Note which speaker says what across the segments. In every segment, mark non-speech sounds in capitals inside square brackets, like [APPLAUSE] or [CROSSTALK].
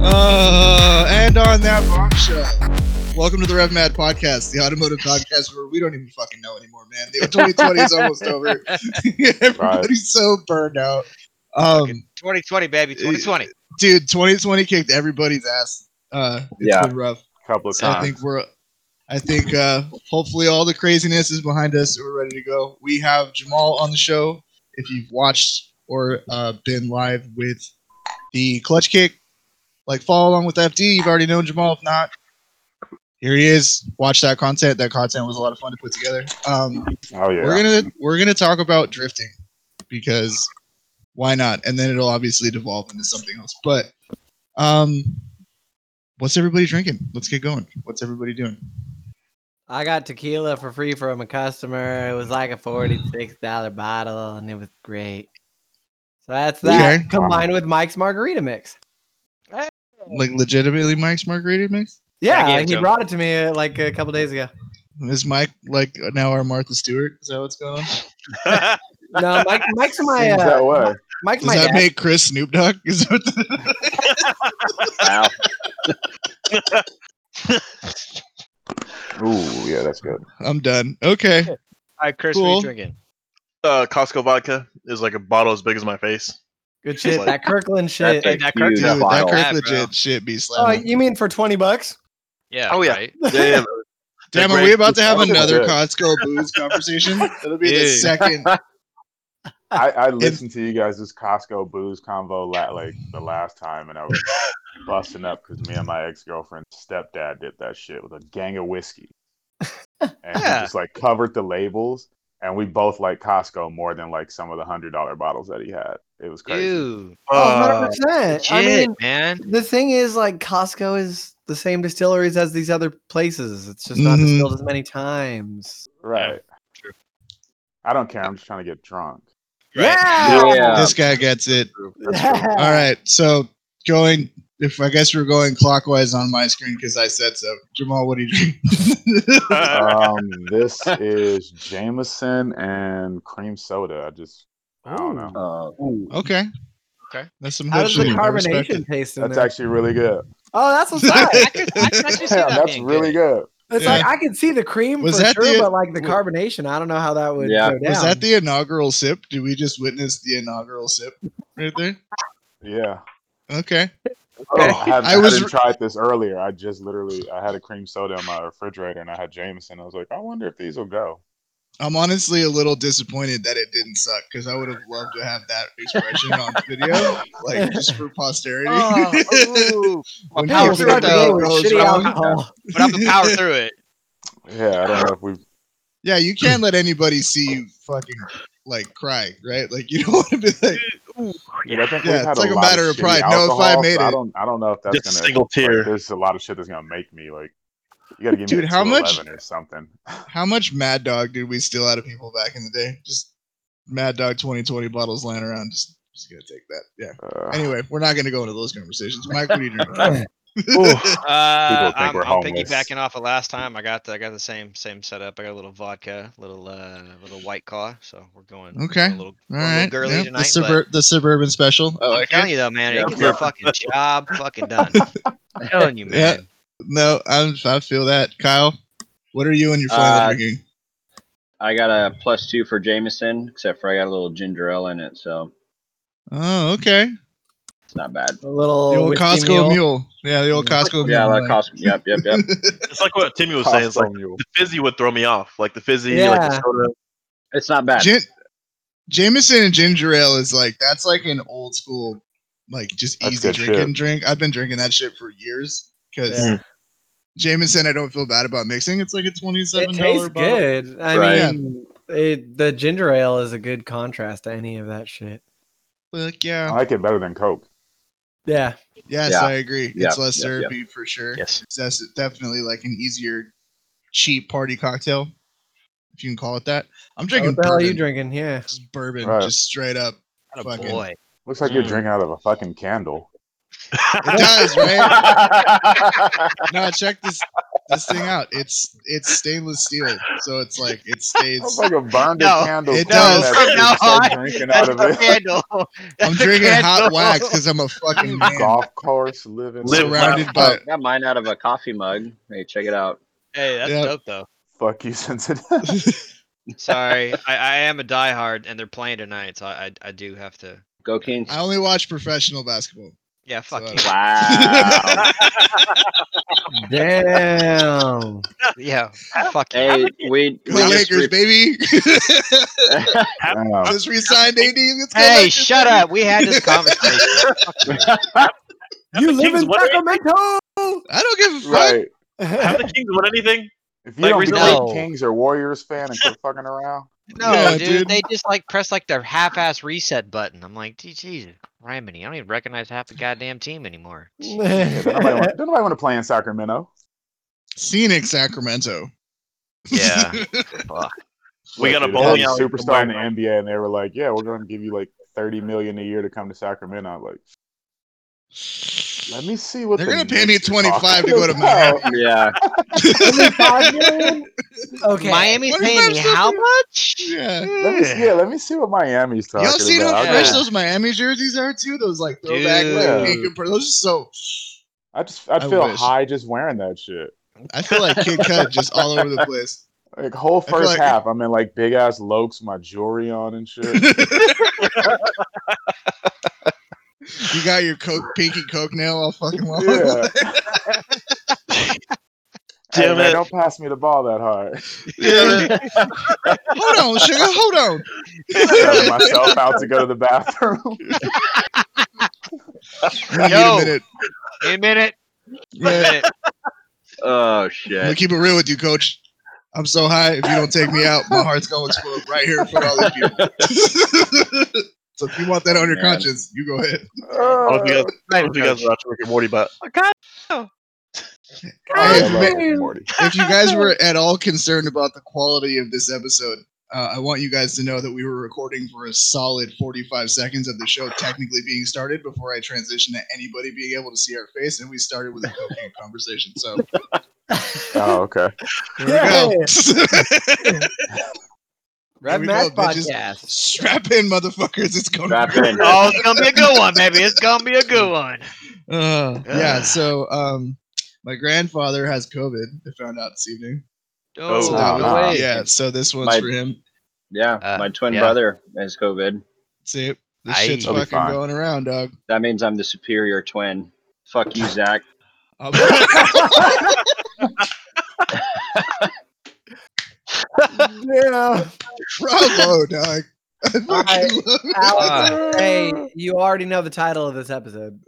Speaker 1: Uh, on that bombshell. Welcome to the Rev Mad Podcast, the automotive podcast where we don't even fucking know anymore, man. The 2020 is almost over. Everybody's so burned out. Um,
Speaker 2: 2020, baby. 2020.
Speaker 3: [LAUGHS]
Speaker 1: dude, 2020 kicked everybody's ass. Uh, it's
Speaker 3: Yeah.
Speaker 1: been rough.
Speaker 3: couple of
Speaker 1: So I
Speaker 3: times.
Speaker 1: think we're, I think uh, hopefully all the craziness is behind us. We're ready to go. We have Jamal on the show. If you've watched or uh, been live with the clutch kick, like follow along with FD. You've already known Jamal. If not, here he is. Watch that content. That content was a lot of fun to put together. Um,
Speaker 3: oh yeah.
Speaker 1: we're gonna we're gonna talk about drifting because why not? And then it'll obviously devolve into something else. But um, what's everybody drinking? Let's get going. What's everybody doing?
Speaker 4: I got tequila for free from a customer. It was like a forty-six dollar bottle, and it was great. So that's that
Speaker 1: Okay.
Speaker 4: combined with Mike's margarita mix.
Speaker 1: Like legitimately, Mike's margarita mix.
Speaker 2: Yeah, I gave
Speaker 4: Yeah,
Speaker 2: it to
Speaker 4: he
Speaker 2: him.
Speaker 4: brought it to me uh, like a couple days ago.
Speaker 1: Is Mike like now our Martha Stewart? Is that what's going on?
Speaker 4: No, Mike, Mike's my
Speaker 3: Seems that
Speaker 4: uh,
Speaker 3: way.
Speaker 4: Mike's
Speaker 1: Does
Speaker 4: my
Speaker 1: that
Speaker 4: dad.
Speaker 1: make Chris Snoop Dogg? [LAUGHS] Is that what the-
Speaker 3: Ow. Ooh, yeah, that's good.
Speaker 1: I'm done. Okay.
Speaker 2: All right, Chris, what are
Speaker 1: Cool.
Speaker 2: you drinking?
Speaker 5: uh, Costco vodka is like a bottle as big as
Speaker 2: [LAUGHS]
Speaker 5: my face.
Speaker 4: Good shit.
Speaker 5: like-
Speaker 4: that Kirkland shit.
Speaker 3: That's a
Speaker 2: that
Speaker 3: huge
Speaker 1: Dude,
Speaker 2: Yeah,
Speaker 1: that
Speaker 3: bottle.
Speaker 1: Kirk
Speaker 2: Yeah, bro.
Speaker 1: legit shit be
Speaker 4: Oh,
Speaker 1: slamming.
Speaker 4: you mean for twenty bucks?
Speaker 2: Yeah.
Speaker 5: Oh, yeah.
Speaker 2: right?
Speaker 5: Yeah, yeah.
Speaker 1: Damn, are
Speaker 5: great.
Speaker 1: we about to have
Speaker 3: That's
Speaker 1: another
Speaker 3: good.
Speaker 1: Costco booze conversation? It'll be the
Speaker 2: Yeah.
Speaker 1: second.
Speaker 3: I, I listened to you guys this Costco booze convo la- like the last time, and I was busting up because me and my ex girlfriend's stepdad did that shit with a gang of whiskey, and we
Speaker 2: Yeah.
Speaker 3: just like covered the labels. And we both like Costco more than like some of the hundred dollar bottles that he had. It was crazy.
Speaker 2: Ew.
Speaker 4: Oh,
Speaker 5: Uh,
Speaker 4: 100 percent. I
Speaker 2: Legit,
Speaker 4: mean,
Speaker 2: man.
Speaker 4: the thing is, like Costco is the same distilleries as these other places. It's just not
Speaker 1: Mhm.
Speaker 4: distilled as many times.
Speaker 3: Right.
Speaker 2: true.
Speaker 3: I don't care. I'm just trying to get drunk.
Speaker 2: Right.
Speaker 4: [LAUGHS] Yeah.
Speaker 1: This guy gets it.
Speaker 3: That's true.
Speaker 1: All right, so going. If I guess we're going clockwise on my screen because I said so. Jamal, what do you
Speaker 2: [LAUGHS]
Speaker 1: drink?
Speaker 3: um, this is Jameson and cream soda. I just, I don't know.
Speaker 1: okay.
Speaker 2: Okay.
Speaker 1: That's some
Speaker 4: How
Speaker 1: good
Speaker 4: does the
Speaker 1: shit. I respect
Speaker 4: carbonation
Speaker 1: it.
Speaker 4: taste in
Speaker 3: That's
Speaker 4: there?
Speaker 3: actually really good.
Speaker 4: oh, that's what's
Speaker 1: [LAUGHS]
Speaker 4: up.
Speaker 2: I could, I
Speaker 3: [LAUGHS]
Speaker 2: could actually see
Speaker 3: Damn,
Speaker 2: that
Speaker 3: that's
Speaker 2: being
Speaker 3: really good.
Speaker 4: It's
Speaker 1: Yeah.
Speaker 4: like I can see the cream
Speaker 1: Was
Speaker 4: for
Speaker 1: that
Speaker 4: sure,
Speaker 1: the-
Speaker 4: but like the carbonation, I don't know how that would
Speaker 6: Yeah.
Speaker 4: go down.
Speaker 1: Was that the inaugural sip? Did we just witness the inaugural sip right there?
Speaker 3: Yeah.
Speaker 1: Okay.
Speaker 3: Oh, I, had,
Speaker 1: I
Speaker 3: I,
Speaker 1: was-
Speaker 3: didn't try it this earlier. I just literally, I had a cream soda in my refrigerator and I had Jameson. I was like, I wonder if these will go.
Speaker 1: I'm honestly a little disappointed that it didn't suck because I would have loved to have that expression on video, like just for posterity.
Speaker 2: Oh, ooh.
Speaker 1: [LAUGHS] When
Speaker 2: How
Speaker 1: you
Speaker 4: Power
Speaker 2: was
Speaker 1: figured
Speaker 4: throughout the day
Speaker 1: out
Speaker 4: with
Speaker 1: what was [LAUGHS]
Speaker 4: shitty
Speaker 1: wrong-
Speaker 4: alcohol.
Speaker 2: But I'm gonna power through it.
Speaker 3: Yeah. I don't know if we,
Speaker 1: Yeah, you can't let anybody see you fucking like cry, right? Like you [LAUGHS] don't want to be like,
Speaker 3: dude, I think
Speaker 1: Yeah,
Speaker 3: we've had
Speaker 1: it's like a
Speaker 3: lot of
Speaker 1: matter of
Speaker 3: shitty
Speaker 1: pride. No, if I
Speaker 3: alcohol,
Speaker 1: made
Speaker 3: so I
Speaker 1: it-
Speaker 3: don't, I don't know if that's
Speaker 5: Just
Speaker 3: gonna,
Speaker 5: single
Speaker 3: like,
Speaker 5: tear.
Speaker 3: there's a lot of shit that's going to make me like, you got to give
Speaker 1: Dude,
Speaker 3: me a
Speaker 1: how much-
Speaker 3: 211 or something.
Speaker 1: how much Mad Dog did we steal out of people back in the day? Just Mad Dog 2020 bottles laying around. Just, just gonna take that. Yeah.
Speaker 2: Ah.
Speaker 3: Uh,
Speaker 1: Anyway, we're not gonna go into those conversations. Mike, what are you drinking?
Speaker 2: Uh,
Speaker 3: think
Speaker 2: I'm,
Speaker 3: we're
Speaker 2: I'm
Speaker 3: homeless.
Speaker 2: piggybacking off of last time. I got the, I got the same same setup. I got a little vodka, little uh, little white claw. So we're going we're
Speaker 1: Okay.
Speaker 2: going a little,
Speaker 1: All
Speaker 2: going a little
Speaker 1: right.
Speaker 2: girly
Speaker 1: yeah,
Speaker 2: tonight.
Speaker 1: the,
Speaker 2: but
Speaker 1: suburb the suburban special. I
Speaker 2: I'm
Speaker 1: like
Speaker 2: telling
Speaker 1: it.
Speaker 2: you though, man,
Speaker 6: Yeah,
Speaker 2: it gets your fucking job fucking done. I'm telling you,
Speaker 1: Yeah.
Speaker 2: man.
Speaker 1: No, I'm, I feel that. Kyle, what are you and your
Speaker 6: Uh,
Speaker 1: family drinking?
Speaker 6: I got a plus two for Jameson, except for I got a little ginger ale in it, so
Speaker 1: Oh, okay.
Speaker 6: it's not bad.
Speaker 4: A little
Speaker 1: The old
Speaker 4: whiskey
Speaker 1: Costco mule. Yeah, the old Costco mule.
Speaker 6: Yeah,
Speaker 1: I
Speaker 6: that
Speaker 1: like.
Speaker 6: cost. Yep, yep,
Speaker 1: [LAUGHS]
Speaker 6: yep.
Speaker 5: It's like what Timmy was saying. It's like
Speaker 3: mule.
Speaker 5: the fizzy would throw me off. Like the fizzy, like
Speaker 4: Yeah.
Speaker 5: the soda.
Speaker 6: It's not bad.
Speaker 1: Gin- Jameson and ginger ale is like that's like an old school, like just
Speaker 3: That's
Speaker 1: easy
Speaker 3: good
Speaker 1: drinking
Speaker 3: shit.
Speaker 1: drink. I've been drinking that shit for years because
Speaker 4: Yeah.
Speaker 1: Jameson, I don't feel bad about mixing. It's like a
Speaker 4: It
Speaker 1: twenty-seven
Speaker 4: tastes
Speaker 1: dollar bottle.
Speaker 4: good. I
Speaker 6: Right.
Speaker 4: mean, it, the ginger ale is a good contrast to any of that shit.
Speaker 1: Fuck
Speaker 3: I
Speaker 1: yeah.
Speaker 3: like it better than Coke.
Speaker 4: Yeah,
Speaker 1: Yes,
Speaker 6: Yeah.
Speaker 1: I agree.
Speaker 6: Yeah,
Speaker 1: It's less
Speaker 6: yeah, yeah.
Speaker 1: syrupy for sure.
Speaker 5: Yes.
Speaker 1: That's definitely like an easier, cheap party cocktail, if you can call it that. I'm drinking
Speaker 4: what the hell are
Speaker 1: bourbon.
Speaker 4: you drinking? Yeah,
Speaker 1: Just bourbon,
Speaker 3: Right.
Speaker 1: just straight up.
Speaker 2: What a
Speaker 1: Fucking-
Speaker 2: boy.
Speaker 3: Looks like you're
Speaker 2: Mm.
Speaker 3: drinking out of a fucking
Speaker 1: [LAUGHS]
Speaker 3: candle. [LAUGHS]
Speaker 1: It does, right? No, check this. this thing out. It's it's stainless steel, so it's like it stays.
Speaker 3: It's like a bonded
Speaker 2: No,
Speaker 3: candle.
Speaker 1: it
Speaker 3: coming
Speaker 1: [LAUGHS]
Speaker 3: out
Speaker 1: does.
Speaker 3: of it.
Speaker 2: From now
Speaker 3: You start
Speaker 2: on,
Speaker 3: drinking
Speaker 2: That's
Speaker 3: out of
Speaker 2: the
Speaker 3: it.
Speaker 2: candle.
Speaker 1: I'm
Speaker 2: That's the [LAUGHS]
Speaker 1: drinking hot
Speaker 2: candle.
Speaker 1: wax because I'm a
Speaker 3: Oh
Speaker 1: fucking man.
Speaker 3: Golf course living.
Speaker 5: Live
Speaker 1: Surrounded
Speaker 5: laugh.
Speaker 1: by
Speaker 6: Got mine out of a coffee mug. Hey, check it out.
Speaker 2: Hey, that's
Speaker 1: Yep.
Speaker 2: dope though.
Speaker 3: Fuck you,
Speaker 5: [LAUGHS]
Speaker 3: sensitive.
Speaker 2: Sorry, I, I am a diehard, and they're playing tonight, so I I, I do have to.
Speaker 1: [LAUGHS]
Speaker 6: Go Kings.
Speaker 1: I only watch professional basketball.
Speaker 2: Yeah, fuck
Speaker 1: So-
Speaker 2: you.
Speaker 1: [LAUGHS]
Speaker 6: Wow.
Speaker 4: Damn.
Speaker 2: Yeah, fuck you.
Speaker 6: hey, we, we
Speaker 1: Go
Speaker 6: just
Speaker 1: Lakers,
Speaker 6: re-
Speaker 1: baby!
Speaker 3: Damn.
Speaker 1: just resigned AD. Let's go
Speaker 2: Hey,
Speaker 1: Lakers,
Speaker 2: shut
Speaker 1: baby.
Speaker 2: up. We had this conversation. Fuck you.
Speaker 4: you
Speaker 5: the
Speaker 4: live
Speaker 5: Kings
Speaker 4: in
Speaker 5: winning?
Speaker 4: Sacramento.
Speaker 1: I don't give a fuck.
Speaker 3: Right.
Speaker 5: Have the Kings won anything?
Speaker 3: If you
Speaker 5: Like
Speaker 3: don't
Speaker 5: recently-
Speaker 3: become a Kings or Warriors fan and quit fucking
Speaker 5: [LAUGHS]
Speaker 3: around,
Speaker 2: No,
Speaker 1: Yeah,
Speaker 2: dude,
Speaker 1: dude.
Speaker 2: they just like press like their half-ass reset button. I'm like, gee, Jesus, Ramini, I don't even recognize half the goddamn team anymore.
Speaker 3: don't nobody, want, don't nobody want to play in Sacramento.
Speaker 1: Scenic Sacramento.
Speaker 5: [LAUGHS]
Speaker 2: Yeah, fuck.
Speaker 5: We got a
Speaker 3: dude,
Speaker 5: bowling
Speaker 3: they had
Speaker 2: [LAUGHS]
Speaker 5: alley
Speaker 3: superstar in the
Speaker 5: somewhere.
Speaker 3: NBA, and they were like, "Yeah, we're going to give you like thirty million a year to come to Sacramento." I'm like, let me see what
Speaker 1: They're
Speaker 3: the
Speaker 1: gonna pay me
Speaker 3: Knicks are
Speaker 1: 25 to
Speaker 3: talking
Speaker 1: go to
Speaker 3: [LAUGHS] about."
Speaker 1: Manhattan.
Speaker 4: [LAUGHS]
Speaker 6: yeah.
Speaker 4: okay.
Speaker 2: Miami's
Speaker 1: What is
Speaker 2: paying
Speaker 1: that
Speaker 2: me how
Speaker 1: something-
Speaker 2: much?
Speaker 1: Yeah.
Speaker 3: Let
Speaker 5: [LAUGHS]
Speaker 3: me, yeah, let me see what Miami's talking
Speaker 1: Y'all seen
Speaker 3: about.
Speaker 1: how
Speaker 3: I'll
Speaker 2: Yeah.
Speaker 3: go-
Speaker 1: fresh those Miami jerseys are too? Those like throwback,
Speaker 2: Dude.
Speaker 1: like pink and purple. Those are so.
Speaker 3: I just I'd
Speaker 1: I
Speaker 3: feel
Speaker 1: wish.
Speaker 3: high just wearing that shit.
Speaker 1: I feel like Kid Cud just all over the place.
Speaker 3: Like whole
Speaker 1: feel
Speaker 3: first
Speaker 1: like-
Speaker 3: half, I'm in like big ass lokes, my jewelry on and shit.
Speaker 1: you got your coke, pinky coke nail all fucking long.
Speaker 3: yeah. Hey,
Speaker 5: Damn
Speaker 3: man,
Speaker 5: it.
Speaker 3: don't pass me the ball that hard. [LAUGHS]
Speaker 5: Yeah.
Speaker 1: Hold on, sugar. Hold on.
Speaker 3: Drag myself out to go to the bathroom.
Speaker 1: We need
Speaker 2: Yo.
Speaker 1: a minute.
Speaker 2: Wait a minute. Wait a
Speaker 1: Yeah.
Speaker 2: minute.
Speaker 1: I'm
Speaker 6: Oh
Speaker 1: gonna
Speaker 6: shit.
Speaker 1: keep it real with you, coach. I'm so high. If you don't take me out, my heart's gonna explode right here in front of all these people. so if you want that on your
Speaker 6: Man.
Speaker 1: conscience, you go ahead.
Speaker 5: I don't know if
Speaker 3: Uh,
Speaker 5: you guys- I don't know if you guys watch Rick and Morty, but
Speaker 1: Hey,
Speaker 3: I love
Speaker 1: man.
Speaker 3: Rick and Morty.
Speaker 1: if you guys [LAUGHS] were at all concerned about the quality of this episode, uh, I want you guys to know that we were recording for a solid 45 seconds of the show technically being started before I transitioned to anybody being able to see our face, and we started with a cocaine conversation. So
Speaker 3: Oh, okay.
Speaker 1: here we go. [LAUGHS]
Speaker 4: Red
Speaker 1: we
Speaker 4: Match
Speaker 1: go, bitches.
Speaker 4: Podcast.
Speaker 1: Strap in, motherfuckers. It's going.
Speaker 6: Strap in.
Speaker 2: Oh, it's gonna be a good one, baby. It's gonna be a good one.
Speaker 1: Uh, yeah. So, um, my grandfather has COVID. I found out this evening.
Speaker 2: Oh,
Speaker 1: So
Speaker 3: wow.
Speaker 1: that was-
Speaker 3: wow.
Speaker 1: yeah. So this one's
Speaker 6: My-
Speaker 1: for him.
Speaker 6: Yeah.
Speaker 2: Uh,
Speaker 6: my twin
Speaker 2: yeah.
Speaker 6: brother has COVID.
Speaker 1: See, this
Speaker 2: Aye.
Speaker 1: shit's
Speaker 3: He'll be
Speaker 1: fucking
Speaker 3: fine.
Speaker 1: going around, dog.
Speaker 6: That means I'm the superior twin. Fuck you, Zach.
Speaker 4: Yeah.
Speaker 1: Bravo, dog. [LAUGHS] I fucking
Speaker 4: I-
Speaker 1: love it.
Speaker 2: Oh, Ah.
Speaker 4: Alex, hey, you already know the title of
Speaker 1: [LAUGHS]
Speaker 4: this episode.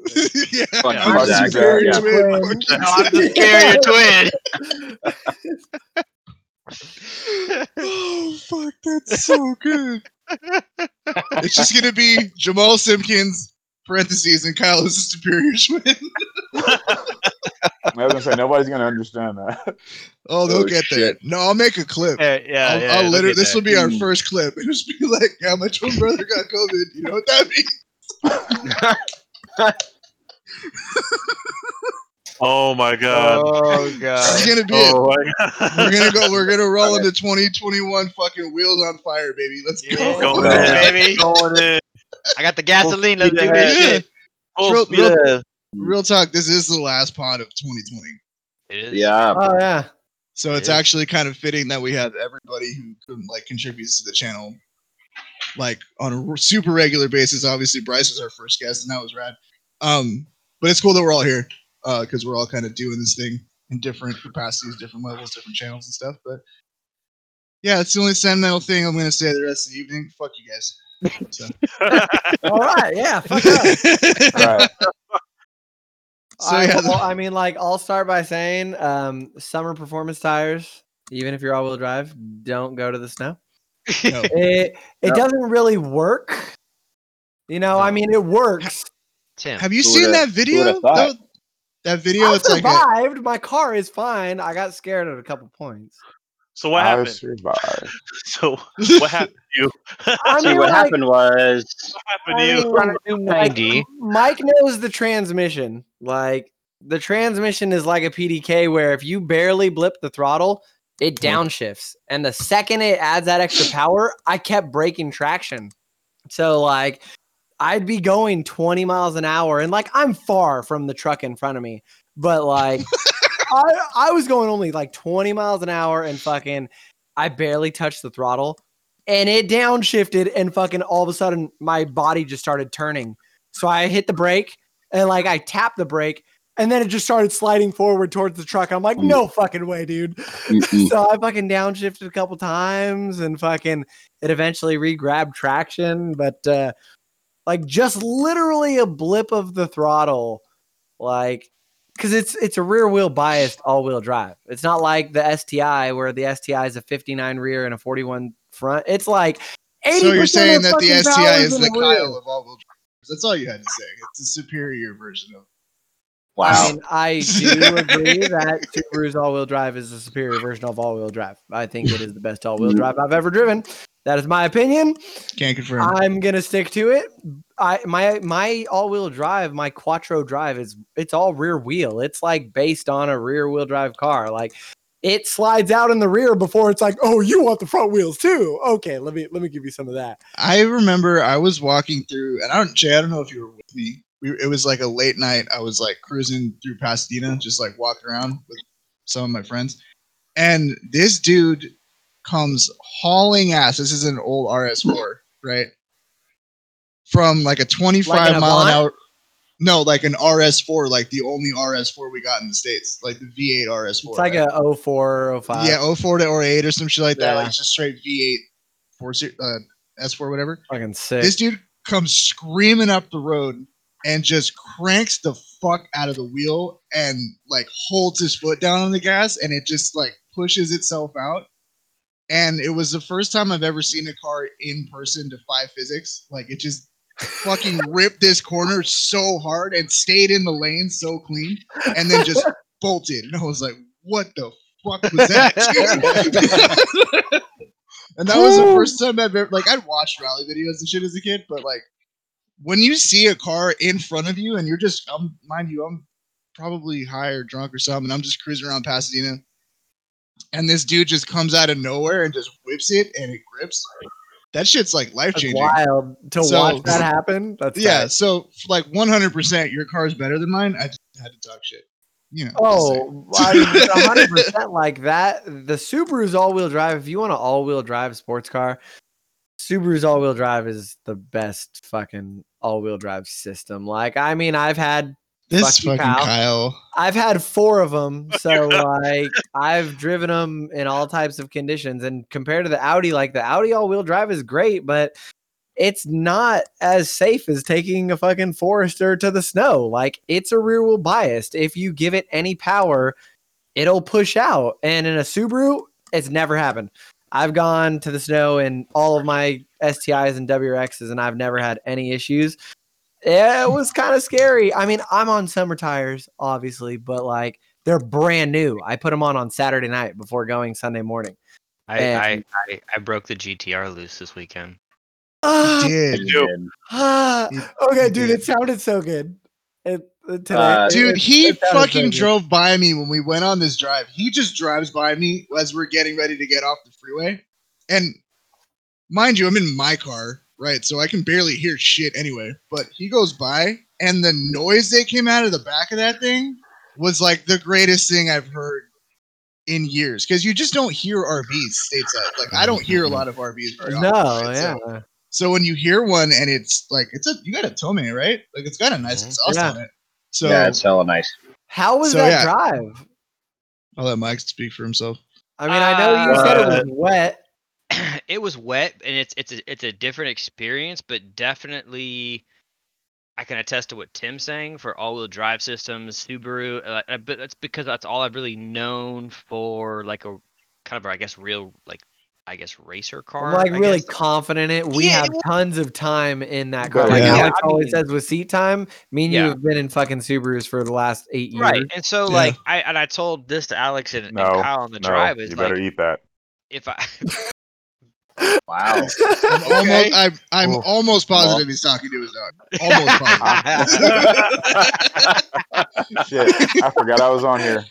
Speaker 1: yeah.
Speaker 6: Fuck
Speaker 2: Yeah,
Speaker 6: you,
Speaker 3: I'm
Speaker 6: Zach.
Speaker 3: superior
Speaker 6: Yeah.
Speaker 1: Twin, twin.
Speaker 4: twin.
Speaker 1: Fuck [LAUGHS]
Speaker 2: No, [LAUGHS] I'm the superior twin.
Speaker 1: Oh fuck, that's so good. it's just gonna be Jamal Simpkins parentheses and Kyle is a superior twin. [LAUGHS]
Speaker 3: I was gonna say nobody's gonna understand
Speaker 5: [LAUGHS]
Speaker 3: that.
Speaker 1: Oh, they'll
Speaker 6: Oh,
Speaker 1: get
Speaker 6: shit.
Speaker 1: that. No, I'll make a clip.
Speaker 2: Yeah, yeah.
Speaker 1: I'll,
Speaker 2: yeah,
Speaker 1: I'll
Speaker 2: look
Speaker 1: literally.
Speaker 2: at
Speaker 1: This
Speaker 2: that.
Speaker 1: will be our
Speaker 6: Mm.
Speaker 1: first clip. [LAUGHS] It'll just be like, "Yeah, my twin brother got COVID." You know what that means?
Speaker 5: oh my god.
Speaker 2: [LAUGHS]
Speaker 1: [LAUGHS]
Speaker 2: Oh god.
Speaker 1: This is gonna be it.
Speaker 5: Oh my
Speaker 1: Uh, We're
Speaker 5: god.
Speaker 1: gonna go. We're
Speaker 2: [LAUGHS]
Speaker 1: gonna roll into 2021. Fucking wheels on fire, baby. Let's
Speaker 2: Yeah,
Speaker 1: go.
Speaker 5: Going
Speaker 6: Yeah.
Speaker 5: in,
Speaker 2: baby.
Speaker 5: going in.
Speaker 2: I got the gasoline.
Speaker 5: Full
Speaker 2: Let's
Speaker 5: speed
Speaker 2: do
Speaker 5: ahead.
Speaker 2: this
Speaker 1: Yeah.
Speaker 2: shit.
Speaker 5: Full
Speaker 1: Real-
Speaker 5: speed
Speaker 1: real-
Speaker 5: ahead.
Speaker 1: Real talk. This is the last pod of 2020,
Speaker 2: It is.
Speaker 6: Yeah.
Speaker 4: Oh yeah.
Speaker 1: so it's
Speaker 2: Yeah.
Speaker 1: actually kind of fitting that we have everybody who con- like contributes to the channel, like on a r- super regular basis. Obviously, Bryce was our first guest, and that was rad. Um, but it's cool that we're all here because we're all kind of doing this thing in different capacities, different levels, different channels and stuff. But yeah, that's the only sentimental thing I'm gonna say the rest of the evening. Fuck you guys. So.
Speaker 4: All right.
Speaker 1: [LAUGHS]
Speaker 4: Yeah. Fuck up.
Speaker 3: Right.
Speaker 1: So,
Speaker 4: I,
Speaker 1: yeah,
Speaker 4: well,
Speaker 1: the-
Speaker 4: I mean, like, I'll start by saying, um, summer performance tires, even if you're all-wheel drive, don't go to
Speaker 1: [LAUGHS]
Speaker 4: the snow. [LAUGHS]
Speaker 1: No.
Speaker 4: It it
Speaker 6: No.
Speaker 4: doesn't really work. You know, I
Speaker 2: No.
Speaker 4: mean,
Speaker 1: [LAUGHS]
Speaker 4: it works.
Speaker 2: Tim.
Speaker 1: Have you
Speaker 6: Who
Speaker 1: seen
Speaker 6: would've-
Speaker 1: that
Speaker 6: who
Speaker 1: video?
Speaker 6: would've thought?
Speaker 1: That, that video,
Speaker 4: I
Speaker 1: it's like a,
Speaker 4: survived. My car is fine. I got scared at a couple
Speaker 1: [LAUGHS]
Speaker 4: points.
Speaker 5: So what
Speaker 3: I
Speaker 5: happened?
Speaker 3: survived.
Speaker 5: [LAUGHS] So what happened to you?
Speaker 4: I
Speaker 6: See,
Speaker 4: mean,
Speaker 6: what
Speaker 4: like,
Speaker 6: happened was
Speaker 5: What happened to you?
Speaker 4: like, Mike knows the transmission. Like the transmission is like a PDK where if you barely blip the throttle, it downshifts. And the second it adds that extra power, I kept breaking traction. So like I'd be going 20 miles an hour and like I'm far from the truck in front of me, but like I, I was going only like 20 miles an hour and fucking I barely touched the throttle and it downshifted and fucking all of a sudden my body just started turning. So I hit the brake and like I tapped the brake and then it just started sliding forward towards the truck. I'm like, no fucking way, dude. [LAUGHS]
Speaker 6: Mm-mm.
Speaker 4: so I fucking downshifted a couple times and fucking it eventually re-grabbed traction, but uh like just literally a blip of the throttle, like because it's it's a rear wheel biased all wheel drive. It's not like the STI where the STI is a 59 rear and a 41 front. It's like 80
Speaker 1: So you're saying
Speaker 4: of
Speaker 1: that the
Speaker 4: fucking power
Speaker 1: STI is
Speaker 4: in
Speaker 1: the
Speaker 4: rear.
Speaker 1: Kyle of all wheel drivers. That's all you had to say. It's a superior version of.
Speaker 4: I
Speaker 6: Wow.
Speaker 4: mean, I do agree that Subaru's all-wheel drive is a superior version of all-wheel drive. I think it is the best
Speaker 1: Mm-hmm.
Speaker 4: all-wheel drive I've ever driven. That is my opinion.
Speaker 1: Can't confirm.
Speaker 4: I'm gonna stick to it. I my my all-wheel drive, my Quattro drive is it's all rear wheel. It's like based on a rear-wheel drive car. Like it slides out in the rear before it's like, oh, you want the front wheels too? Okay, let me let me give you some of that.
Speaker 1: I remember I was walking through, and I don't, Jay, I don't know if you were with me. We, it was like a late night. I was like cruising through Pasadena, just like walking around with some of my friends. And this dude comes hauling ass. This is an old RS4, right? From like a 25
Speaker 4: Like an
Speaker 1: mile an
Speaker 4: Avant?
Speaker 1: hour. No, like an RS4, like the only RS4 we got in the States, like the V8 RS4.
Speaker 4: It's like
Speaker 1: right?
Speaker 4: a 04 or 05.
Speaker 1: yeah, 04 to or 08 or some shit like that.
Speaker 4: Yeah.
Speaker 1: Like just straight V8, four, se- uh, S4, whatever
Speaker 4: fucking sick.
Speaker 1: this dude comes screaming up the road and just cranks the fuck out of the wheel and like holds his foot down on the gas and it just like pushes itself out and it was the first time i've ever seen a car in person defy physics like it just fucking ripped this corner so hard and stayed in the lane so clean and then just bolted and i was like what the fuck was that [LAUGHS] And that was the first time I've ever like I'd watched rally videos and shit as a kid, but like when you see a car in front of you and you're just um mind you, I'm probably high or drunk or something, and I'm just cruising around Pasadena. And this dude just comes out of nowhere and just whips it and it grips. That shit's like life
Speaker 4: That's
Speaker 1: changing.
Speaker 4: wild to
Speaker 1: So-
Speaker 4: watch that happen. That's
Speaker 1: Yeah,
Speaker 4: nuts.
Speaker 1: so like 100% your car's better than mine. I just had to talk shit. You know. just saying.
Speaker 4: Oh, [LAUGHS] I mean, it's 100% like that. The Subaru's all wheel drive, if you want an all wheel drive sports car, Subaru's all wheel drive is the best fucking all wheel drive system. Like, I mean, I've had.
Speaker 1: this
Speaker 4: fuck you,
Speaker 1: fucking
Speaker 4: Kyle.
Speaker 1: Kyle.
Speaker 4: I've had four of them, so like I've driven them in all types of conditions. And compared to the Audi, like the Audi all-wheel drive is great, but it's not as safe as taking a fucking Forester to the snow. Like it's a rear-wheel biased. If you give it any power, it'll push out. And in a Subaru, it's never happened. I've gone to the snow in all of my STIs and WRXs, and I've never had any issues. Yeah, it was kind of scary. I mean, I'm on summer tires, obviously, but like they're brand new. I put them on on Saturday night before going Sunday morning.
Speaker 2: I,
Speaker 4: And-
Speaker 2: I, I, I broke the GTR loose this weekend.
Speaker 4: Ah,
Speaker 1: Dude.
Speaker 4: [SIGHS] ah.
Speaker 1: You-
Speaker 4: okay,
Speaker 1: you
Speaker 4: dude,
Speaker 1: did.
Speaker 4: it sounded so good. It, it- today,
Speaker 6: Uh,
Speaker 4: it-
Speaker 1: Dude,
Speaker 4: it-
Speaker 1: he
Speaker 4: it sounded so
Speaker 1: fucking
Speaker 4: good.
Speaker 1: drove by me when we went on this drive. He just drives by me as we're getting ready to get off the freeway. And mind you, I'm in my car, right? So I can barely hear shit anyway. But he goes by, and the noise that came out of the back of that thing was like the greatest thing I've heard in years. Because you just don't hear RBs stateside. Like, I don't hear a lot of RBs very often.
Speaker 4: No,
Speaker 1: right?
Speaker 4: yeah.
Speaker 1: So, so when you hear one and it's like, it's a, you got a Tome, right? Like, it's got a nice
Speaker 2: Mhm.
Speaker 1: exhaust
Speaker 4: Yeah.
Speaker 1: on it. [LAUGHS] So
Speaker 6: yeah, it's hella nice.
Speaker 4: How was
Speaker 1: So,
Speaker 4: that
Speaker 1: yeah.
Speaker 4: drive?
Speaker 1: I'll let Mike speak for himself.
Speaker 4: I mean, I know you said it was
Speaker 5: Uh,
Speaker 4: wet.
Speaker 2: [CLEARS THROAT] it was wet and it's it's a, it's a different experience but definitely i can attest to what tim's saying for all-wheel drive systems subaru uh, uh, but that's because that's all i've really known for like a kind of i guess real like i guess racer car
Speaker 4: I'm like
Speaker 2: I
Speaker 4: really
Speaker 2: guess.
Speaker 4: confident in it. We
Speaker 2: Yeah, it
Speaker 4: have
Speaker 2: was-
Speaker 4: tons of time in that car. Like
Speaker 1: Yeah.
Speaker 4: Alex
Speaker 2: I
Speaker 4: always
Speaker 2: mean-
Speaker 4: says with seat time, me and you
Speaker 2: Yeah.
Speaker 4: have been in fucking Subarus for the last eight years.
Speaker 2: right and so
Speaker 1: Yeah.
Speaker 2: like i and i told this to alex and, and
Speaker 3: No,
Speaker 2: kyle on the
Speaker 3: No,
Speaker 2: drive
Speaker 3: you
Speaker 2: is
Speaker 3: better
Speaker 2: like
Speaker 3: eat that.
Speaker 2: if i
Speaker 6: Wow.
Speaker 4: [LAUGHS]
Speaker 1: I'm almost, I'm, I'm
Speaker 3: Well,
Speaker 1: almost positive he's talking to his dog. Almost
Speaker 2: [LAUGHS]
Speaker 1: positive.
Speaker 3: Shit, I forgot I was on here.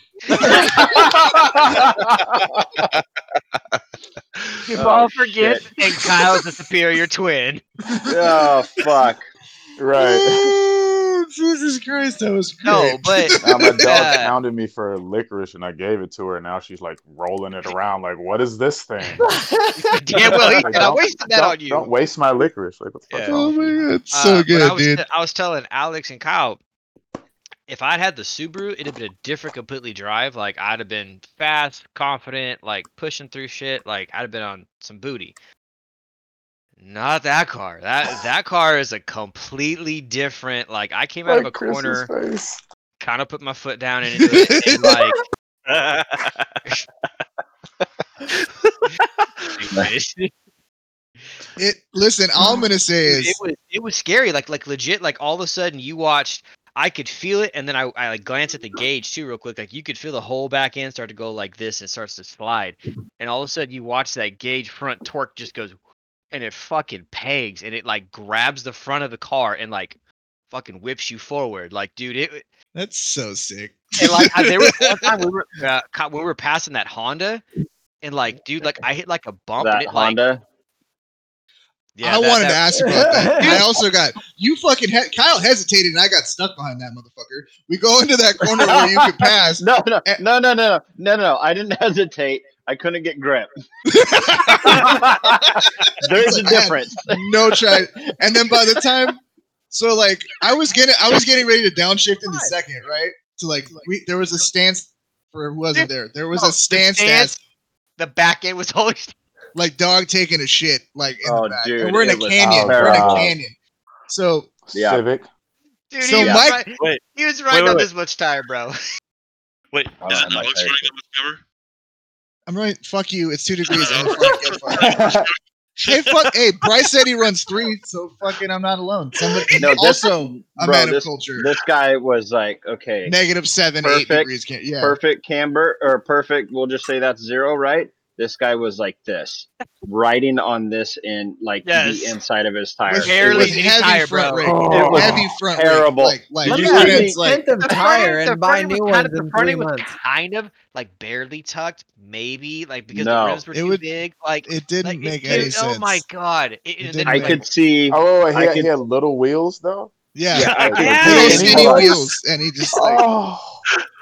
Speaker 2: We
Speaker 6: Oh,
Speaker 2: all
Speaker 6: shit.
Speaker 2: forget, and Kyle's the superior twin.
Speaker 6: oh fuck.
Speaker 3: Right.
Speaker 1: Ooh, Jesus Christ, that was great.
Speaker 3: [LAUGHS]
Speaker 2: No, but
Speaker 3: Now
Speaker 5: [LAUGHS]
Speaker 3: my dog
Speaker 2: Yeah.
Speaker 3: pounded me for licorice, and I gave it to her. And now she's like rolling it around, like, "What is this thing?"
Speaker 2: damn well, he
Speaker 3: Like,
Speaker 2: I
Speaker 3: don't-
Speaker 2: wasted that
Speaker 3: don't,
Speaker 2: on you.
Speaker 3: Don't waste my licorice. Like, what the fuck's
Speaker 2: Yeah.
Speaker 3: wrong
Speaker 1: oh
Speaker 3: with you?
Speaker 1: my god, it's
Speaker 2: Uh,
Speaker 1: so
Speaker 2: but I
Speaker 1: good,
Speaker 2: was,
Speaker 1: dude.
Speaker 2: I was telling Alex and Kyle, if I'd had the Subaru, it'd have been a different, completely drive. Like I'd have been fast, confident, like pushing through shit. Like I'd have been on some booty. Not that car. That that car is a completely different. Like I came out of a
Speaker 3: Like Chris's
Speaker 2: corner,
Speaker 3: face.
Speaker 2: kind of put my foot down into it, and
Speaker 3: [LAUGHS]
Speaker 2: like [LAUGHS]
Speaker 5: [LAUGHS]
Speaker 2: it,
Speaker 1: It, listen, all I'm gonna say is
Speaker 2: was it was scary. Like like legit. Like all of a sudden you watched. I could feel it, and then I, I like glance at the gauge too, real quick. Like you could feel the whole back end start to go like this, and it starts to slide, and all of a sudden you watch that gauge front torque just goes, and it fucking pegs, and it like grabs the front of the car and like fucking whips you forward. Like dude, it
Speaker 1: that's so sick.
Speaker 2: and like I, there was one time we were [LAUGHS] uh, co- we were passing that Honda, and like dude, like I hit like a bump. and
Speaker 6: That
Speaker 2: it, Like,
Speaker 6: Honda.
Speaker 2: yeah,
Speaker 1: I
Speaker 2: that-
Speaker 1: wanted
Speaker 2: that-
Speaker 1: to ask about
Speaker 2: [LAUGHS]
Speaker 1: that. I also got you fucking he- Kyle hesitated and I got stuck behind that motherfucker. We go into that corner where you could pass.
Speaker 6: [LAUGHS] No, no,
Speaker 1: Eh.
Speaker 6: no, no, no, no, no, no. I didn't [LAUGHS] hesitate. I couldn't get grip.
Speaker 1: [LAUGHS]
Speaker 6: There's a difference.
Speaker 1: No try. And then by the time so like I was getting I was getting ready to downshift in the second, right? To like we there was a stance for who wasn't there. There was
Speaker 2: Oh,
Speaker 1: a
Speaker 2: the
Speaker 1: stance
Speaker 2: stance.
Speaker 1: stance
Speaker 2: The back end was [LAUGHS] always
Speaker 1: like dog taking a shit like in
Speaker 6: Oh,
Speaker 1: the back.
Speaker 6: dude,
Speaker 1: and we're in a
Speaker 6: it was
Speaker 1: canyon. We're in a
Speaker 6: terrible.
Speaker 1: canyon. So
Speaker 6: Yeah. [LAUGHS]
Speaker 3: Civic. [LAUGHS]
Speaker 2: dude.
Speaker 1: So
Speaker 2: he was
Speaker 1: Mike-
Speaker 2: ri-
Speaker 5: Wait.
Speaker 2: he was riding
Speaker 5: wait,
Speaker 2: on
Speaker 5: wait.
Speaker 2: this much tire, bro.
Speaker 5: Wait,
Speaker 3: Uh,
Speaker 6: Oh,
Speaker 5: is
Speaker 6: I
Speaker 5: it
Speaker 6: might
Speaker 5: Alex
Speaker 6: say
Speaker 5: running
Speaker 6: it.
Speaker 5: on the cover?
Speaker 1: I'm right. Fuck you. It's two degrees. I'm gonna fucking get fucked.
Speaker 3: Oh,
Speaker 1: hey, fuck. Hey, Bryce said he runs three, so fucking I'm not alone. Somebody,
Speaker 6: No, this-
Speaker 1: also, a
Speaker 6: bro,
Speaker 1: man of
Speaker 6: this-
Speaker 1: culture.
Speaker 6: This guy was like, okay,
Speaker 1: Negative seven, eight
Speaker 6: Perfect.
Speaker 1: degrees. Can, yeah.
Speaker 6: perfect camber or perfect. We'll just say that's zero, right? This guy was like this, riding on this in like
Speaker 2: Yes.
Speaker 6: the inside of his tire.
Speaker 1: With,
Speaker 2: Barely
Speaker 1: with
Speaker 6: It
Speaker 2: any
Speaker 1: heavy
Speaker 2: tire,
Speaker 1: front
Speaker 2: bro.
Speaker 1: rake.
Speaker 3: Oh.
Speaker 1: heavy front
Speaker 6: Terrible.
Speaker 1: rake. Like, like,
Speaker 4: Let me
Speaker 6: you
Speaker 1: like,
Speaker 6: see-
Speaker 1: it's like
Speaker 4: rent them tire
Speaker 2: The
Speaker 4: and
Speaker 2: front
Speaker 4: buy
Speaker 2: end was
Speaker 4: new
Speaker 2: kind
Speaker 4: ones
Speaker 2: of- the
Speaker 4: in
Speaker 2: front
Speaker 4: three
Speaker 2: end was [LAUGHS]
Speaker 4: months.
Speaker 2: kind of like barely tucked, maybe like because
Speaker 6: No.
Speaker 2: the rims were
Speaker 1: It
Speaker 2: too
Speaker 1: would-
Speaker 2: big. Like
Speaker 1: it didn't
Speaker 2: like, it-
Speaker 1: make
Speaker 2: dude,
Speaker 1: any
Speaker 2: oh
Speaker 1: sense.
Speaker 2: my god! It,
Speaker 1: It
Speaker 2: and
Speaker 1: didn't
Speaker 2: then
Speaker 6: was- I
Speaker 2: it,
Speaker 1: make-
Speaker 2: like,
Speaker 6: could see.
Speaker 3: Oh, he
Speaker 6: I
Speaker 3: had,
Speaker 6: could-
Speaker 3: he had little wheels though.
Speaker 1: Yeah.
Speaker 6: Yeah, I could
Speaker 2: Yeah.
Speaker 1: Little
Speaker 6: see.
Speaker 2: And he
Speaker 1: skinny
Speaker 6: Hold on.
Speaker 1: wheels, and he just like,
Speaker 3: Oh,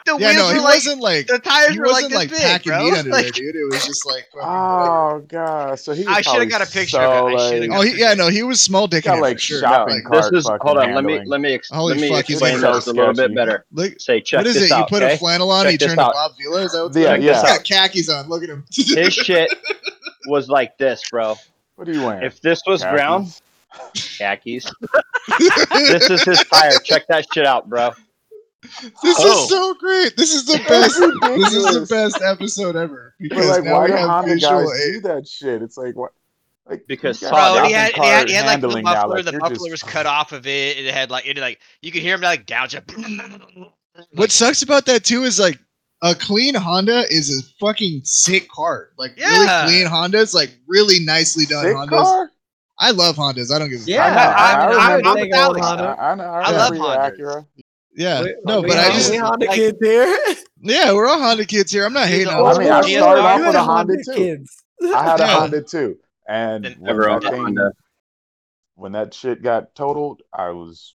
Speaker 2: the
Speaker 1: yeah,
Speaker 2: wheels
Speaker 1: no, he
Speaker 2: were like
Speaker 1: wasn't like,
Speaker 2: the tires
Speaker 1: he
Speaker 2: were like
Speaker 1: wasn't
Speaker 2: this
Speaker 1: like
Speaker 2: big,
Speaker 1: packing
Speaker 2: bro.
Speaker 1: meat under
Speaker 2: Like-
Speaker 1: there, dude. It was just like, fucking whatever.
Speaker 3: oh god. So he.
Speaker 2: I
Speaker 3: was
Speaker 2: shoulda
Speaker 3: probably
Speaker 2: got a picture
Speaker 3: So,
Speaker 2: of it. I shoulda
Speaker 3: like,
Speaker 2: got-
Speaker 1: oh, he, yeah, no, he was small dick.
Speaker 3: Got, like,
Speaker 1: for sure.
Speaker 3: shopping
Speaker 1: Like,
Speaker 6: This
Speaker 3: Cart
Speaker 6: is
Speaker 3: fucking
Speaker 6: hold on. Let me
Speaker 3: handling.
Speaker 6: let me ex-
Speaker 1: Holy
Speaker 6: let me
Speaker 1: fuck, he's
Speaker 6: explain
Speaker 1: so
Speaker 6: this a little
Speaker 3: sketchy.
Speaker 6: bit better.
Speaker 1: look,
Speaker 6: Say check
Speaker 1: what is
Speaker 6: this
Speaker 1: it?
Speaker 6: out.
Speaker 1: You put
Speaker 6: okay?
Speaker 1: a flannel on,
Speaker 6: Check
Speaker 1: you
Speaker 6: this
Speaker 1: turn to
Speaker 6: out.
Speaker 1: Bob Vila? Is that what
Speaker 3: Yeah,
Speaker 1: he's
Speaker 3: yeah.
Speaker 1: got khakis on. Look at him. [LAUGHS]
Speaker 6: His shit was like this, bro.
Speaker 3: What are you wearing?
Speaker 6: If this was
Speaker 3: Khakis? [LAUGHS]
Speaker 6: brown, khakis. [LAUGHS] this is his tire. Check that shit out, bro.
Speaker 1: This
Speaker 5: Oh.
Speaker 1: is so great. This is the
Speaker 3: That's
Speaker 1: best. this is the
Speaker 3: ridiculous.
Speaker 1: best episode ever. [LAUGHS]
Speaker 3: But
Speaker 1: Because
Speaker 3: like,
Speaker 1: now
Speaker 3: why
Speaker 1: we
Speaker 3: do
Speaker 1: have
Speaker 3: Honda
Speaker 1: visual
Speaker 3: guys
Speaker 1: aid.
Speaker 3: do that shit? It's like what? Like
Speaker 6: Because
Speaker 3: you
Speaker 6: Bro,
Speaker 3: got
Speaker 2: Bro,
Speaker 6: Shopping
Speaker 2: he had,
Speaker 3: shopping
Speaker 2: he had,
Speaker 3: cart
Speaker 2: he had like the
Speaker 3: handling now,
Speaker 2: muffler.
Speaker 3: like,
Speaker 2: the
Speaker 3: you're
Speaker 2: muffler
Speaker 3: just-
Speaker 2: was cut off of it. It had like, it had, like you could hear him like down. Just,
Speaker 1: What sucks about that too is like a clean Honda is a fucking sick car. Like
Speaker 2: Yeah.
Speaker 1: really clean Hondas, like really nicely done
Speaker 3: Sick
Speaker 1: Hondas.
Speaker 3: car?
Speaker 1: I love Hondas. I don't give a
Speaker 4: Yeah,
Speaker 1: fuck.
Speaker 3: I-
Speaker 4: I,
Speaker 3: I
Speaker 4: I, would
Speaker 3: remember-
Speaker 4: take old
Speaker 2: I-
Speaker 3: I,
Speaker 4: Honda.
Speaker 3: I, know, I,
Speaker 2: I love
Speaker 3: remember your
Speaker 2: Hondas.
Speaker 3: Acura.
Speaker 1: Yeah,
Speaker 4: We-
Speaker 1: no,
Speaker 4: we
Speaker 1: but I
Speaker 4: Honda-
Speaker 1: just
Speaker 4: we Honda
Speaker 2: like-
Speaker 4: kids here.
Speaker 1: yeah, we're all Honda kids here. I'm not hating on
Speaker 2: Oh,
Speaker 3: I mean, I
Speaker 2: yeah.
Speaker 3: started off
Speaker 4: You
Speaker 3: with
Speaker 4: had
Speaker 3: a Honda too.
Speaker 4: kids.
Speaker 3: I had a
Speaker 1: Yeah.
Speaker 3: Honda too, and
Speaker 2: Didn't
Speaker 3: when
Speaker 6: ever
Speaker 3: that
Speaker 6: owned a
Speaker 3: thing-
Speaker 6: Honda.
Speaker 3: when that shit got totaled, I was.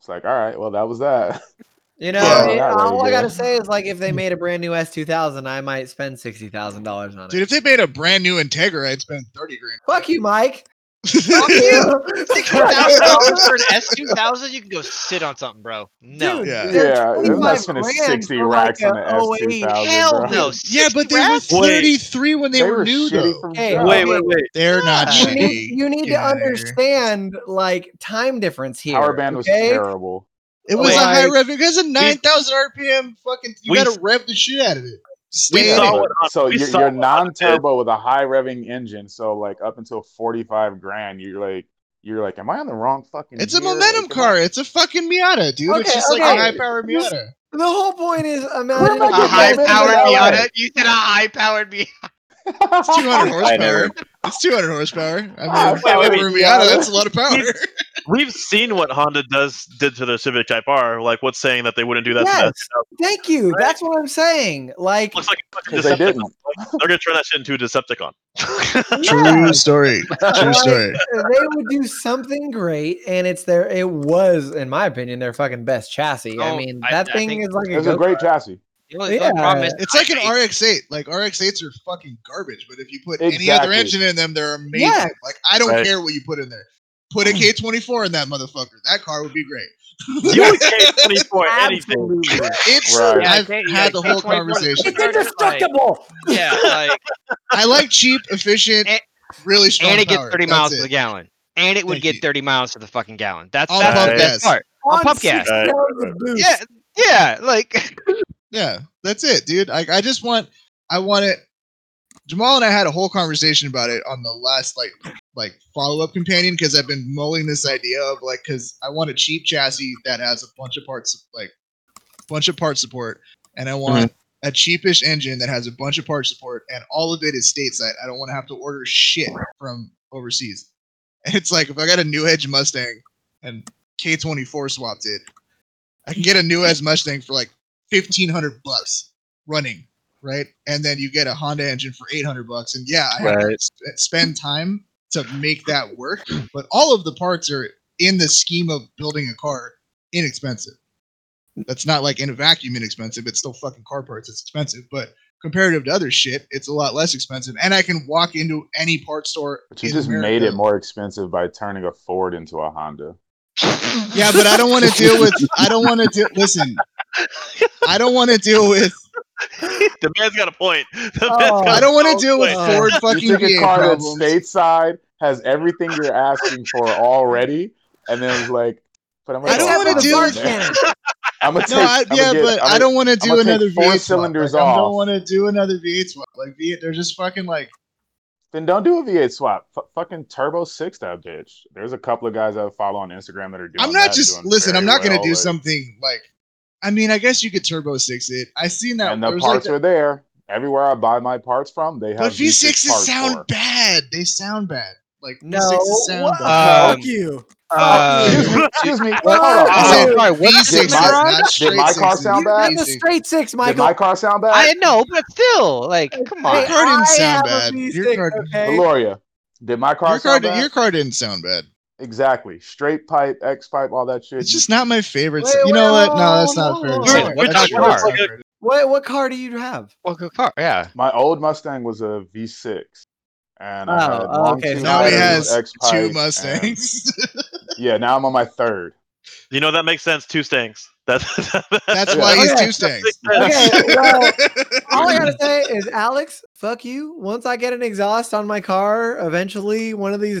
Speaker 3: It's like, all right, well, that was that. [LAUGHS]
Speaker 4: You know,
Speaker 1: Yeah.
Speaker 4: it-
Speaker 3: Not really
Speaker 4: all
Speaker 3: good.
Speaker 4: I gotta say is like if they made a brand new S two thousand, I might spend sixty thousand dollars on it.
Speaker 1: Dude, if they made a brand new Integra, I'd spend thirty grand.
Speaker 4: Fuck you, Mike.
Speaker 1: Fuck
Speaker 4: you.
Speaker 2: Sixty thousand dollars for an S two thousand? You can go sit on something, bro. No,
Speaker 4: Dude,
Speaker 1: Yeah.
Speaker 4: they're
Speaker 3: Yeah, they're not
Speaker 4: 25
Speaker 3: spending
Speaker 4: grand
Speaker 3: 60
Speaker 4: for,
Speaker 3: racks
Speaker 4: like,
Speaker 3: on
Speaker 4: a
Speaker 3: an S2000,
Speaker 4: 08.
Speaker 2: hell
Speaker 3: bro.
Speaker 2: no.
Speaker 1: [LAUGHS] Yeah, but they were
Speaker 2: Sixty grand?
Speaker 5: Wait.
Speaker 1: 33 when they, were, new
Speaker 3: shitty
Speaker 1: though.
Speaker 3: from
Speaker 4: Hey,
Speaker 3: jump.
Speaker 5: Wait, wait, wait.
Speaker 1: They're not
Speaker 2: Yeah.
Speaker 1: shitty.
Speaker 4: You need, you need
Speaker 1: Get
Speaker 4: to
Speaker 1: outta here.
Speaker 4: understand like time difference here.
Speaker 3: Power band was
Speaker 4: okay?
Speaker 3: terrible.
Speaker 1: It was
Speaker 5: Wait.
Speaker 1: a high rev. It was a 9,000 RPM. Fucking, you
Speaker 5: We-
Speaker 1: gotta rev the shit out of it. Stay
Speaker 5: We
Speaker 1: in
Speaker 5: saw
Speaker 1: it.
Speaker 5: what Honda-
Speaker 3: so
Speaker 5: we
Speaker 3: you're,
Speaker 5: saw
Speaker 3: you're
Speaker 5: what Honda did.
Speaker 3: non-turbo with a high revving engine. So like up until 45 grand, you're like you're like, am I on the wrong fucking?
Speaker 1: It's a
Speaker 3: gear? Like,
Speaker 1: momentum
Speaker 3: am I-
Speaker 1: car. It's a fucking Miata, dude. it's
Speaker 4: Okay,
Speaker 1: just like
Speaker 4: okay.
Speaker 1: a high power
Speaker 4: Just-
Speaker 1: Miata.
Speaker 4: The whole point is imagine
Speaker 3: I
Speaker 2: a
Speaker 3: getting
Speaker 2: high
Speaker 3: that
Speaker 2: powered
Speaker 3: Miata? [LAUGHS]
Speaker 2: Miata. You said a high powered Miata.
Speaker 1: It's 200
Speaker 6: I know.
Speaker 1: horsepower. It's 200 horsepower. I mean,
Speaker 3: Oh, wait,
Speaker 1: for
Speaker 5: wait,
Speaker 1: a
Speaker 5: wait.
Speaker 1: Miata, that's a lot of power.
Speaker 5: He's- We've seen what Honda does did to their Civic Type R. Like, what's saying that they wouldn't do that? To
Speaker 4: Yes.
Speaker 5: that? Now,
Speaker 4: Thank you. That's what I'm saying. Like,
Speaker 5: it Looks like a fucking
Speaker 3: 'Cause they
Speaker 5: Decepticon.
Speaker 3: didn't.
Speaker 1: [LAUGHS]
Speaker 5: Like, they're gonna turn that shit into
Speaker 4: [LAUGHS]
Speaker 5: a Decepticon.
Speaker 1: True story. True
Speaker 4: Like,
Speaker 1: story.
Speaker 4: they would do something great, and it's their. It was, in my opinion, their fucking best chassis. I
Speaker 2: Oh,
Speaker 4: mean,
Speaker 2: I-
Speaker 4: that
Speaker 2: I
Speaker 4: thing
Speaker 2: think-
Speaker 4: is like
Speaker 3: It was
Speaker 4: a,
Speaker 3: a great chassis.
Speaker 2: The only, the only problem is
Speaker 1: It's like an
Speaker 2: I-
Speaker 1: RX-8. Like RX-8s are fucking garbage, but if you put any other
Speaker 3: Exactly.
Speaker 1: engine in them, they're amazing.
Speaker 4: Yeah.
Speaker 1: Like I don't
Speaker 5: Right.
Speaker 1: care what you put in there. Put a K24 in that motherfucker. That car would be great.
Speaker 5: You
Speaker 1: [LAUGHS]
Speaker 5: would pay twenty for anything.
Speaker 4: absolutely.
Speaker 1: It's
Speaker 3: Right.
Speaker 2: Yeah,
Speaker 1: I've
Speaker 2: okay, yeah,
Speaker 1: had the whole
Speaker 2: K24
Speaker 1: conversation.
Speaker 4: It's indestructible.
Speaker 1: [LAUGHS]
Speaker 2: Yeah, like,
Speaker 1: I like cheap, efficient,
Speaker 2: And-
Speaker 1: really strong
Speaker 2: and it gets
Speaker 1: power.
Speaker 2: 30
Speaker 1: That's
Speaker 2: miles
Speaker 1: it.
Speaker 2: to the gallon. And it would
Speaker 1: Thank
Speaker 2: get
Speaker 1: you.
Speaker 2: 30 miles to the fucking gallon. That's,
Speaker 1: On
Speaker 2: that's the
Speaker 5: pump
Speaker 1: gas.
Speaker 2: best part. On pump
Speaker 4: six
Speaker 2: gas.
Speaker 5: Right, [LAUGHS]
Speaker 4: gallons of
Speaker 5: right,
Speaker 4: boost.
Speaker 2: Yeah, [LAUGHS] yeah,
Speaker 1: [LAUGHS]
Speaker 2: like
Speaker 1: Yeah, that's it, dude. Like I just want, I want it. Jamal and I had a whole conversation about it on the last like like follow up companion because I've been mulling this idea of like because I want a cheap chassis that has a bunch of parts like bunch of part support, and I want a cheapish engine that has a bunch of part support, and all of it is stateside. I don't want to have to order shit from overseas. And [LAUGHS] it's like if I got a new Edge Mustang and K twenty four swapped it, I can get a new Edge Mustang for like fifteen hundred bucks running, right? And then you get a Honda engine for eight hundred bucks, and yeah, I have to sp- spend time to make that work. But all of the parts are in the scheme of building a car inexpensive. That's not like in a vacuum inexpensive. It's still fucking car parts. It's expensive, but comparative to other shit, it's a lot less expensive. And I can walk into any part store.
Speaker 3: But you
Speaker 1: in
Speaker 3: just made
Speaker 1: America.
Speaker 3: it more expensive by turning a Ford into a Honda.
Speaker 1: Yeah, but I don't want to deal with. I don't want to deal. Listen, I don't want to deal with.
Speaker 5: the man's got a point. [LAUGHS] The
Speaker 4: Oh.
Speaker 5: man's got
Speaker 1: I don't want to deal with
Speaker 5: Wait.
Speaker 1: Ford fucking
Speaker 3: you took a
Speaker 1: VA
Speaker 3: car that's
Speaker 1: problems.
Speaker 3: stateside, has everything you're asking for already, and then it's like, but I'm gonna
Speaker 1: I don't
Speaker 3: go
Speaker 1: wanna
Speaker 3: Honda
Speaker 1: do-
Speaker 3: in there. [LAUGHS] I'm gonna
Speaker 1: No,
Speaker 3: take,
Speaker 1: I,
Speaker 3: I'm
Speaker 1: yeah,
Speaker 3: gonna get-
Speaker 1: but
Speaker 3: I'm
Speaker 1: I
Speaker 3: gonna-
Speaker 1: don't want to do
Speaker 3: gonna take
Speaker 1: another
Speaker 3: four
Speaker 1: V8
Speaker 3: cylinders
Speaker 1: swap. Like, I don't
Speaker 3: off.
Speaker 1: want to do another V8 swap. Like V8, they're just fucking like.
Speaker 3: Then don't do a V8 swap. F- fucking turbo six that bitch. There's a couple of guys I follow on Instagram that are doing.
Speaker 1: I'm not
Speaker 3: that,
Speaker 1: just
Speaker 3: doing
Speaker 1: listen. I'm
Speaker 3: very
Speaker 1: not gonna
Speaker 3: well,
Speaker 1: do
Speaker 3: like,
Speaker 1: something like. I mean, I guess you could turbo six it. I seen that.
Speaker 3: And the
Speaker 1: there was, like,
Speaker 3: parts
Speaker 1: that-
Speaker 3: are there. Everywhere I buy my parts from, they have.
Speaker 1: but
Speaker 3: V6
Speaker 1: V6s
Speaker 3: parts
Speaker 1: sound
Speaker 3: for.
Speaker 1: bad. They sound bad. Like
Speaker 4: No,
Speaker 1: V6s sound
Speaker 4: what?
Speaker 1: bad.
Speaker 2: Um,
Speaker 4: fuck you.
Speaker 2: uh,
Speaker 3: Excuse me. [LAUGHS] Excuse me.
Speaker 4: What? Uh,
Speaker 3: Hold on.
Speaker 1: I
Speaker 3: Hold on.
Speaker 1: said
Speaker 2: Oh, sorry, what
Speaker 1: V6s,
Speaker 3: did my-
Speaker 1: not straight
Speaker 3: my car
Speaker 1: sixes.
Speaker 3: sound
Speaker 4: You
Speaker 3: bad?
Speaker 4: got the
Speaker 1: V6s.
Speaker 4: straight six,
Speaker 3: Did
Speaker 4: Michael.
Speaker 3: my car sound bad?
Speaker 2: I know, but still, like, come
Speaker 1: Your
Speaker 2: on.
Speaker 1: car didn't
Speaker 4: I
Speaker 1: sound
Speaker 4: have a
Speaker 1: bad.
Speaker 4: V6,
Speaker 1: Your car,
Speaker 4: okay?
Speaker 3: Deloria, did my car
Speaker 1: your, car
Speaker 3: sound
Speaker 1: did,
Speaker 3: bad?
Speaker 1: your car didn't sound bad.
Speaker 3: Exactly. Straight pipe, X pipe, all that shit.
Speaker 1: It's just not my favorite.
Speaker 4: Wait,
Speaker 1: s- you
Speaker 4: wait,
Speaker 1: know what?
Speaker 4: hold
Speaker 1: No,
Speaker 4: on,
Speaker 1: that's not
Speaker 4: hold
Speaker 1: fair.
Speaker 4: on,
Speaker 1: to
Speaker 4: hold
Speaker 1: say.
Speaker 5: on. We're
Speaker 1: That's
Speaker 5: talking
Speaker 1: your car.
Speaker 2: about-
Speaker 4: What what car do you have?
Speaker 2: Well, good car, yeah.
Speaker 3: my old Mustang was a V6, and I
Speaker 4: Oh,
Speaker 3: had long
Speaker 4: okay,
Speaker 3: tube
Speaker 1: [LAUGHS]
Speaker 4: so
Speaker 1: Now he
Speaker 4: Mine
Speaker 3: batteries,
Speaker 1: has
Speaker 3: X pipe,
Speaker 1: two
Speaker 3: and-
Speaker 1: Mustangs. [LAUGHS]
Speaker 4: [LAUGHS]
Speaker 3: yeah, now I'm on my third.
Speaker 5: You know that makes sense. Two stangs. [LAUGHS] That's
Speaker 1: that's
Speaker 3: Yeah.
Speaker 1: why he's
Speaker 4: Okay.
Speaker 1: two stangs.
Speaker 4: Okay, [LAUGHS] well, all I gotta say is, Alex, fuck you. Once I get an exhaust on my car, eventually, one of these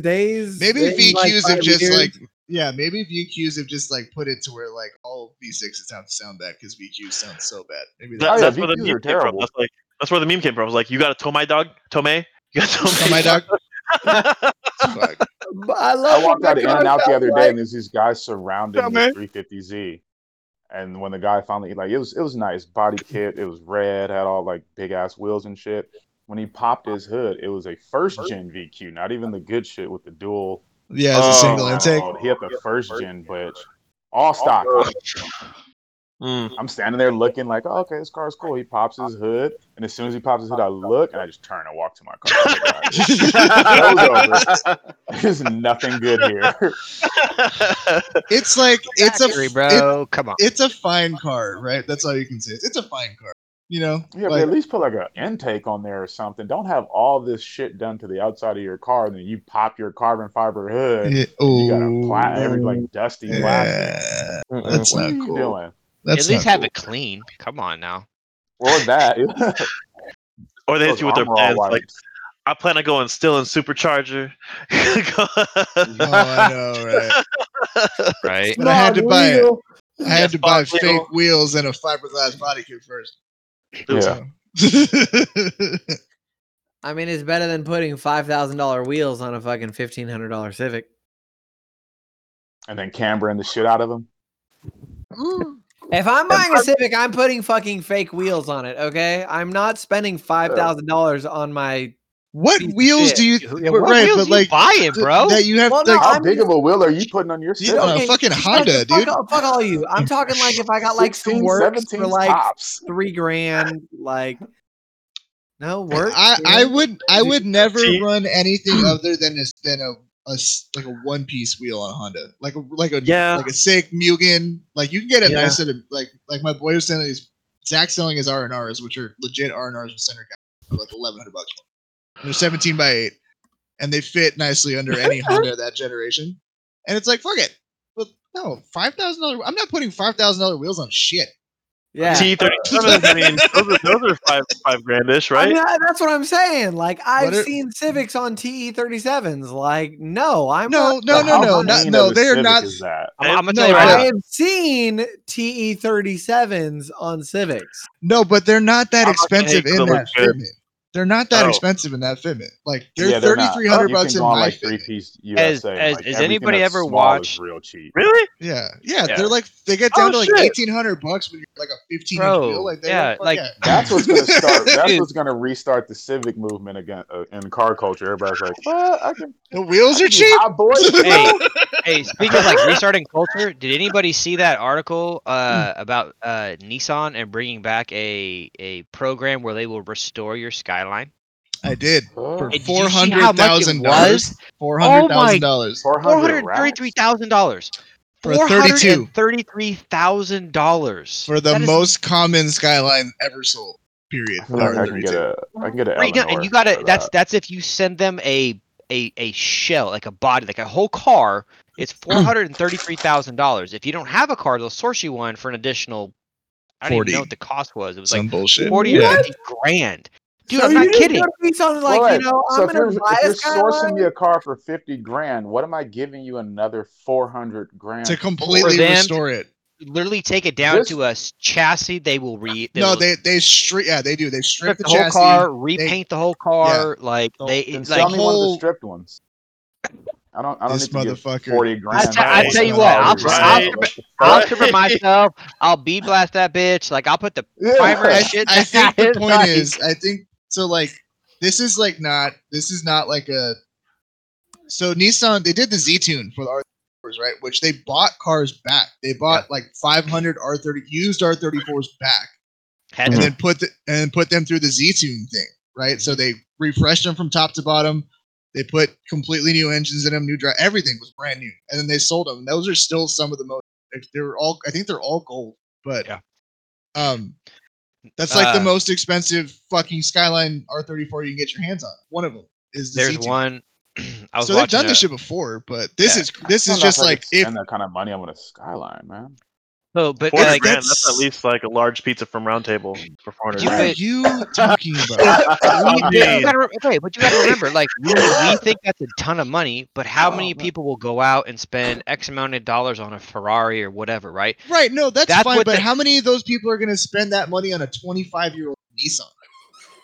Speaker 1: [LAUGHS]
Speaker 4: days,
Speaker 1: Maybe
Speaker 4: in,
Speaker 1: VQs
Speaker 4: like,
Speaker 1: have
Speaker 4: five
Speaker 1: just
Speaker 4: years-
Speaker 1: like yeah, maybe VQs have just like put it to where like all V6s have to sound bad because VQs sound so bad. Maybe
Speaker 5: That-
Speaker 3: Oh, yeah,
Speaker 1: that's
Speaker 5: that's where the
Speaker 3: VQs
Speaker 5: meme
Speaker 3: are
Speaker 5: came from.
Speaker 3: terrible.
Speaker 5: That's like that's where the meme came from. I was like, you got to tow my dog, Tomei. You got to tow
Speaker 1: my dog.
Speaker 5: [LAUGHS] dog.
Speaker 1: Fuck.
Speaker 4: But I love.
Speaker 3: I walked
Speaker 4: when
Speaker 3: out of
Speaker 4: my
Speaker 3: In
Speaker 4: car
Speaker 3: and Out the
Speaker 4: sounds
Speaker 3: other day,
Speaker 4: like-
Speaker 3: and there's these guys surrounding
Speaker 5: Come
Speaker 3: the
Speaker 5: here.
Speaker 3: 350Z. And when the guy finally like it was it was
Speaker 1: [LAUGHS]
Speaker 3: nice body kit, it was red, had all like big ass wheels and shit. When he popped his hood, it was a first gen VQ, not even the good shit with the dual.
Speaker 1: Yeah, it's a
Speaker 5: Oh,
Speaker 1: single
Speaker 5: wow.
Speaker 1: intake.
Speaker 3: He had the first gen, but all [LAUGHS] stock.
Speaker 4: [LAUGHS]
Speaker 5: Mm.
Speaker 3: I'm standing there looking like, oh, okay, this car's cool. He pops his hood, and as soon as he pops his hood, I look and I just turn and walk to my car.
Speaker 5: [LAUGHS]
Speaker 3: Show's over. There's nothing good here. [LAUGHS]
Speaker 1: It's like it's
Speaker 2: Factory,
Speaker 1: a it-
Speaker 2: bro. come on.
Speaker 1: it's a fine car, right? That's all you can say. It's a fine car. You know,
Speaker 3: Yeah, but
Speaker 1: like,
Speaker 3: at least put like an intake on there or something. Don't have all this shit done to the outside of your car, and then you pop your carbon fiber hood.
Speaker 1: yeah,
Speaker 3: You got a
Speaker 1: oh,
Speaker 3: pla- every like dusty plastic.
Speaker 1: yeah,
Speaker 5: Mm-mm.
Speaker 1: that's
Speaker 3: What are
Speaker 1: not
Speaker 3: you
Speaker 1: cool.
Speaker 3: doing?
Speaker 1: That's
Speaker 2: At least
Speaker 1: not
Speaker 2: have
Speaker 1: cool.
Speaker 2: it clean. Come
Speaker 1: [LAUGHS]
Speaker 2: on now.
Speaker 3: Or that? [LAUGHS]
Speaker 5: Or they hit
Speaker 3: Those
Speaker 5: you with their
Speaker 3: armor all
Speaker 5: plans. Like,
Speaker 3: wipes.
Speaker 5: I plan on going still in supercharger.
Speaker 1: Oh, I know,
Speaker 2: [LAUGHS]
Speaker 1: right?
Speaker 2: Right?
Speaker 1: But I had to buy it.
Speaker 4: Wheel.
Speaker 1: I had to
Speaker 5: Yes,
Speaker 1: buy
Speaker 5: Bob Wheel.
Speaker 1: fake wheels and a fiberglass body kit first. [LAUGHS]
Speaker 3: Yeah.
Speaker 1: So-
Speaker 4: I mean, it's better than putting five thousand dollar wheels on a fucking fifteen hundred dollar Civic.
Speaker 3: and then cambering the shit out of them.
Speaker 4: If I'm buying a Civic, I'm putting fucking fake wheels on it. Okay, I'm not spending five thousand dollars on my
Speaker 1: What
Speaker 4: Piece of
Speaker 1: wheels
Speaker 4: shit.
Speaker 1: do you
Speaker 2: Yeah,
Speaker 1: but
Speaker 2: what
Speaker 1: right,
Speaker 2: wheels
Speaker 1: but
Speaker 2: you
Speaker 1: like
Speaker 2: buying,
Speaker 1: th-
Speaker 2: bro?
Speaker 1: that you have
Speaker 4: Well,
Speaker 1: like
Speaker 4: no,
Speaker 3: How
Speaker 4: I'm
Speaker 3: big
Speaker 4: just-
Speaker 3: of a wheel are you putting on your
Speaker 1: you
Speaker 3: Civic?
Speaker 1: know,
Speaker 4: okay,
Speaker 1: a fucking
Speaker 4: fuck-
Speaker 1: Honda,
Speaker 4: fuck,
Speaker 1: dude.
Speaker 4: all- Fuck all you. I'm talking like if I got like some
Speaker 3: 16,
Speaker 4: work
Speaker 3: 17
Speaker 4: for like
Speaker 3: tops.
Speaker 4: three grand, like no work.
Speaker 1: I,
Speaker 4: dude.
Speaker 1: I would I would never
Speaker 5: See-
Speaker 1: run anything other than a, than a, a s- like a one piece wheel on a Honda, like a like a
Speaker 5: [LAUGHS] Yeah.
Speaker 1: like a sick Mugen. Like you can get a
Speaker 4: Yeah.
Speaker 1: nice set of like like my boy was selling his Zach selling his R and R's, which are legit R and R's with center cap for like eleven hundred bucks. And they're seventeen by eight, and they fit nicely under any Honda of that generation. And it's like fuck it, but no five thousand dollar. I'm not putting five thousand dollar wheels on shit.
Speaker 4: yeah.
Speaker 5: T thirty seven. I mean, those are, those are five five grandish,
Speaker 4: I
Speaker 5: right?
Speaker 4: mean, I- that's what I'm saying. Like I've
Speaker 1: What are-
Speaker 4: seen Civics on TE37s. Like no, I'm not
Speaker 1: No, no,
Speaker 3: But how
Speaker 1: no, no, not,
Speaker 3: clean
Speaker 1: no.
Speaker 3: of a
Speaker 1: They are
Speaker 3: Civic
Speaker 1: not.
Speaker 3: Is that?
Speaker 2: I'm, I'm gonna
Speaker 1: no,
Speaker 2: tell you
Speaker 1: I
Speaker 2: right
Speaker 4: I
Speaker 2: now.
Speaker 4: have seen TE37s on Civics.
Speaker 1: No, but they're not that
Speaker 5: I'm not gonna
Speaker 1: expensive
Speaker 5: hate
Speaker 1: in
Speaker 5: 'cause it
Speaker 1: that
Speaker 5: looks good.
Speaker 1: Fitment. They're not that
Speaker 5: Oh.
Speaker 1: expensive in that Fitment. Like they're,
Speaker 3: yeah, they're
Speaker 1: thirty
Speaker 3: not.
Speaker 1: three hundred
Speaker 3: You can
Speaker 1: bucks in
Speaker 3: go on
Speaker 1: my
Speaker 3: like
Speaker 1: Fitment.
Speaker 3: three piece USA.
Speaker 2: as-
Speaker 3: like,
Speaker 2: has
Speaker 3: everything
Speaker 2: anybody
Speaker 3: that's
Speaker 2: ever
Speaker 3: small is
Speaker 2: watched-
Speaker 3: Real cheap.
Speaker 5: Really?
Speaker 1: Yeah, yeah,
Speaker 5: Yeah.
Speaker 1: they're like they get
Speaker 5: Oh,
Speaker 1: down to like
Speaker 5: shit.
Speaker 1: eighteen hundred bucks when you're like a fifteen inch
Speaker 2: Bro,
Speaker 1: wheel. Like they
Speaker 2: yeah,
Speaker 1: don't fuck
Speaker 2: like-
Speaker 1: yeah.
Speaker 3: That's
Speaker 1: [LAUGHS]
Speaker 3: what's gonna start. That's
Speaker 2: Dude.
Speaker 3: what's gonna restart the Civic movement again uh, in car culture. Everybody's like, "Well, I can."
Speaker 1: the wheels
Speaker 3: I
Speaker 1: are
Speaker 3: can be
Speaker 1: cheap.
Speaker 3: hot boy.
Speaker 1: [LAUGHS]
Speaker 2: Hey, hey, speaking of like restarting culture, did anybody see that article uh, about uh, Nissan and bringing back a a program where they will restore your Skyline?
Speaker 1: I did for
Speaker 3: Oh,
Speaker 2: Hey, did
Speaker 1: four
Speaker 2: you see
Speaker 1: hundred
Speaker 2: how much it
Speaker 1: thousand dollars.
Speaker 2: was?
Speaker 1: Four
Speaker 2: Oh
Speaker 1: hundred
Speaker 2: my-
Speaker 1: thousand dollars.
Speaker 3: 400 racks?
Speaker 2: $433,000.
Speaker 1: For a 32.
Speaker 2: $433,000.
Speaker 1: for the
Speaker 2: That is
Speaker 1: most common skyline ever sold. Period.
Speaker 3: I feel like I can
Speaker 1: 432.
Speaker 3: get a. I can get a.
Speaker 2: Right, you know, and
Speaker 3: Eleanor
Speaker 2: you gotta
Speaker 3: for
Speaker 2: that's
Speaker 3: that.
Speaker 2: that's if you send them a a a shell like a body like a whole car
Speaker 1: [CLEARS THROAT]
Speaker 2: it's four hundred and thirty three thousand dollars if you don't have a car they'll source you one for an additional i don't
Speaker 1: 40.
Speaker 2: even know what the cost was it was
Speaker 1: Some
Speaker 2: like
Speaker 1: bullshit.
Speaker 2: 40
Speaker 1: Yeah.
Speaker 2: or 50 grand dude
Speaker 4: So
Speaker 2: i'm
Speaker 4: you
Speaker 2: not
Speaker 4: just
Speaker 2: kidding
Speaker 4: gotta Be something like
Speaker 3: Well,
Speaker 4: you know,
Speaker 3: so
Speaker 4: I'm
Speaker 3: if
Speaker 4: gonna
Speaker 3: you're, if
Speaker 4: buy a
Speaker 3: you're sourcing
Speaker 4: Skyline.
Speaker 3: me a car for fifty grand, what am I giving you another four hundred grand?
Speaker 1: to
Speaker 3: for?
Speaker 1: completely
Speaker 2: them-
Speaker 1: restore it.
Speaker 2: literally take it down
Speaker 3: This-
Speaker 2: to a s- chassis they will re they
Speaker 1: No,
Speaker 2: will
Speaker 1: they they strip. Yeah, they do. They
Speaker 2: strip
Speaker 1: strip
Speaker 2: the,
Speaker 1: the,
Speaker 2: whole
Speaker 1: chassis.
Speaker 2: car repaint the whole car like
Speaker 1: Don't-
Speaker 2: they
Speaker 3: Then
Speaker 2: it,
Speaker 3: sell
Speaker 2: like
Speaker 3: me one of the
Speaker 1: whole-
Speaker 3: stripped ones. I don't. I don't
Speaker 1: This
Speaker 3: need to give
Speaker 1: motherfucker.
Speaker 3: forty
Speaker 2: I,
Speaker 3: grand.
Speaker 2: tell- I
Speaker 5: Right,
Speaker 2: tell you
Speaker 1: right,
Speaker 2: what, I'll,
Speaker 5: right.
Speaker 2: I'll, strip, it- I'll strip it
Speaker 5: Right.
Speaker 2: myself. I'll bead blast that bitch. Like I'll put the
Speaker 3: Yeah.
Speaker 2: primer
Speaker 1: I,
Speaker 2: and shit.
Speaker 1: I think
Speaker 2: down.
Speaker 1: the point
Speaker 2: Like-
Speaker 1: is, I think so. Like, this is like not. This is not like a. So Nissan, they did the Z Tune for the R thirty fours, right? Which they bought cars back. They bought like 500 R thirty used R thirty fours back,
Speaker 2: Had
Speaker 1: and
Speaker 2: to
Speaker 1: then put the, and then put them through the Z Tune thing, right? So they refreshed them from top to bottom. They put completely new engines in them, new drive. Everything was brand new, and then they sold them. Those are still some of the most. They were all. I think they're all gold, but
Speaker 2: Yeah.
Speaker 1: um, that's like the
Speaker 2: Uh,
Speaker 1: most expensive fucking Skyline R34 you can get your hands on. One of them is the
Speaker 2: There's
Speaker 1: Z2.
Speaker 2: one. [CLEARS THROAT] I was
Speaker 1: so they've
Speaker 2: watching.
Speaker 1: done this
Speaker 2: a-
Speaker 1: shit before, but this
Speaker 2: Yeah.
Speaker 1: is this
Speaker 3: I don't
Speaker 1: is
Speaker 3: know if
Speaker 1: just
Speaker 3: I could
Speaker 1: like if
Speaker 3: spend that kind of money on a skyline,
Speaker 2: [LAUGHS]
Speaker 3: man.
Speaker 2: so, but
Speaker 5: Four
Speaker 1: [LAUGHS]
Speaker 2: like,
Speaker 5: grand. That's at
Speaker 1: that's-
Speaker 5: least like a large pizza from Round Table for four hundred
Speaker 2: You
Speaker 1: what
Speaker 5: grand.
Speaker 1: are
Speaker 2: could-
Speaker 1: you talking about?
Speaker 2: we-
Speaker 5: I
Speaker 2: but you
Speaker 5: mean-
Speaker 2: gotta, re- okay, but
Speaker 1: [LAUGHS]
Speaker 2: you gotta remember, like, we, we think that's a ton of money, but how
Speaker 3: Oh,
Speaker 2: many
Speaker 3: man.
Speaker 2: people will go out and spend X amount of dollars on a Ferrari or whatever, right?
Speaker 1: right? No, that's,
Speaker 2: That's
Speaker 1: fine.
Speaker 2: what
Speaker 1: But
Speaker 2: they-
Speaker 1: how many of those people are going to spend that money on a 25 year old Nissan?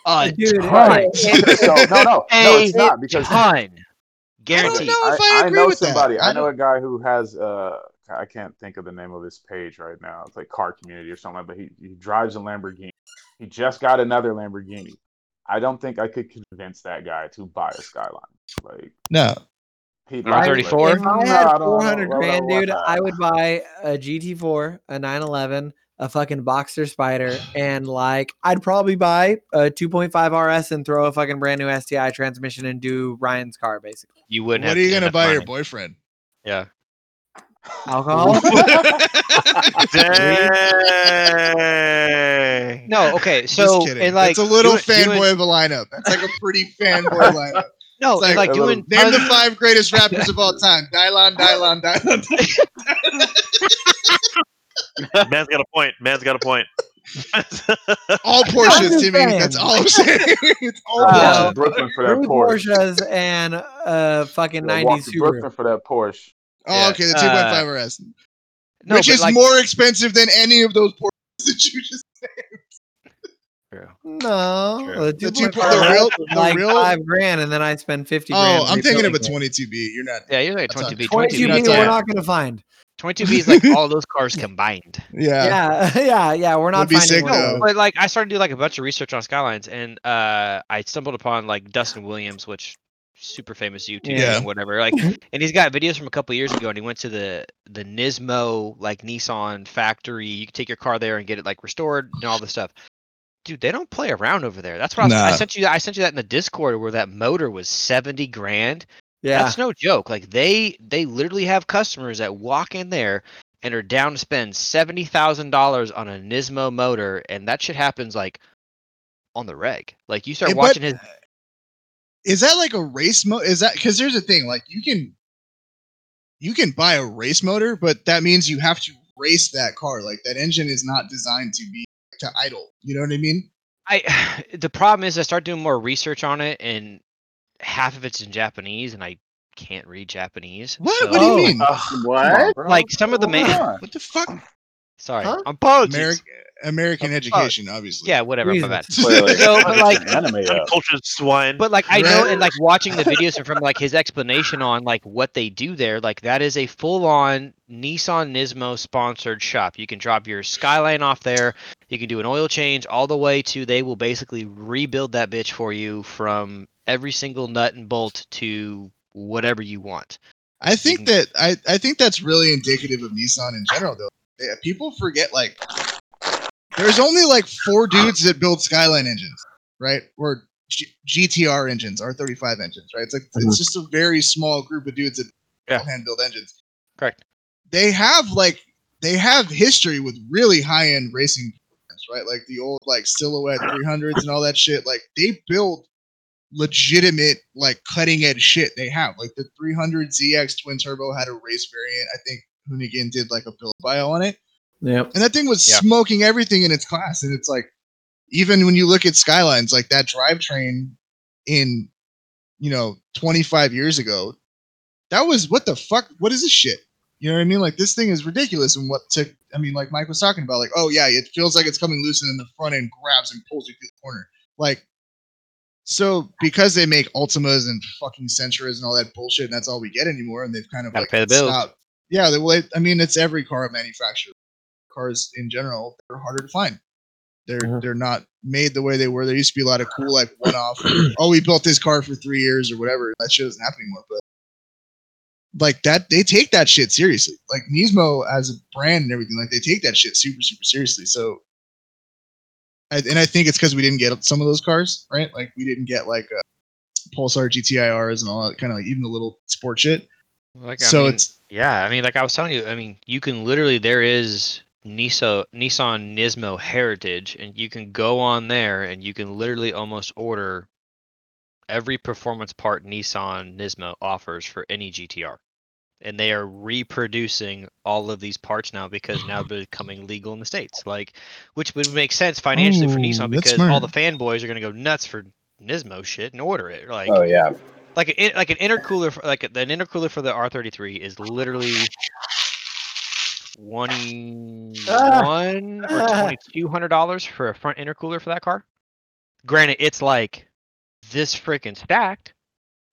Speaker 2: A
Speaker 4: Dude, it-
Speaker 2: ton,
Speaker 4: it-
Speaker 3: so no, no, no, it's
Speaker 2: A
Speaker 3: not because
Speaker 2: ton,
Speaker 1: [LAUGHS] I don't
Speaker 2: guaranteed.
Speaker 1: know if I,
Speaker 3: I, I
Speaker 1: agree
Speaker 3: know
Speaker 1: with
Speaker 3: somebody.
Speaker 1: that.
Speaker 3: I know a guy who has. Uh, I can't think of the name of his page right now. It's like Car Community or something. But he he drives a Lamborghini. He just got another Lamborghini. I don't think I could convince that guy to buy a Skyline. Like
Speaker 1: No,
Speaker 3: he
Speaker 2: Number
Speaker 3: like-
Speaker 2: 34?
Speaker 4: If
Speaker 3: No,
Speaker 4: I had
Speaker 3: I don't- I don't
Speaker 4: 400
Speaker 3: know
Speaker 4: grand,
Speaker 3: about
Speaker 4: dude,
Speaker 3: that.
Speaker 4: I would buy
Speaker 3: [LAUGHS]
Speaker 4: a GT4, a 911, a fucking Boxer Spider, and like I'd probably buy a 2.5 RS and throw a fucking brand new STI transmission and do Ryan's car basically.
Speaker 2: You
Speaker 1: what
Speaker 2: wouldn't have
Speaker 1: are you
Speaker 2: enough
Speaker 1: going to buy your
Speaker 2: money.
Speaker 1: boyfriend?
Speaker 2: Yeah.
Speaker 4: [LAUGHS] Alcohol?
Speaker 5: Dang.
Speaker 2: No,
Speaker 1: [LAUGHS]
Speaker 2: okay,
Speaker 1: just
Speaker 2: so
Speaker 1: kidding.
Speaker 2: and like
Speaker 1: it's a little
Speaker 2: doing- doing-
Speaker 1: fanboy of a lineup. That's like a
Speaker 2: [LAUGHS]
Speaker 1: pretty fanboy lineup.
Speaker 2: no,
Speaker 1: It's
Speaker 2: and,
Speaker 1: like
Speaker 2: like,
Speaker 3: a little-
Speaker 2: doing
Speaker 1: Name the
Speaker 2: tons-
Speaker 1: five greatest rappers of all time: Dylon, Dylon, Dylon.
Speaker 2: [LAUGHS]
Speaker 5: Man's got a point. Man's got a point. [LAUGHS]
Speaker 1: All
Speaker 4: I'm
Speaker 1: Porsches,
Speaker 4: just
Speaker 1: Timmy.
Speaker 4: saying.
Speaker 1: That's all I'm
Speaker 2: [LAUGHS]
Speaker 1: saying. it's all
Speaker 3: I walked
Speaker 4: Uh,
Speaker 3: to Brooklyn for that
Speaker 4: Three
Speaker 3: Porsche.
Speaker 4: Porsches and a fucking
Speaker 3: I
Speaker 4: 90
Speaker 3: walked to
Speaker 4: Subaru.
Speaker 3: Brooklyn for that Porsche.
Speaker 1: Oh, okay, the
Speaker 2: Yeah, uh,
Speaker 1: 2.5 RS,
Speaker 2: no,
Speaker 1: which
Speaker 2: but,
Speaker 1: is
Speaker 2: like,
Speaker 1: more expensive than any of those Porsches [LAUGHS] that you just.
Speaker 4: No,
Speaker 2: True.
Speaker 4: the
Speaker 1: The
Speaker 4: 2.5
Speaker 1: two-
Speaker 2: the
Speaker 1: real-
Speaker 4: was
Speaker 1: the
Speaker 4: like
Speaker 1: real-
Speaker 4: five grand, and then I spend 50 grand.
Speaker 1: Oh, I'm thinking of a
Speaker 4: rebuilding
Speaker 1: 22B. You're not.
Speaker 2: Yeah, you're like
Speaker 1: That's
Speaker 2: twenty B,
Speaker 4: it.
Speaker 1: twenty
Speaker 2: twenty
Speaker 1: 22B,
Speaker 4: 22
Speaker 2: B.
Speaker 4: we're
Speaker 1: yeah.
Speaker 4: not gonna find.
Speaker 2: 22B is like all those
Speaker 4: [LAUGHS]
Speaker 2: cars combined.
Speaker 1: Yeah.
Speaker 4: yeah, [LAUGHS] yeah, yeah. We're not
Speaker 1: be
Speaker 4: finding
Speaker 1: sick,
Speaker 4: one.
Speaker 1: though.
Speaker 2: But like I started to do like a bunch of research on Skylines and uh I stumbled upon like Dustin Williams, which super famous YouTuber
Speaker 1: Yeah.
Speaker 2: and whatever. Like and he's got videos from a couple years ago and he went to the the Nismo like Nissan factory. You can take your car there and get it like restored and all this stuff. Dude, they don't play around over there. That's what I, was, I
Speaker 1: Nah.
Speaker 2: sent you. I sent you that in the Discord where that motor was seventy grand.
Speaker 4: Yeah,
Speaker 2: That's no joke. Like they they literally have customers that walk in there and are down to spend seventy thousand dollars on a Nismo motor, and that shit happens like on the reg. Like you start
Speaker 1: Yeah, but-
Speaker 2: watching his
Speaker 1: Is that like a race mode? Is that because there's a thing like you can you can buy a race motor, but that means you have to race that car. Like that engine is not designed to be to idle. You know what I mean?
Speaker 2: I [SIGHS] the problem is I start doing more research on it and half of it's in Japanese and I can't read Japanese.
Speaker 1: What?
Speaker 2: so-
Speaker 1: what do you mean?
Speaker 6: What?
Speaker 2: Like, some of the man-
Speaker 1: What the fuck?
Speaker 2: Sorry.
Speaker 4: Huh?
Speaker 2: I'm apologies.
Speaker 1: Ameri- American education, obviously. [LAUGHS]
Speaker 2: Oh, yeah, whatever. My
Speaker 4: Jesus.
Speaker 2: bad.
Speaker 3: So,
Speaker 4: [LAUGHS]
Speaker 2: So, but, like-
Speaker 3: anime uh, up.
Speaker 5: Uncultured swine.
Speaker 2: But like I know,
Speaker 1: Right.
Speaker 2: and like watching the videos and from like his explanation on like what they do there, like that is a full-on Nissan Nismo sponsored shop. You can drop your Skyline off there. You can do an oil change all the way to they will basically rebuild that bitch for you from every single nut and bolt to whatever you want.
Speaker 1: I think
Speaker 2: Mm-hmm.
Speaker 1: that I, I think that's really indicative of Nissan in general, though. Yeah, people forget like there's only like four dudes that build Skyline engines, right? Or G- GTR engines, R35 engines, right? It's like it's just a very small group of dudes that
Speaker 2: Yeah.
Speaker 1: hand build engines.
Speaker 2: Correct.
Speaker 1: They have like they have history with really high end racing, programs, right? Like the old like Silhouette 300s and all that shit. Like they build legitimate like cutting edge shit they have. Like the 300 ZX twin turbo had a race variant. I think Hoonigan did like a build bio on it,
Speaker 4: Yep.
Speaker 1: and that thing was
Speaker 2: Yeah.
Speaker 1: smoking everything in its class. And it's like, even when you look at Skylines, like that drivetrain in, you know, 25 years ago, that was what the fuck? What is this shit? You know what I mean? Like this thing is ridiculous. And what took? I mean, like Mike was talking about, like, oh yeah, it feels like it's coming loose, and then the front end grabs and pulls you through the corner. Like so because they make Ultimas and fucking Centuras and all that bullshit, and that's all we get anymore, and they've kind of
Speaker 2: Gotta
Speaker 1: like
Speaker 2: pay the bills.
Speaker 1: stopped- Yeah, they, well, I mean, it's every car manufacturer. Cars in general, they're harder to find. They're
Speaker 4: Mhm.
Speaker 1: they're not made the way they were. There used to be a lot of cool like one off. oh, we built this car for three years or whatever. That shit doesn't happen anymore. But like that, they take that shit seriously. Like Nismo as a brand and everything, like they take that shit super super seriously. So I, and I think it's because we didn't get some of those cars, right? Like we didn't get like uh, Pulsar GTIRs and all that kind of like even the little sport shit.
Speaker 2: Like
Speaker 1: so it's
Speaker 2: Yeah, I mean, like I was telling you, I mean, you can literally there is Nissan Nissan Nismo Heritage, and you can go on there and you can literally almost order every performance part Nissan Nismo offers for any GTR, and they are reproducing all of these parts now because
Speaker 1: [GASPS]
Speaker 2: now they're becoming legal in the states. Like, which would make sense financially for
Speaker 1: Oh,
Speaker 2: Nissan
Speaker 1: that's
Speaker 2: because all
Speaker 1: smart.
Speaker 2: the fanboys are gonna go nuts for Nismo shit and order it. Like,
Speaker 6: Oh [LAUGHS] yeah.
Speaker 2: like an, like an intercooler for, like an intercooler for the R33 is literally 21 or
Speaker 4: Ah.
Speaker 2: 2200 dollars for a front intercooler for that car. Granted, it's like this freaking stacked,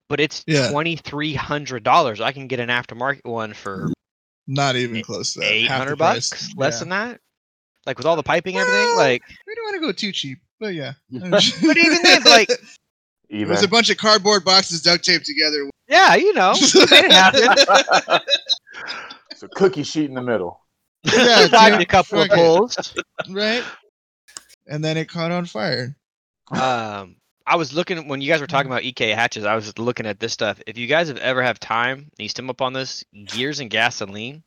Speaker 2: but it's
Speaker 1: Yeah.
Speaker 2: 2300 dollars. I can get an aftermarket one for
Speaker 1: not even
Speaker 2: Eh,
Speaker 1: close to that. Half
Speaker 2: 800
Speaker 1: the price.
Speaker 2: bucks, less
Speaker 1: Yeah.
Speaker 2: than that. Like with all the piping and
Speaker 1: Well,
Speaker 2: everything, like
Speaker 1: We don't want to go too cheap, but
Speaker 2: [LAUGHS]
Speaker 1: yeah. [LAUGHS]
Speaker 2: But even then, like-
Speaker 1: it
Speaker 3: Even
Speaker 1: was a bunch of cardboard boxes duct taped together. [LAUGHS]
Speaker 2: yeah, you know, you made it happen.
Speaker 3: it's a cookie sheet in the middle.
Speaker 2: [LAUGHS]
Speaker 1: Yeah,
Speaker 2: Dodged
Speaker 1: dude,
Speaker 2: a couple of
Speaker 1: fuck it.
Speaker 2: pulls.
Speaker 1: right? And then it caught on fire.
Speaker 2: um I was looking when you guys were talking about EK hatches. I was looking at this stuff. If you guys have ever have time, and you stumble upon this gears and gasoline.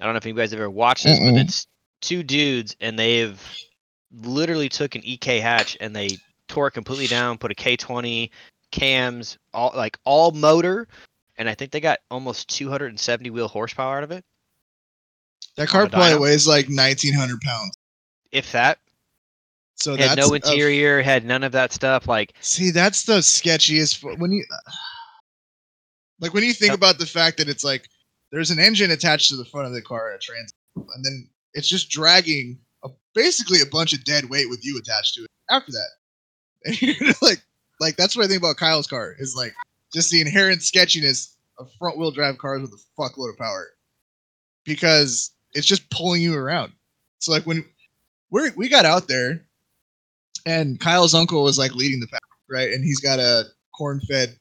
Speaker 2: I don't know if you guys have ever watched this,
Speaker 1: Mm-mm.
Speaker 2: but it's two dudes and they've literally took an EK hatch and they tore it completely down, put a K20 cams, all like all motor, and I think they got almost 270 wheel horsepower out of it,
Speaker 1: That car
Speaker 2: On a
Speaker 1: probably
Speaker 2: dyno?
Speaker 1: weighs like 1,900 pounds.
Speaker 2: if that.
Speaker 1: So
Speaker 2: had
Speaker 1: Oh, that's
Speaker 2: no
Speaker 1: a-
Speaker 2: interior, had none of that stuff. Like
Speaker 1: See, that's the sketchiest fu- when you [SIGHS] like when you think
Speaker 2: Yep.
Speaker 1: about the fact that it's like there's an engine attached to the front of the car in a transit, and then it's just dragging a, basically a bunch of dead weight with you attached to it. After that, and [LAUGHS] you're like, like that's what I think about Kyle's car is like just the inherent sketchiness of front wheel drive cars with a fuckload of power. because it's just pulling you around. So like when we we got out there, and Kyle's uncle was like leading the pack, right? And he's got a corn-fed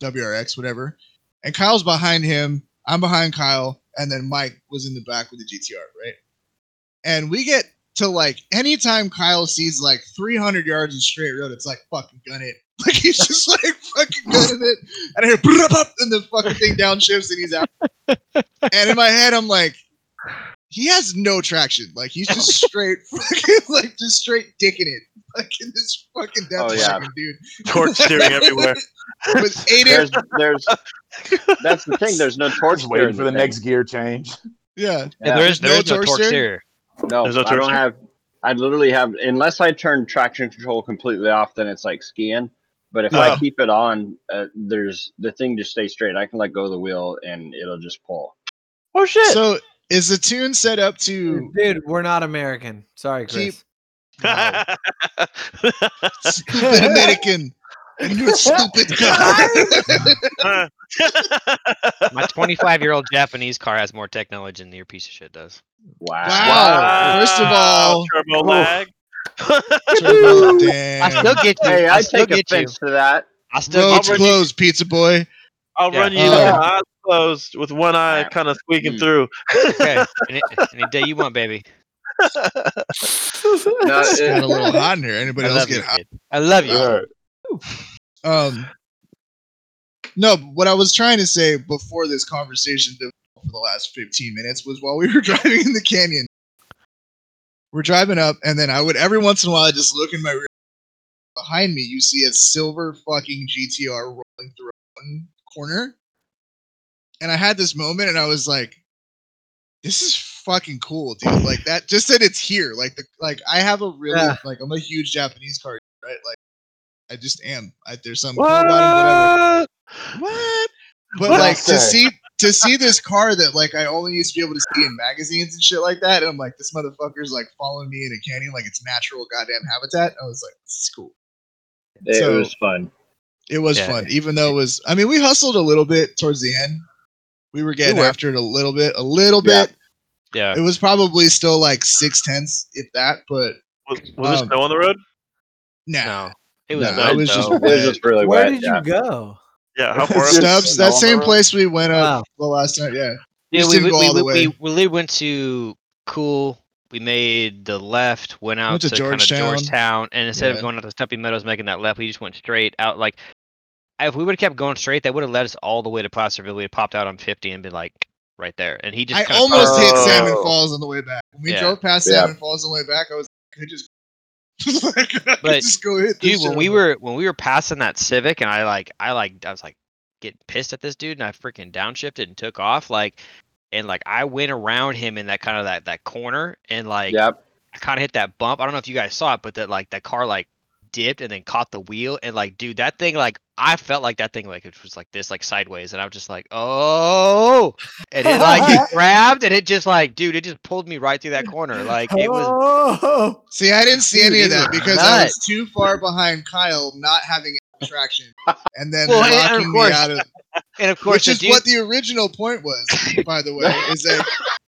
Speaker 1: WRX, whatever. And Kyle's behind him. I'm behind Kyle, and then Mike was in the back with the GTR, right? And we get to like anytime Kyle sees like 300 yards in straight road, it's like fucking gun it. [LAUGHS] Like he's
Speaker 6: [LAUGHS]
Speaker 1: just like fucking gunning it, and I hear "Bruh, bruh," and the fucking thing downshifts and he's out. And in my head, I'm like, he has no traction. Like he's just
Speaker 6: [LAUGHS]
Speaker 1: straight fucking like just straight dicking it. Like in this fucking death
Speaker 6: Oh, yeah.
Speaker 1: wagon, dude.
Speaker 5: [LAUGHS]
Speaker 1: [LAUGHS]
Speaker 5: Torch steering everywhere.
Speaker 1: With eight inch,
Speaker 6: There's, there's, that's the thing. There's no torch.
Speaker 3: Just waiting
Speaker 6: steering
Speaker 3: for the
Speaker 6: thing.
Speaker 3: next
Speaker 1: [LAUGHS]
Speaker 3: gear change.
Speaker 1: yeah.
Speaker 6: Yeah.
Speaker 2: there is
Speaker 1: no
Speaker 2: there is no
Speaker 1: torque
Speaker 2: torque
Speaker 1: steering?
Speaker 2: steer.
Speaker 6: No,
Speaker 5: There's no
Speaker 6: I don't
Speaker 5: torsion.
Speaker 6: have. I literally have, unless I turn traction control completely off, then it's like skiing. But if
Speaker 5: No.
Speaker 6: I keep it on, uh, there's the thing just stays straight. I can let go of the wheel and it'll just pull.
Speaker 5: Oh shit!
Speaker 1: So is the tune set up [LAUGHS] to
Speaker 4: Dude, we're not American. Sorry, Chris.
Speaker 1: [LAUGHS] Keep-
Speaker 5: [LAUGHS]
Speaker 1: the American? You stupid [LAUGHS] guy.
Speaker 2: My 25 year old Japanese car has more technology than your piece of shit does.
Speaker 6: Wow.
Speaker 1: Wow. First of all-
Speaker 5: turbo lag. [LAUGHS]
Speaker 1: Turbo, Oh, damn.
Speaker 2: I still get you.
Speaker 6: Hey,
Speaker 2: I,
Speaker 6: I
Speaker 2: still
Speaker 6: take
Speaker 2: get you.
Speaker 6: offense to that.
Speaker 2: I still
Speaker 1: Roads
Speaker 2: get you.
Speaker 5: Already-
Speaker 1: closed, pizza boy.
Speaker 5: I'll
Speaker 2: Yeah.
Speaker 5: run you
Speaker 1: Oh.
Speaker 5: with my eyes closed, with one eye kind of squeaking
Speaker 6: Hmm.
Speaker 5: through.
Speaker 2: [LAUGHS] Okay. Any, any day you want, baby.
Speaker 6: No,
Speaker 4: [LAUGHS]
Speaker 1: It's got a
Speaker 2: [LAUGHS]
Speaker 6: it,
Speaker 1: little hot in here. Anybody
Speaker 2: I
Speaker 1: else
Speaker 2: love
Speaker 1: get
Speaker 2: you.
Speaker 1: hot?
Speaker 2: kid. I love you.
Speaker 3: Good.
Speaker 1: Um, no, but what I was trying to say before this conversation developed for the last 15 minutes was while we were [LAUGHS] driving in the canyon, we're driving up, and then I would every once in a while I'd just look in my rear. Behind me, you see a silver fucking GTR rolling through a mountain corner. And I had this moment, and I was like, this is fucking cool, dude. Like that, just that it's here. Like the like, I have a really
Speaker 4: Yeah.
Speaker 1: like, I'm a huge Japanese car, right? Like, I just am. I, there's something cool about 'em, whatever what? But
Speaker 3: What?
Speaker 1: like to
Speaker 3: Okay.
Speaker 1: see to see this car that like I only used to be able to see in magazines and shit like that, and I'm like, this motherfucker's like following me in a canyon like it's natural goddamn habitat. I was like, this is cool.
Speaker 6: it
Speaker 1: So-
Speaker 6: was fun.
Speaker 1: It was
Speaker 2: Yeah.
Speaker 1: fun, even though it was. I mean, we hustled a little bit towards the end. We were getting
Speaker 2: We were.
Speaker 1: after it a little bit, a little
Speaker 3: Yeah.
Speaker 1: bit.
Speaker 2: Yeah.
Speaker 1: It was probably still like six tenths, if that. But
Speaker 5: Was, was there
Speaker 1: Um,
Speaker 5: snow on the road?
Speaker 1: nah,
Speaker 2: No. It was
Speaker 1: No,
Speaker 2: wet,
Speaker 1: it was just
Speaker 2: though.
Speaker 6: It was just really
Speaker 4: Where
Speaker 6: wet.
Speaker 4: did
Speaker 6: yeah.
Speaker 4: you go?
Speaker 5: Yeah,
Speaker 1: [LAUGHS]
Speaker 5: how far?
Speaker 3: It's just-
Speaker 1: Stubbs,
Speaker 3: No,
Speaker 1: that
Speaker 3: I'm
Speaker 1: same
Speaker 3: around.
Speaker 1: place we went up the last time. Yeah, We
Speaker 2: Yeah,
Speaker 1: just
Speaker 2: we,
Speaker 1: didn't
Speaker 2: we,
Speaker 1: go
Speaker 2: we,
Speaker 1: all the
Speaker 2: we,
Speaker 1: way.
Speaker 2: we literally went to Cool. We made the left, went out
Speaker 1: Went to
Speaker 2: to, kind of
Speaker 1: Georgetown.
Speaker 2: Georgetown, and instead
Speaker 1: Yeah.
Speaker 2: of going out to Stumpy Meadows, making that left, we just went straight out. Like, if we would have kept going straight, that would have led us all the way to Placerville. We'd have popped out on 50 and been like right there. And he just
Speaker 1: I
Speaker 2: kinda
Speaker 1: almost
Speaker 2: paused.
Speaker 1: hit
Speaker 5: Oh.
Speaker 1: Salmon Falls on the way back. When we
Speaker 2: Yeah.
Speaker 1: drove past
Speaker 3: Yeah.
Speaker 1: Salmon Falls on the way back, I was like, I could just, [LAUGHS] I could [LAUGHS]
Speaker 2: But,
Speaker 1: just go hit this
Speaker 2: dude when
Speaker 1: shit.
Speaker 2: we were when we were passing that civic and i like i like i was like getting pissed at this dude and i freaking downshifted and took off like and like i went around him in that kind of that that corner and like
Speaker 6: Yep.
Speaker 2: i kind of hit that bump i don't know if you guys saw it but that like that car like dipped and then caught the wheel and like dude that thing like i felt like that thing like it was like this like sideways and i was just like oh and it like
Speaker 1: [LAUGHS]
Speaker 2: it grabbed and it just like dude it just pulled me right through that corner like
Speaker 1: [LAUGHS]
Speaker 2: it was
Speaker 4: Oh, [LAUGHS]
Speaker 1: See, I didn't see
Speaker 2: Dude,
Speaker 1: any of
Speaker 2: you
Speaker 1: that
Speaker 2: were
Speaker 1: because I was
Speaker 2: nuts.
Speaker 1: too far behind Kyle, not having any
Speaker 2: [LAUGHS]
Speaker 1: traction, and then
Speaker 2: Well, and- and
Speaker 1: knocking
Speaker 2: of
Speaker 1: me
Speaker 2: course,
Speaker 1: out of.
Speaker 2: and of course
Speaker 1: Which
Speaker 2: the
Speaker 1: is
Speaker 2: dude-
Speaker 1: what the original point was, by the way, is
Speaker 2: [LAUGHS]
Speaker 1: that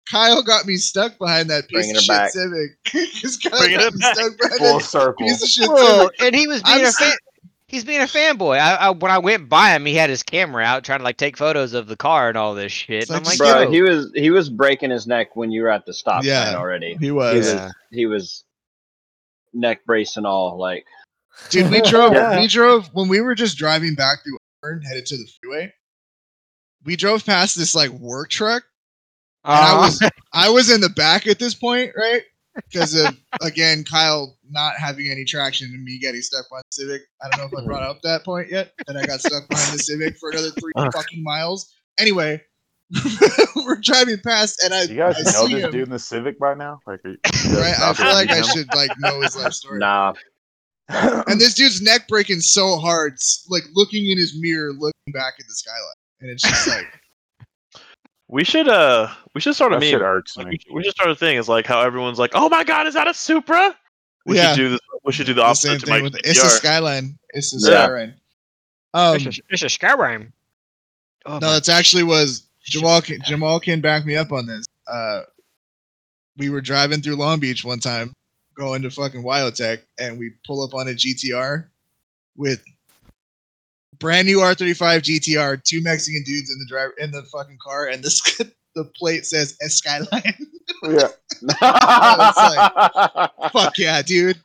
Speaker 1: Kyle got me stuck behind that piece
Speaker 6: Bringing
Speaker 1: of
Speaker 6: her
Speaker 1: shit
Speaker 6: back.
Speaker 1: Civic. [LAUGHS] 'Cause Kyle
Speaker 5: Bringing
Speaker 1: got
Speaker 5: it
Speaker 1: me
Speaker 5: back.
Speaker 1: stuck behind
Speaker 3: Full
Speaker 1: that
Speaker 3: circle.
Speaker 1: piece of shit
Speaker 2: Well,
Speaker 1: Civic.
Speaker 2: [LAUGHS] and he was being
Speaker 1: I'm
Speaker 2: a fan. He's being a fanboy. I, I when I went by him, he had his camera out trying to like take photos of the car and all this shit.
Speaker 1: It's
Speaker 2: And I'm
Speaker 1: like,
Speaker 2: like,
Speaker 1: just
Speaker 6: Bro,
Speaker 2: yo,
Speaker 6: he was he was breaking his neck when you were at the stop
Speaker 1: Yeah.
Speaker 6: sign already.
Speaker 1: He was.
Speaker 6: Yeah. He was neck brace and all. Like,
Speaker 1: Dude, we drove.
Speaker 4: Yeah.
Speaker 1: We drove when we were just driving back through Auburn, headed to the freeway. We drove past this like work truck. And I
Speaker 2: "Aw."
Speaker 3: Uh-huh.
Speaker 1: was [LAUGHS] I was in the back at this point, right? Because of again Kyle not having any traction and me getting stuck behind the Civic. I don't know if I brought up that point yet. That I got stuck behind the Civic for another three
Speaker 3: Uh.
Speaker 5: Ugh.
Speaker 1: fucking miles. Anyway, [LAUGHS] we're driving past, and I
Speaker 3: You guys
Speaker 1: I
Speaker 3: know
Speaker 1: see
Speaker 3: this
Speaker 1: him,
Speaker 3: dude in the Civic by now? Like,
Speaker 1: [LAUGHS]
Speaker 3: are you- you
Speaker 1: right?
Speaker 3: guys
Speaker 1: I
Speaker 3: not
Speaker 1: feel like I
Speaker 3: [LAUGHS] him?
Speaker 1: should like know his life story.
Speaker 6: nah.
Speaker 1: And this dude's neck breaking so hard, s- like looking in his mirror, looking back at the skyline, and it's just like,
Speaker 5: We should uh, we should start a
Speaker 3: That shit
Speaker 5: meme.
Speaker 3: irks
Speaker 5: Like,
Speaker 1: [LAUGHS]
Speaker 3: me.
Speaker 5: we, should, we should start a thing. It's like how everyone's like, "Oh my god, is that a Supra?" We
Speaker 1: yeah,
Speaker 5: should do this. We should do [LAUGHS] the
Speaker 1: the
Speaker 5: opposite
Speaker 1: same
Speaker 5: to
Speaker 1: thing
Speaker 5: my
Speaker 1: with it's a
Speaker 5: GTR.
Speaker 1: skyline, it's a
Speaker 6: Yeah.
Speaker 1: skyline. Um,
Speaker 2: it's, a, it's a Skyrim. Oh,
Speaker 1: no,
Speaker 2: my-
Speaker 1: that's actually was Jamal. Can, Jamal can back me up on this. uh, we were driving through Long Beach one time, going to fucking Wildtech, and we pull up on a GTR with brand new R35 GTR, two Mexican dudes in the driver in the fucking car, and this [LAUGHS] the plate says S Skyline.
Speaker 3: Yeah.
Speaker 1: I Fuck yeah, dude.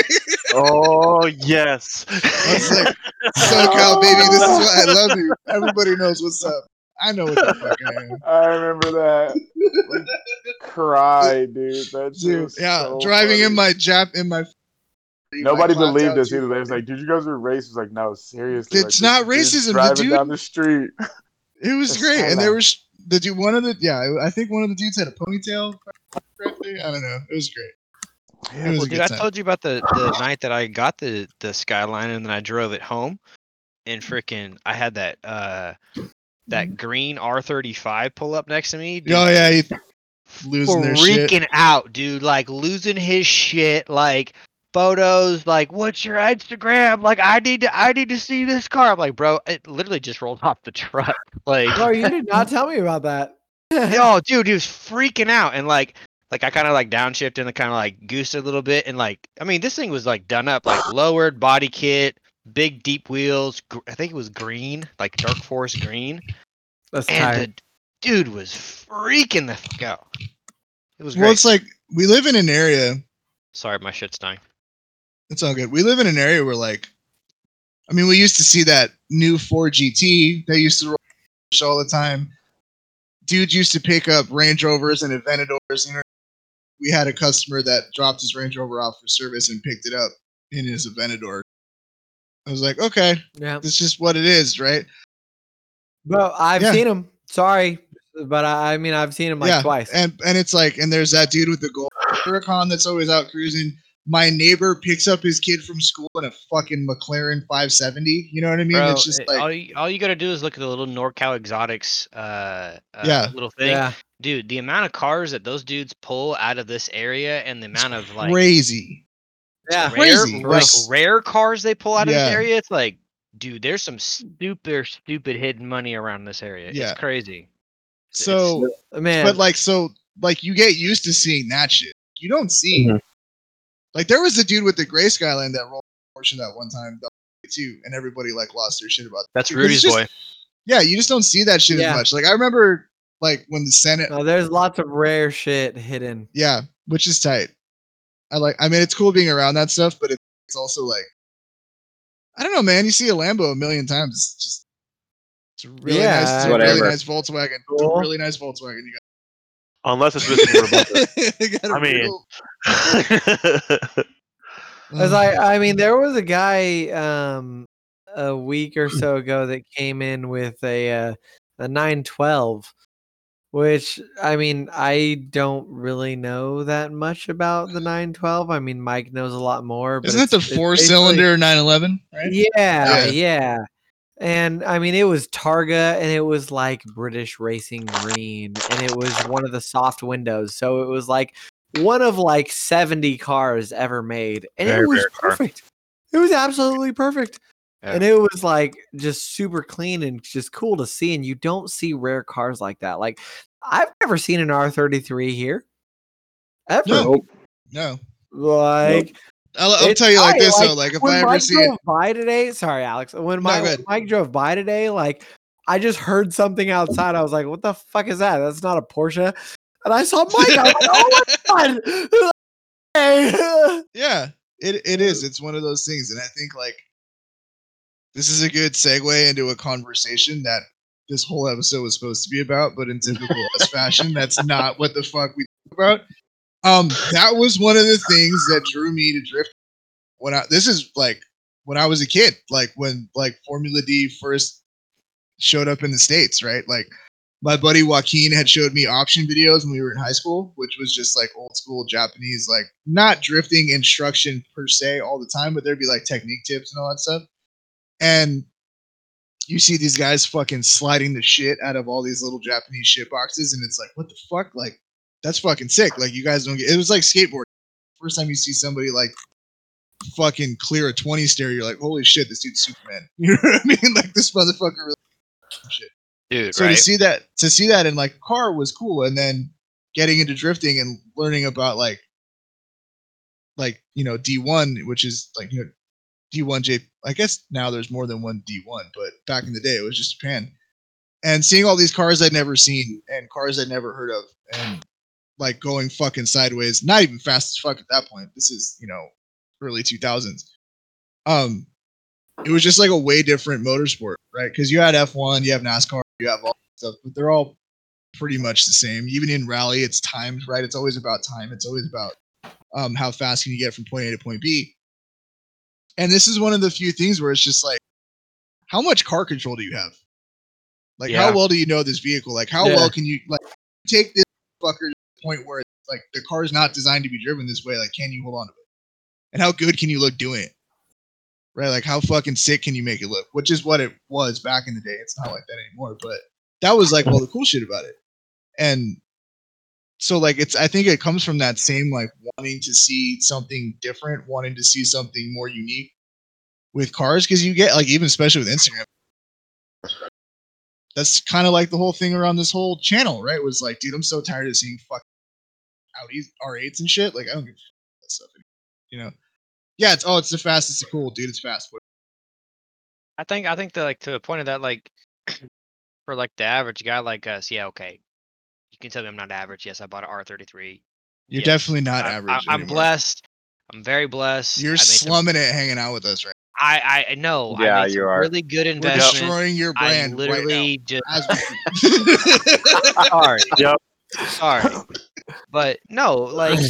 Speaker 1: [LAUGHS]
Speaker 5: oh yes.
Speaker 1: I was like,
Speaker 3: [LAUGHS]
Speaker 1: SoCal, baby, this is why I love you. Everybody knows what's up. I know what the fuck I am.
Speaker 3: I remember that. We cried, dude. That shit
Speaker 1: [LAUGHS] Dude,
Speaker 3: was
Speaker 1: yeah,
Speaker 3: so
Speaker 1: driving in
Speaker 3: funny.
Speaker 1: my Jap in my.
Speaker 3: Nobody
Speaker 1: my clocked
Speaker 3: believed
Speaker 1: out
Speaker 3: us
Speaker 1: Jeep.
Speaker 3: either. They was like, "Dude, you guys are racist." Like, no,
Speaker 1: It's
Speaker 3: seriously. like, this
Speaker 1: not
Speaker 3: dude's
Speaker 1: racism, the
Speaker 3: Driving
Speaker 1: dude-
Speaker 3: down the street.
Speaker 1: It was
Speaker 3: It's
Speaker 1: great, and
Speaker 3: Skyline.
Speaker 1: there was the dude. One of the yeah, I think one of the dudes had a ponytail. correctly. I don't know. It was great. It was a
Speaker 2: Dude,
Speaker 1: good
Speaker 2: I
Speaker 1: time.
Speaker 2: told you about the, the night that I got the, the skyline and then I drove it home and freaking I had that uh
Speaker 1: Mm-hmm.
Speaker 2: that green R thirty five pull up next to me. Dude,
Speaker 1: Oh yeah, he, losing their shit.
Speaker 2: freaking out, dude, like losing his shit, like photos, like what's your Instagram? Like I need to I need to see this car. I'm like, bro, it literally just rolled [LAUGHS] off the truck. Like [LAUGHS]
Speaker 4: Bro, you did not tell me about that.
Speaker 2: yo, dude, he was freaking out and like like I kind of like downshifted and kind of like goosed a little bit and like I mean this thing was like done up
Speaker 1: [LAUGHS]
Speaker 2: like lowered body kit, big deep wheels. Gr- I think it was green, like dark forest green.
Speaker 4: [LAUGHS] That's
Speaker 2: And
Speaker 4: tired.
Speaker 2: the dude was freaking the fuck out. It was great.
Speaker 1: Well, it's like we live in an area.
Speaker 2: Sorry, my shit's dying.
Speaker 1: It's all good. We live in an area where like, I mean, we used to see that new 4GT. They used to roll all the time. Dude used to pick up Range Rovers and Aventadors. And we had a customer that dropped his Range Rover off for service and picked it up in his Aventador. I was like, okay,
Speaker 4: Yeah.
Speaker 1: it's just what it is, right?
Speaker 4: Bro, I've
Speaker 1: Yeah.
Speaker 4: seen him. Sorry. But I, I mean, I've seen him like twice.
Speaker 1: And and it's like, and there's that dude with the gold Huracan that's always out cruising. My neighbor picks up his kid from school in a fucking McLaren 570. You know what I mean?
Speaker 2: Bro,
Speaker 1: it's just
Speaker 2: it-
Speaker 1: like,
Speaker 2: all you, all you gotta do is look at the little NorCal Exotics, uh, uh
Speaker 1: Yeah.
Speaker 2: little thing,
Speaker 4: yeah.
Speaker 2: dude. The amount of cars that those dudes pull out of this area, and the amount of like
Speaker 1: crazy.
Speaker 4: Yeah.
Speaker 2: rare,
Speaker 1: Crazy.
Speaker 2: like
Speaker 1: Yes.
Speaker 2: rare cars they pull out of
Speaker 1: Yeah.
Speaker 2: this area, it's like, dude, there's some super stupid hidden money around this area.
Speaker 1: Yeah.
Speaker 2: It's crazy. It's-
Speaker 1: So,
Speaker 4: Man.
Speaker 1: but like, so like, you get used to seeing that shit. You don't see,
Speaker 4: Mm-hmm.
Speaker 5: Mhm.
Speaker 1: like, there was a dude with the gray skyline that rolled portion that one time too, and everybody like lost their shit about. That.
Speaker 2: that's
Speaker 1: Because it's
Speaker 2: Rudy's
Speaker 1: just-
Speaker 2: boy.
Speaker 1: Yeah, you just don't see that shit
Speaker 4: Yeah.
Speaker 1: as much. Like, I remember like when the Senate
Speaker 4: no, uh, there's lots of rare shit hidden.
Speaker 1: Yeah, which is tight. I like. I mean, it's cool being around that stuff, but it- it's also like, I don't know, man. You see a Lambo a million times. It's just, it's a really
Speaker 4: Yeah,
Speaker 1: nice, it's a really
Speaker 6: Whatever.
Speaker 1: nice Volkswagen. It's a
Speaker 4: Cool.
Speaker 1: really nice Volkswagen. You
Speaker 5: [LAUGHS] Unless it's missing
Speaker 1: got. [LAUGHS]
Speaker 5: Rebecca.
Speaker 1: You got a
Speaker 5: I mean,
Speaker 1: real-
Speaker 4: As
Speaker 1: Mm.
Speaker 4: I, I mean, there was a guy um, a
Speaker 1: [CLEARS THROAT]
Speaker 4: week or so ago that came in with a uh, a nine twelve, which I mean, I don't really know that much about the nine twelve. I mean, Mike knows a lot more. But
Speaker 1: isn't that the
Speaker 4: it's- it's
Speaker 1: four
Speaker 4: basically-
Speaker 1: cylinder 911? Right?
Speaker 4: Yeah,
Speaker 1: Yeah.
Speaker 4: yeah. And I mean, it was Targa and it was like British Racing Green and it was one of the soft windows. So it was like one of like 70 cars ever made. And
Speaker 5: Very
Speaker 4: it was
Speaker 5: rare car.
Speaker 4: perfect. It was absolutely perfect.
Speaker 2: Yeah.
Speaker 4: And it was like just super clean and just cool to see. And you don't see rare cars like that. Like, I've never seen an R33 here ever.
Speaker 1: No.
Speaker 6: Nope.
Speaker 1: No,
Speaker 4: Like,
Speaker 1: I'll, I'll
Speaker 4: It's
Speaker 1: tell you like
Speaker 4: tight,
Speaker 1: this
Speaker 4: like,
Speaker 1: though. Like if
Speaker 4: when
Speaker 1: I ever
Speaker 4: Mike
Speaker 1: see
Speaker 4: drove
Speaker 1: it,
Speaker 4: by today, sorry, Alex. When Mike,
Speaker 1: go
Speaker 4: when
Speaker 1: ahead.
Speaker 4: Mike drove by today, like I just heard something outside. I was like, "What the fuck is that? That's not a Porsche." And I saw Mike. I was like, "Oh my
Speaker 1: [LAUGHS]
Speaker 4: god!" [LAUGHS] Hey.
Speaker 1: yeah, it it is. It's one of those things, and I think like this is a good segue into a conversation that this whole episode was supposed to be about, but in typical us fashion, that's not what the fuck we talk about. Um, that was one of the things that drew me to drift. When I this is like when I was a kid, like when like Formula D first showed up in the states, right? Like my buddy Joaquin had showed me option videos when we were in high school, which was just like old school Japanese, like not drifting instruction per se all the time, but there'd be like technique tips and all that stuff. And you see these guys fucking sliding the shit out of all these little Japanese shit boxes, and it's like, what the fuck? Like, that's fucking sick. Like, you guys don't get it. Was like skateboarding. First time you see somebody like fucking clear a 20 stair, you're like, holy shit, this dude's Superman. [LAUGHS] You know what I mean? Like, this motherfucker really
Speaker 2: Dude,
Speaker 1: so
Speaker 2: right?
Speaker 1: to see that to see that in like a car was cool and then getting into drifting and learning about like like you know D1, which is like you know D1 J. I guess now there's more than one D1, but back in the day it was just Japan. And seeing all these cars I'd never seen and cars I'd never heard of, and like going fucking sideways, not even fast as fuck at that point. This is you know early 2000s. Um, it was just like a way different motorsport, right? Because you had F1, you have NASCAR, you have all stuff, but they're all pretty much the same. Even in rally, it's timed, right? It's always about time. It's always about um, how fast can you get from point A to point B. And this is one of the few things where it's just like, how much car control do you have? Like,
Speaker 2: Yeah.
Speaker 1: how well do you know this vehicle? Like, how
Speaker 4: Yeah.
Speaker 1: well can you like take this fucker to the point where it's like the car's not designed to be driven this way? Like, can you hold on to it? And how good can you look doing it? Right? Like, how fucking sick can you make it look? Which is what it was back in the day. It's not like that anymore, but that was like all the cool shit about it. And so like it's i think it comes from that same like wanting to see something different wanting to see something more unique with cars because you get like even especially with instagram that's kind of like the whole thing around this whole channel right was like dude i'm so tired of seeing fucking audi r8s and shit like i don't give a shit about that stuff anymore, you know yeah it's oh it's the fastest cool dude it's fast
Speaker 2: I think I think that like to the point of that like [CLEARS THROAT] for like the average guy like us, yeah, okay. You can tell me I'm not average. Yes, I bought an R33.
Speaker 1: you're
Speaker 2: Yeah.
Speaker 1: definitely not
Speaker 2: I-
Speaker 1: average
Speaker 2: I, am
Speaker 1: anymore.
Speaker 2: blessed. I'm very blessed. I
Speaker 1: you're
Speaker 2: made some-
Speaker 1: slumming it hanging out with us right
Speaker 2: I I know.
Speaker 6: Yeah,
Speaker 2: I made
Speaker 6: you
Speaker 2: some
Speaker 6: are.
Speaker 2: Really good
Speaker 1: we're
Speaker 2: investment.
Speaker 1: destroying your
Speaker 2: I
Speaker 1: brand right now,
Speaker 2: literally just
Speaker 1: as
Speaker 2: [LAUGHS]
Speaker 1: we [LAUGHS] speak.
Speaker 2: sorry.
Speaker 5: Yep.
Speaker 2: Sorry. But no, like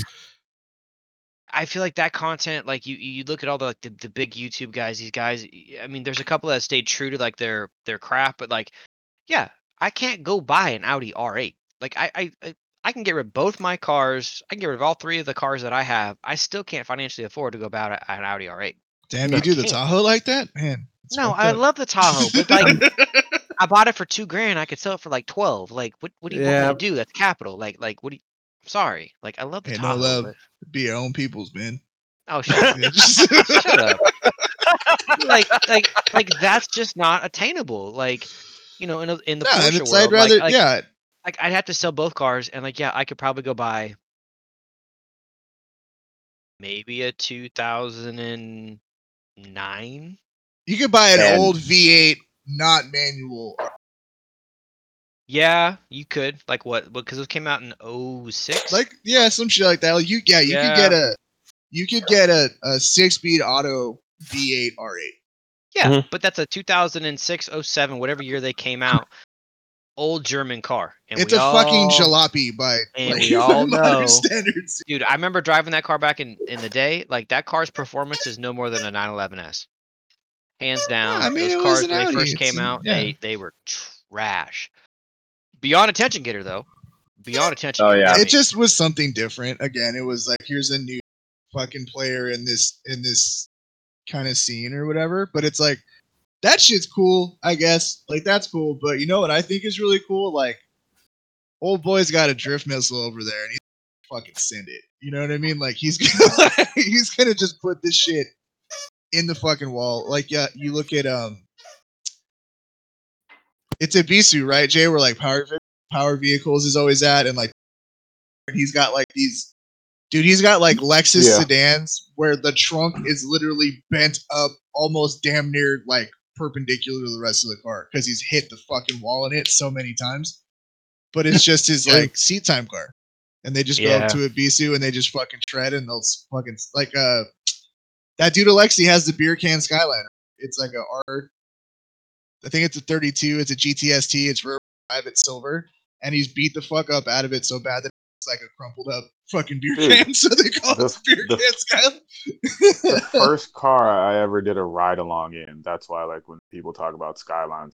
Speaker 2: I feel like that content, like you you look at all the like the, the big YouTube guys, these guys I mean there's a couple that stayed true to like their their craft, but like yeah, I can't go buy an Audi R8. Like I I I- I can get rid of both my cars. I can get rid of all three of the cars that I have. I still can't financially afford to go buy a- an Audi R8.
Speaker 1: Damn,
Speaker 5: No,
Speaker 1: you do the
Speaker 2: [LAUGHS] can't.
Speaker 1: Tahoe like that, man. it's
Speaker 2: no,
Speaker 1: fucked
Speaker 2: I
Speaker 1: up.
Speaker 2: love the Tahoe, but like
Speaker 1: [LAUGHS]
Speaker 2: I bought it for two grand. I could sell it for like twelve. Like, what? What do you
Speaker 4: Yeah.
Speaker 2: want me to do? That's capital. Like, like, what do you? I'm sorry. Like, I love the
Speaker 1: Hey, no
Speaker 2: Tahoe.
Speaker 1: love.
Speaker 2: but-
Speaker 1: be your own peoples,
Speaker 2: [LAUGHS]
Speaker 1: man.
Speaker 2: Oh, shut up.
Speaker 1: Yeah, just- [LAUGHS]
Speaker 2: shut up. like, like, like that's just not attainable. Like, you know, in a, in the
Speaker 1: No, and
Speaker 2: Porsche
Speaker 1: it's,
Speaker 2: world,
Speaker 1: I'd rather,
Speaker 2: like, like,
Speaker 1: yeah,
Speaker 2: like, I'd have to sell both cars, and like, yeah, I could probably go buy maybe a two thousand and nine.
Speaker 1: you could buy an
Speaker 6: And-
Speaker 1: old V8, not manual.
Speaker 2: Yeah, you could. Like, what? Because it came out in 06.
Speaker 1: Like, yeah, some shit like that. Like, you, yeah, you
Speaker 2: Yeah.
Speaker 1: could get a, you could get a, a six-speed auto V8 R8.
Speaker 2: Yeah,
Speaker 3: Mm-hmm.
Speaker 5: Mhm.
Speaker 2: but that's a 2006, 07, whatever year they came out, old German car. And
Speaker 1: it's
Speaker 2: we
Speaker 1: a fucking
Speaker 2: all-
Speaker 1: jalopy by
Speaker 2: and
Speaker 1: like [LAUGHS]
Speaker 2: we all
Speaker 1: modern
Speaker 2: know-
Speaker 1: standards.
Speaker 2: Dude, I remember driving that car back in, in the day. Like, that car's performance is no more than a 911S. Hands down.
Speaker 1: I mean, it was
Speaker 2: those cars,
Speaker 1: an
Speaker 2: when
Speaker 1: Audi,
Speaker 2: they first
Speaker 1: it's
Speaker 2: came
Speaker 1: an-
Speaker 2: out,
Speaker 1: yeah.
Speaker 2: they, they were trash. Beyond attention getter, though. Beyond attention
Speaker 6: Oh,
Speaker 2: getter.
Speaker 6: yeah.
Speaker 2: I
Speaker 1: it
Speaker 2: mean,
Speaker 1: just was something different. Again, it was like here's a new fucking player in this in this kind of scene or whatever. But it's like that shit's cool, I guess. Like that's cool. But you know what I think is really cool? Like old boy's got a drift missile over there, and he's gonna fucking send it. You know what I mean? Like he's [LAUGHS] gonna he's gonna just put this shit in the fucking wall. Like yeah, you look at um. It's Ibisu, right, Jay? Where like power power vehicles is always at, and like he's got like these dude he's got like lexus
Speaker 3: Yeah.
Speaker 1: sedans where the trunk is literally bent up almost damn near like perpendicular to the rest of the car because he's hit the fucking wall in it so many times but it's just his
Speaker 5: Yeah.
Speaker 1: like seat time car and they just go
Speaker 2: Yeah.
Speaker 1: up to a bisu and they just fucking shred and they'll s- fucking s- like uh that dude alexi has the beer can skyliner it's like a r i think it's a 32 it's a gtst it's rear five it's silver and he's beat the fuck up out of it so bad that it's like a crumpled up fucking beer
Speaker 3: Dude,
Speaker 1: can. [LAUGHS] So they call
Speaker 3: the-
Speaker 1: it beer
Speaker 3: the-
Speaker 1: can
Speaker 3: the
Speaker 1: [LAUGHS] Skyline.
Speaker 3: first car I ever did a ride along in. That's why, like, when people talk about Skylines,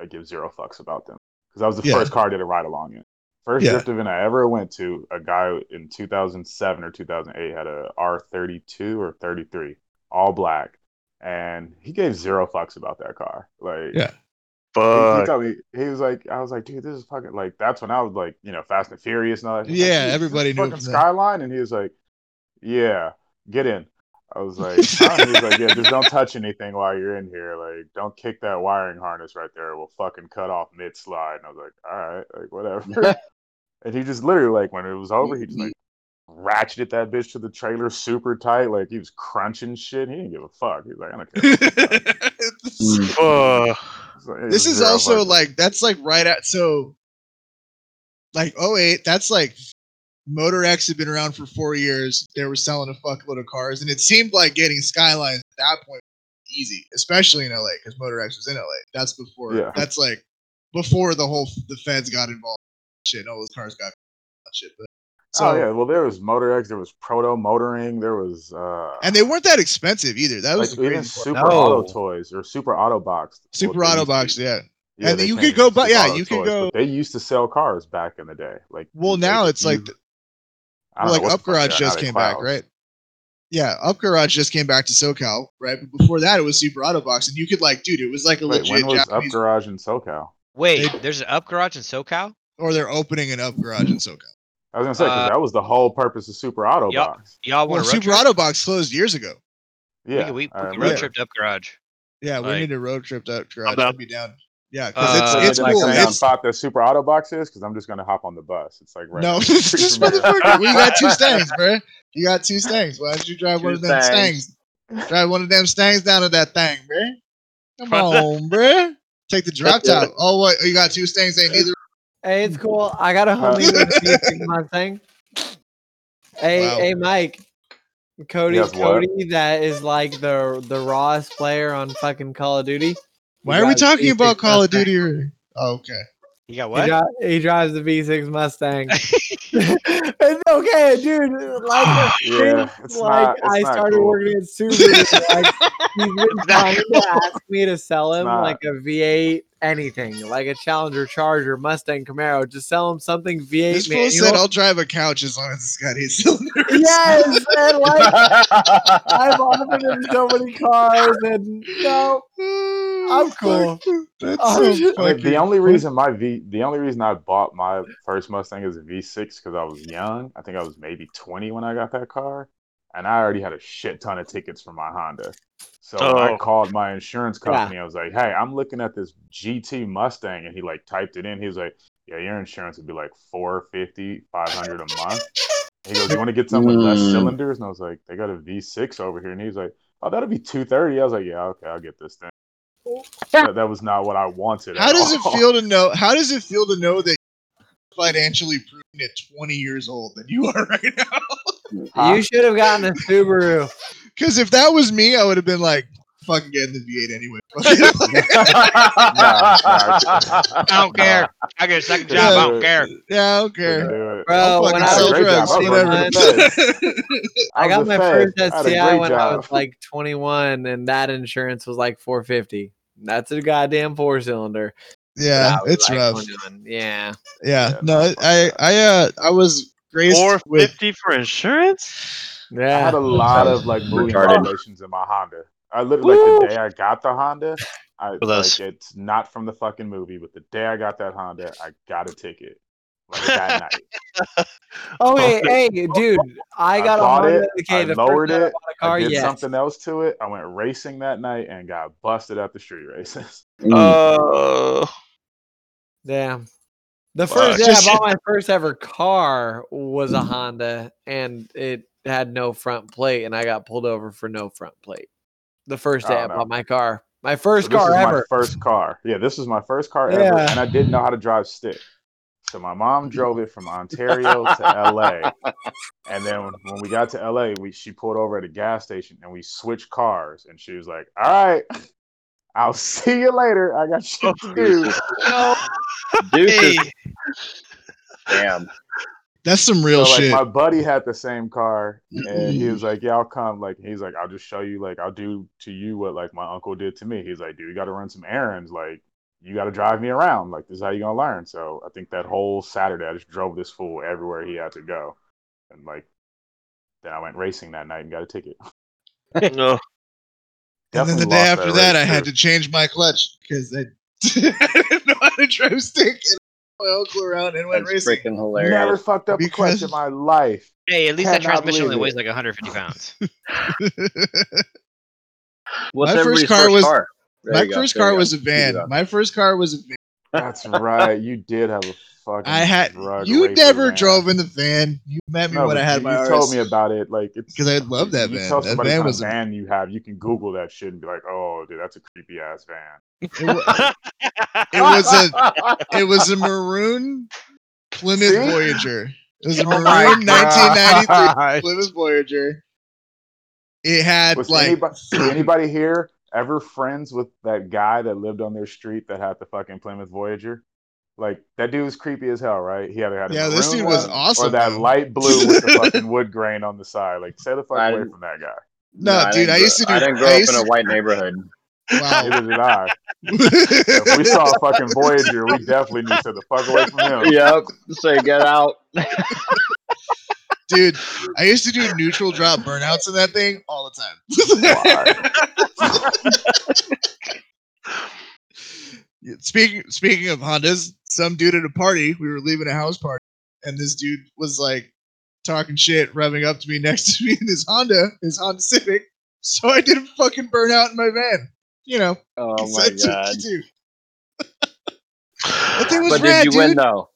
Speaker 3: I give zero fucks about them because that was the
Speaker 1: Yeah.
Speaker 3: first car I did a ride along in. First
Speaker 1: Yeah.
Speaker 3: drift event I ever went to, a guy in 2007 or 2008 had a R32 or 33, all black, and he gave zero fucks about that car. Like,
Speaker 1: Yeah.
Speaker 3: he,
Speaker 1: Uh,
Speaker 3: he
Speaker 5: Fuck.
Speaker 3: told me he was like, I was like, dude, this is fucking like that's when I was like, you know, Fast and Furious and all that. He was like,
Speaker 1: Yeah,
Speaker 3: "Dude, is this
Speaker 1: everybody knew it
Speaker 3: fucking
Speaker 1: from then.
Speaker 3: Skyline, and he was like, yeah, get in. I was like, "Huh?" And he was like, yeah,
Speaker 1: [LAUGHS]
Speaker 3: just don't touch anything while you're in here. Like, don't kick
Speaker 1: [LAUGHS]
Speaker 3: that wiring harness right there. We'll fucking cut off mid slide. And I was like, all right, like whatever. And he just literally like when it was over, he just like ratcheted that bitch to the trailer super tight, like he was crunching shit. He didn't give a fuck. He's like,
Speaker 1: [LAUGHS]
Speaker 3: I don't care. Mm.
Speaker 5: Mm. Ugh.
Speaker 3: It's like- it
Speaker 1: this
Speaker 3: was
Speaker 1: is
Speaker 3: zero
Speaker 1: also
Speaker 3: budget.
Speaker 1: like that's like right at so like 08 that's like motor x had been around for four years they were selling a fuckload of cars and it seemed like getting skylines at that point was easy especially in la because motor x was in la that's before
Speaker 3: Yeah.
Speaker 1: that's like before the whole the feds got involved and shit and all those cars got and shit but so
Speaker 3: oh yeah, well there was Motor X, there was Proto Motoring, there was uh
Speaker 1: and they weren't that expensive either that was
Speaker 3: like
Speaker 1: the
Speaker 3: even
Speaker 1: crazy part.
Speaker 3: Super
Speaker 4: No.
Speaker 3: Auto Toys or Super Auto Box.
Speaker 1: super
Speaker 3: Well, they
Speaker 1: auto
Speaker 3: used to
Speaker 1: box
Speaker 3: be-
Speaker 1: yeah
Speaker 3: Yeah,
Speaker 1: And
Speaker 3: they
Speaker 1: you could
Speaker 3: changed
Speaker 1: go
Speaker 3: it to
Speaker 1: buy- yeah,
Speaker 3: Auto
Speaker 1: you could
Speaker 3: Toys,
Speaker 1: go-
Speaker 3: but They used to sell cars back in the day. Like
Speaker 1: well now it's like
Speaker 3: I don't know
Speaker 1: like
Speaker 3: what the
Speaker 1: Up
Speaker 3: fuck they are
Speaker 1: Garage
Speaker 3: now,
Speaker 1: just
Speaker 3: they
Speaker 1: came back,
Speaker 3: clouds.
Speaker 1: right? Yeah, Up Garage just came back to SoCal, right? But before that, it was Super Auto Box, and you could like, dude, it was like a
Speaker 3: Wait,
Speaker 1: legit
Speaker 3: when was Up
Speaker 1: Japanese,
Speaker 3: Garage in SoCal?
Speaker 2: Wait, there's an up garage in SoCal.
Speaker 1: or they're opening an Up Garage in SoCal.
Speaker 3: I was gonna say 'cause
Speaker 2: Uh,
Speaker 3: that was the whole purpose of Super Auto
Speaker 2: Yup.
Speaker 3: Box.
Speaker 1: Well,
Speaker 2: Y'all want to road
Speaker 1: Super
Speaker 2: trip?
Speaker 1: Auto Box closed years ago.
Speaker 3: Yeah,
Speaker 2: we can, we,
Speaker 3: I
Speaker 2: we can road
Speaker 3: remember.
Speaker 2: trip to up garage.
Speaker 1: Yeah, we
Speaker 2: Like-
Speaker 1: need a road trip to Up Garage.
Speaker 5: down.
Speaker 1: I'd be down. Yeah, because
Speaker 2: Uh,
Speaker 1: it's it's
Speaker 3: Like,
Speaker 1: cool.
Speaker 3: I'm down
Speaker 1: It's,
Speaker 3: spot that Super Auto Box is because I'm just gonna hop on the bus. It's like right.
Speaker 1: no, [LAUGHS]
Speaker 3: down the
Speaker 1: it's
Speaker 3: street
Speaker 1: just
Speaker 3: from here.
Speaker 1: motherfucker. We got two stangs, bro. You got two stangs. Why don't you drive one of
Speaker 6: Two
Speaker 1: them
Speaker 6: stangs.
Speaker 1: stangs? Drive one of them stangs down to that thing, bro.
Speaker 3: [LAUGHS]
Speaker 1: Come on, bro. Take the drop top. Oh, what? You got two stangs? Ain't neither.
Speaker 4: Hey, it's cool. I got a homie with me doing my thing. eh? Hey,
Speaker 1: Wow.
Speaker 4: hey, Mike. Cody,
Speaker 3: Yes, what?
Speaker 4: Cody, that is like the the rawest player on fucking Call of Duty. He
Speaker 1: Why are we
Speaker 4: drives
Speaker 1: talking
Speaker 4: V6
Speaker 1: about Call of
Speaker 4: Mustang.
Speaker 1: Duty? already? Oh, okay.
Speaker 2: You got
Speaker 4: He,
Speaker 2: what?
Speaker 4: dri- he drives the
Speaker 1: [LAUGHS]
Speaker 4: V6 Mustang. [LAUGHS] it's okay, dude. Like,
Speaker 1: Ah,
Speaker 3: Yeah, it's not.
Speaker 4: like
Speaker 3: It's
Speaker 4: I
Speaker 3: not
Speaker 4: started
Speaker 3: cool.
Speaker 4: working at Subaru. like, he's been trying
Speaker 1: [LAUGHS]
Speaker 4: to ask me to sell him
Speaker 3: not.
Speaker 4: like a V8 anything, like a Challenger, Charger, Mustang, Camaro. Just sell him something V8
Speaker 1: This fool
Speaker 4: manual.
Speaker 1: said I'll drive a couch as long as it's got eight cylinders.
Speaker 4: yes,
Speaker 1: [LAUGHS]
Speaker 4: and like I've offered him so many cars, and no,
Speaker 1: [LAUGHS]
Speaker 4: I'm cool.
Speaker 1: That's
Speaker 4: I'm
Speaker 1: so
Speaker 3: I mean,
Speaker 1: fucking.
Speaker 3: the only reason my V, the only reason I bought my first Mustang is a V6 because I was young. I think I was maybe 20 when I got that car, and I already had a shit ton of tickets for my Honda. So when I
Speaker 5: Oh.
Speaker 3: called my insurance company. I was like, "Hey, I'm looking at this GT Mustang," and he like typed it in. He was like, "Yeah, your insurance would be like 450, 500 a month." He goes, "You want to get something with less
Speaker 6: Mm.
Speaker 3: cylinders?" And I was like, "They got a V6 over here," and he was like. Oh, that'll be two thirty. I was like, yeah, okay, I'll get this thing. That, that was not what I wanted.
Speaker 1: How
Speaker 3: at
Speaker 1: does it
Speaker 3: all. [LAUGHS]
Speaker 1: feel to know? How does it feel to know that you're financially proven at 20 years old than you are [LAUGHS] right now?
Speaker 3: Huh?
Speaker 4: You should have gotten a Subaru.
Speaker 1: Because if that was me, I would have been like, "Fucking getting the V8 anyway." [LAUGHS] Fuck it.
Speaker 2: I don't
Speaker 3: Uh,
Speaker 2: care. I get a second job. I don't care.
Speaker 1: yeah, I don't care.
Speaker 3: Care.
Speaker 4: Bro,
Speaker 1: I'll
Speaker 4: when
Speaker 1: fucking
Speaker 4: I
Speaker 1: sell
Speaker 4: was
Speaker 3: Great job.
Speaker 1: drugs,
Speaker 3: I was
Speaker 1: whatever.
Speaker 3: working for the
Speaker 4: I got my first STI when I was
Speaker 3: like,
Speaker 4: like 21, and that insurance was like 450. That's a goddamn four cylinder.
Speaker 1: yeah, it's rough.
Speaker 4: Yeah.
Speaker 1: Yeah,
Speaker 3: Yeah,
Speaker 1: no,
Speaker 3: no, fuck
Speaker 1: I, I, uh, I was graced
Speaker 5: Four
Speaker 1: with.
Speaker 5: fifty for insurance?
Speaker 3: I had
Speaker 4: Yeah.
Speaker 3: a lot of like moving
Speaker 6: Retarded.
Speaker 3: violations in my Honda. I literally like the day I got the Honda, I
Speaker 5: With us.
Speaker 3: like it's not from the fucking movie, but the day I got that Honda, I got a ticket. Like that night,
Speaker 4: Oh, wait, hey,
Speaker 3: [LAUGHS]
Speaker 4: dude. I got a
Speaker 3: bought
Speaker 4: Honda.
Speaker 3: it,
Speaker 4: Okay,
Speaker 3: I
Speaker 4: the
Speaker 3: lowered
Speaker 4: first time I
Speaker 3: it,
Speaker 4: bought
Speaker 3: I
Speaker 4: a car,
Speaker 3: did
Speaker 4: Oh, yes.
Speaker 3: something else to it. I went racing that night and got busted at the street races.
Speaker 1: Hmm.
Speaker 5: Oh,
Speaker 4: Damn. The
Speaker 5: Fuck.
Speaker 4: first day I bought my first ever car was a Honda, and it had no front plate, and I got pulled over for no front plate. The first day
Speaker 3: Oh,
Speaker 4: I
Speaker 3: no.
Speaker 4: bought my car, my first
Speaker 3: So
Speaker 4: car
Speaker 3: this is
Speaker 4: ever.
Speaker 3: My first car. Yeah, this was my first car ever,
Speaker 4: Yeah.
Speaker 3: and I didn't know how to drive stick. So my mom drove it from Ontario to LA, and then when we got to LA, we she pulled over at a gas station and we switched cars, and she was like, "All right, I'll [LAUGHS] see you later. I got shit to do."
Speaker 2: No.
Speaker 6: Deuces.
Speaker 2: Hey,
Speaker 6: Damn.
Speaker 1: That's some
Speaker 3: So
Speaker 1: real
Speaker 3: like
Speaker 1: shit.
Speaker 3: my buddy had the same car, and he was like, "Yeah, I'll come." Like he's like, "I'll just show you. Like I'll do to you what like my uncle did to me." He's like, "Dude, you got to run some errands. Like you got to drive me around. Like this is how you gonna learn." So I think that whole Saturday, I just drove this fool everywhere he had to go, and like then I went racing that night and got a ticket. [LAUGHS]
Speaker 5: no. [LAUGHS]
Speaker 1: and then the
Speaker 3: Definitely
Speaker 1: day
Speaker 3: lost
Speaker 1: after that, I
Speaker 3: race,
Speaker 1: had
Speaker 3: too.
Speaker 1: to change my clutch because I, [LAUGHS] I didn't know how to drive stick and I my uncle around and went
Speaker 6: That's
Speaker 1: racing.
Speaker 6: freaking
Speaker 3: Never
Speaker 6: hilarious.
Speaker 3: fucked up a clutch
Speaker 1: Because-
Speaker 3: in my life.
Speaker 2: hey, at least that
Speaker 3: Cannot
Speaker 2: transmission only
Speaker 3: believe
Speaker 2: weighs like [LAUGHS]
Speaker 3: it.
Speaker 2: 150 pounds.
Speaker 1: [LAUGHS]
Speaker 6: What's
Speaker 1: My
Speaker 6: everybody's
Speaker 1: first car was-
Speaker 6: car? There
Speaker 1: my
Speaker 6: you go,
Speaker 1: first
Speaker 6: there you
Speaker 1: car
Speaker 6: go.
Speaker 1: was a van.
Speaker 6: Keep it up.
Speaker 1: [LAUGHS] My first car was a van.
Speaker 3: That's right. You did have a fucking.
Speaker 1: I had
Speaker 3: drug
Speaker 1: you
Speaker 3: racer
Speaker 1: never
Speaker 3: van.
Speaker 1: drove in the van. You met me
Speaker 3: No,
Speaker 1: when
Speaker 3: but
Speaker 1: I had
Speaker 3: you,
Speaker 1: my
Speaker 3: you told
Speaker 1: RS.
Speaker 3: me about it. Like it's
Speaker 1: 'Cause I love that
Speaker 3: you
Speaker 1: van.
Speaker 3: Tell
Speaker 1: That
Speaker 3: somebody
Speaker 1: van
Speaker 3: what kind
Speaker 1: was a-
Speaker 3: of van you have. You can Google that shit and be like, oh, dude, that's a creepy ass van.
Speaker 1: It, wa-
Speaker 3: [LAUGHS]
Speaker 1: it was a it was a maroon Plymouth
Speaker 3: See?
Speaker 1: Voyager. It was a
Speaker 3: Oh
Speaker 1: maroon
Speaker 3: my
Speaker 1: 1993
Speaker 3: [LAUGHS] God.
Speaker 1: Plymouth Voyager. It had
Speaker 3: Was
Speaker 1: like
Speaker 3: anybody, [CLEARS THROAT] anybody here ever friends with that guy that lived on their street that had the fucking Plymouth Voyager? Like that dude was creepy as hell, right? He either had a
Speaker 1: Yeah, this
Speaker 3: maroon
Speaker 1: dude was
Speaker 3: one or
Speaker 1: awesome,
Speaker 3: that
Speaker 1: though.
Speaker 3: light blue with
Speaker 1: [LAUGHS]
Speaker 3: the fucking wood grain on the side. Like, stay the fuck
Speaker 6: I-
Speaker 3: away from that guy.
Speaker 1: No, dude,
Speaker 6: didn't
Speaker 1: I
Speaker 6: grow-
Speaker 1: used to do-
Speaker 6: I didn't grow
Speaker 1: I
Speaker 6: up
Speaker 1: used
Speaker 6: in a
Speaker 1: to-
Speaker 6: white neighborhood. [LAUGHS]
Speaker 1: wow. [LAUGHS]
Speaker 3: Neither did I. If we saw a fucking Voyager, we definitely need to stay the fuck away from him.
Speaker 6: yep. So get out.
Speaker 1: dude, I used to do neutral drop burnouts in that thing all the time.
Speaker 3: Why?
Speaker 1: [LAUGHS] Yeah, Speaking speaking of Hondas, some dude at a party, we were leaving a house party, and this dude was like talking shit, revving up to me [LAUGHS] next to me in his Honda, his Honda Civic. So I did a fucking burnout in my van. You know, [LAUGHS]
Speaker 6: Oh
Speaker 1: 'cause
Speaker 6: my
Speaker 1: that's what
Speaker 6: god.
Speaker 1: you do. That thing was
Speaker 6: But
Speaker 1: rad,
Speaker 6: did you
Speaker 1: dude.
Speaker 6: win though?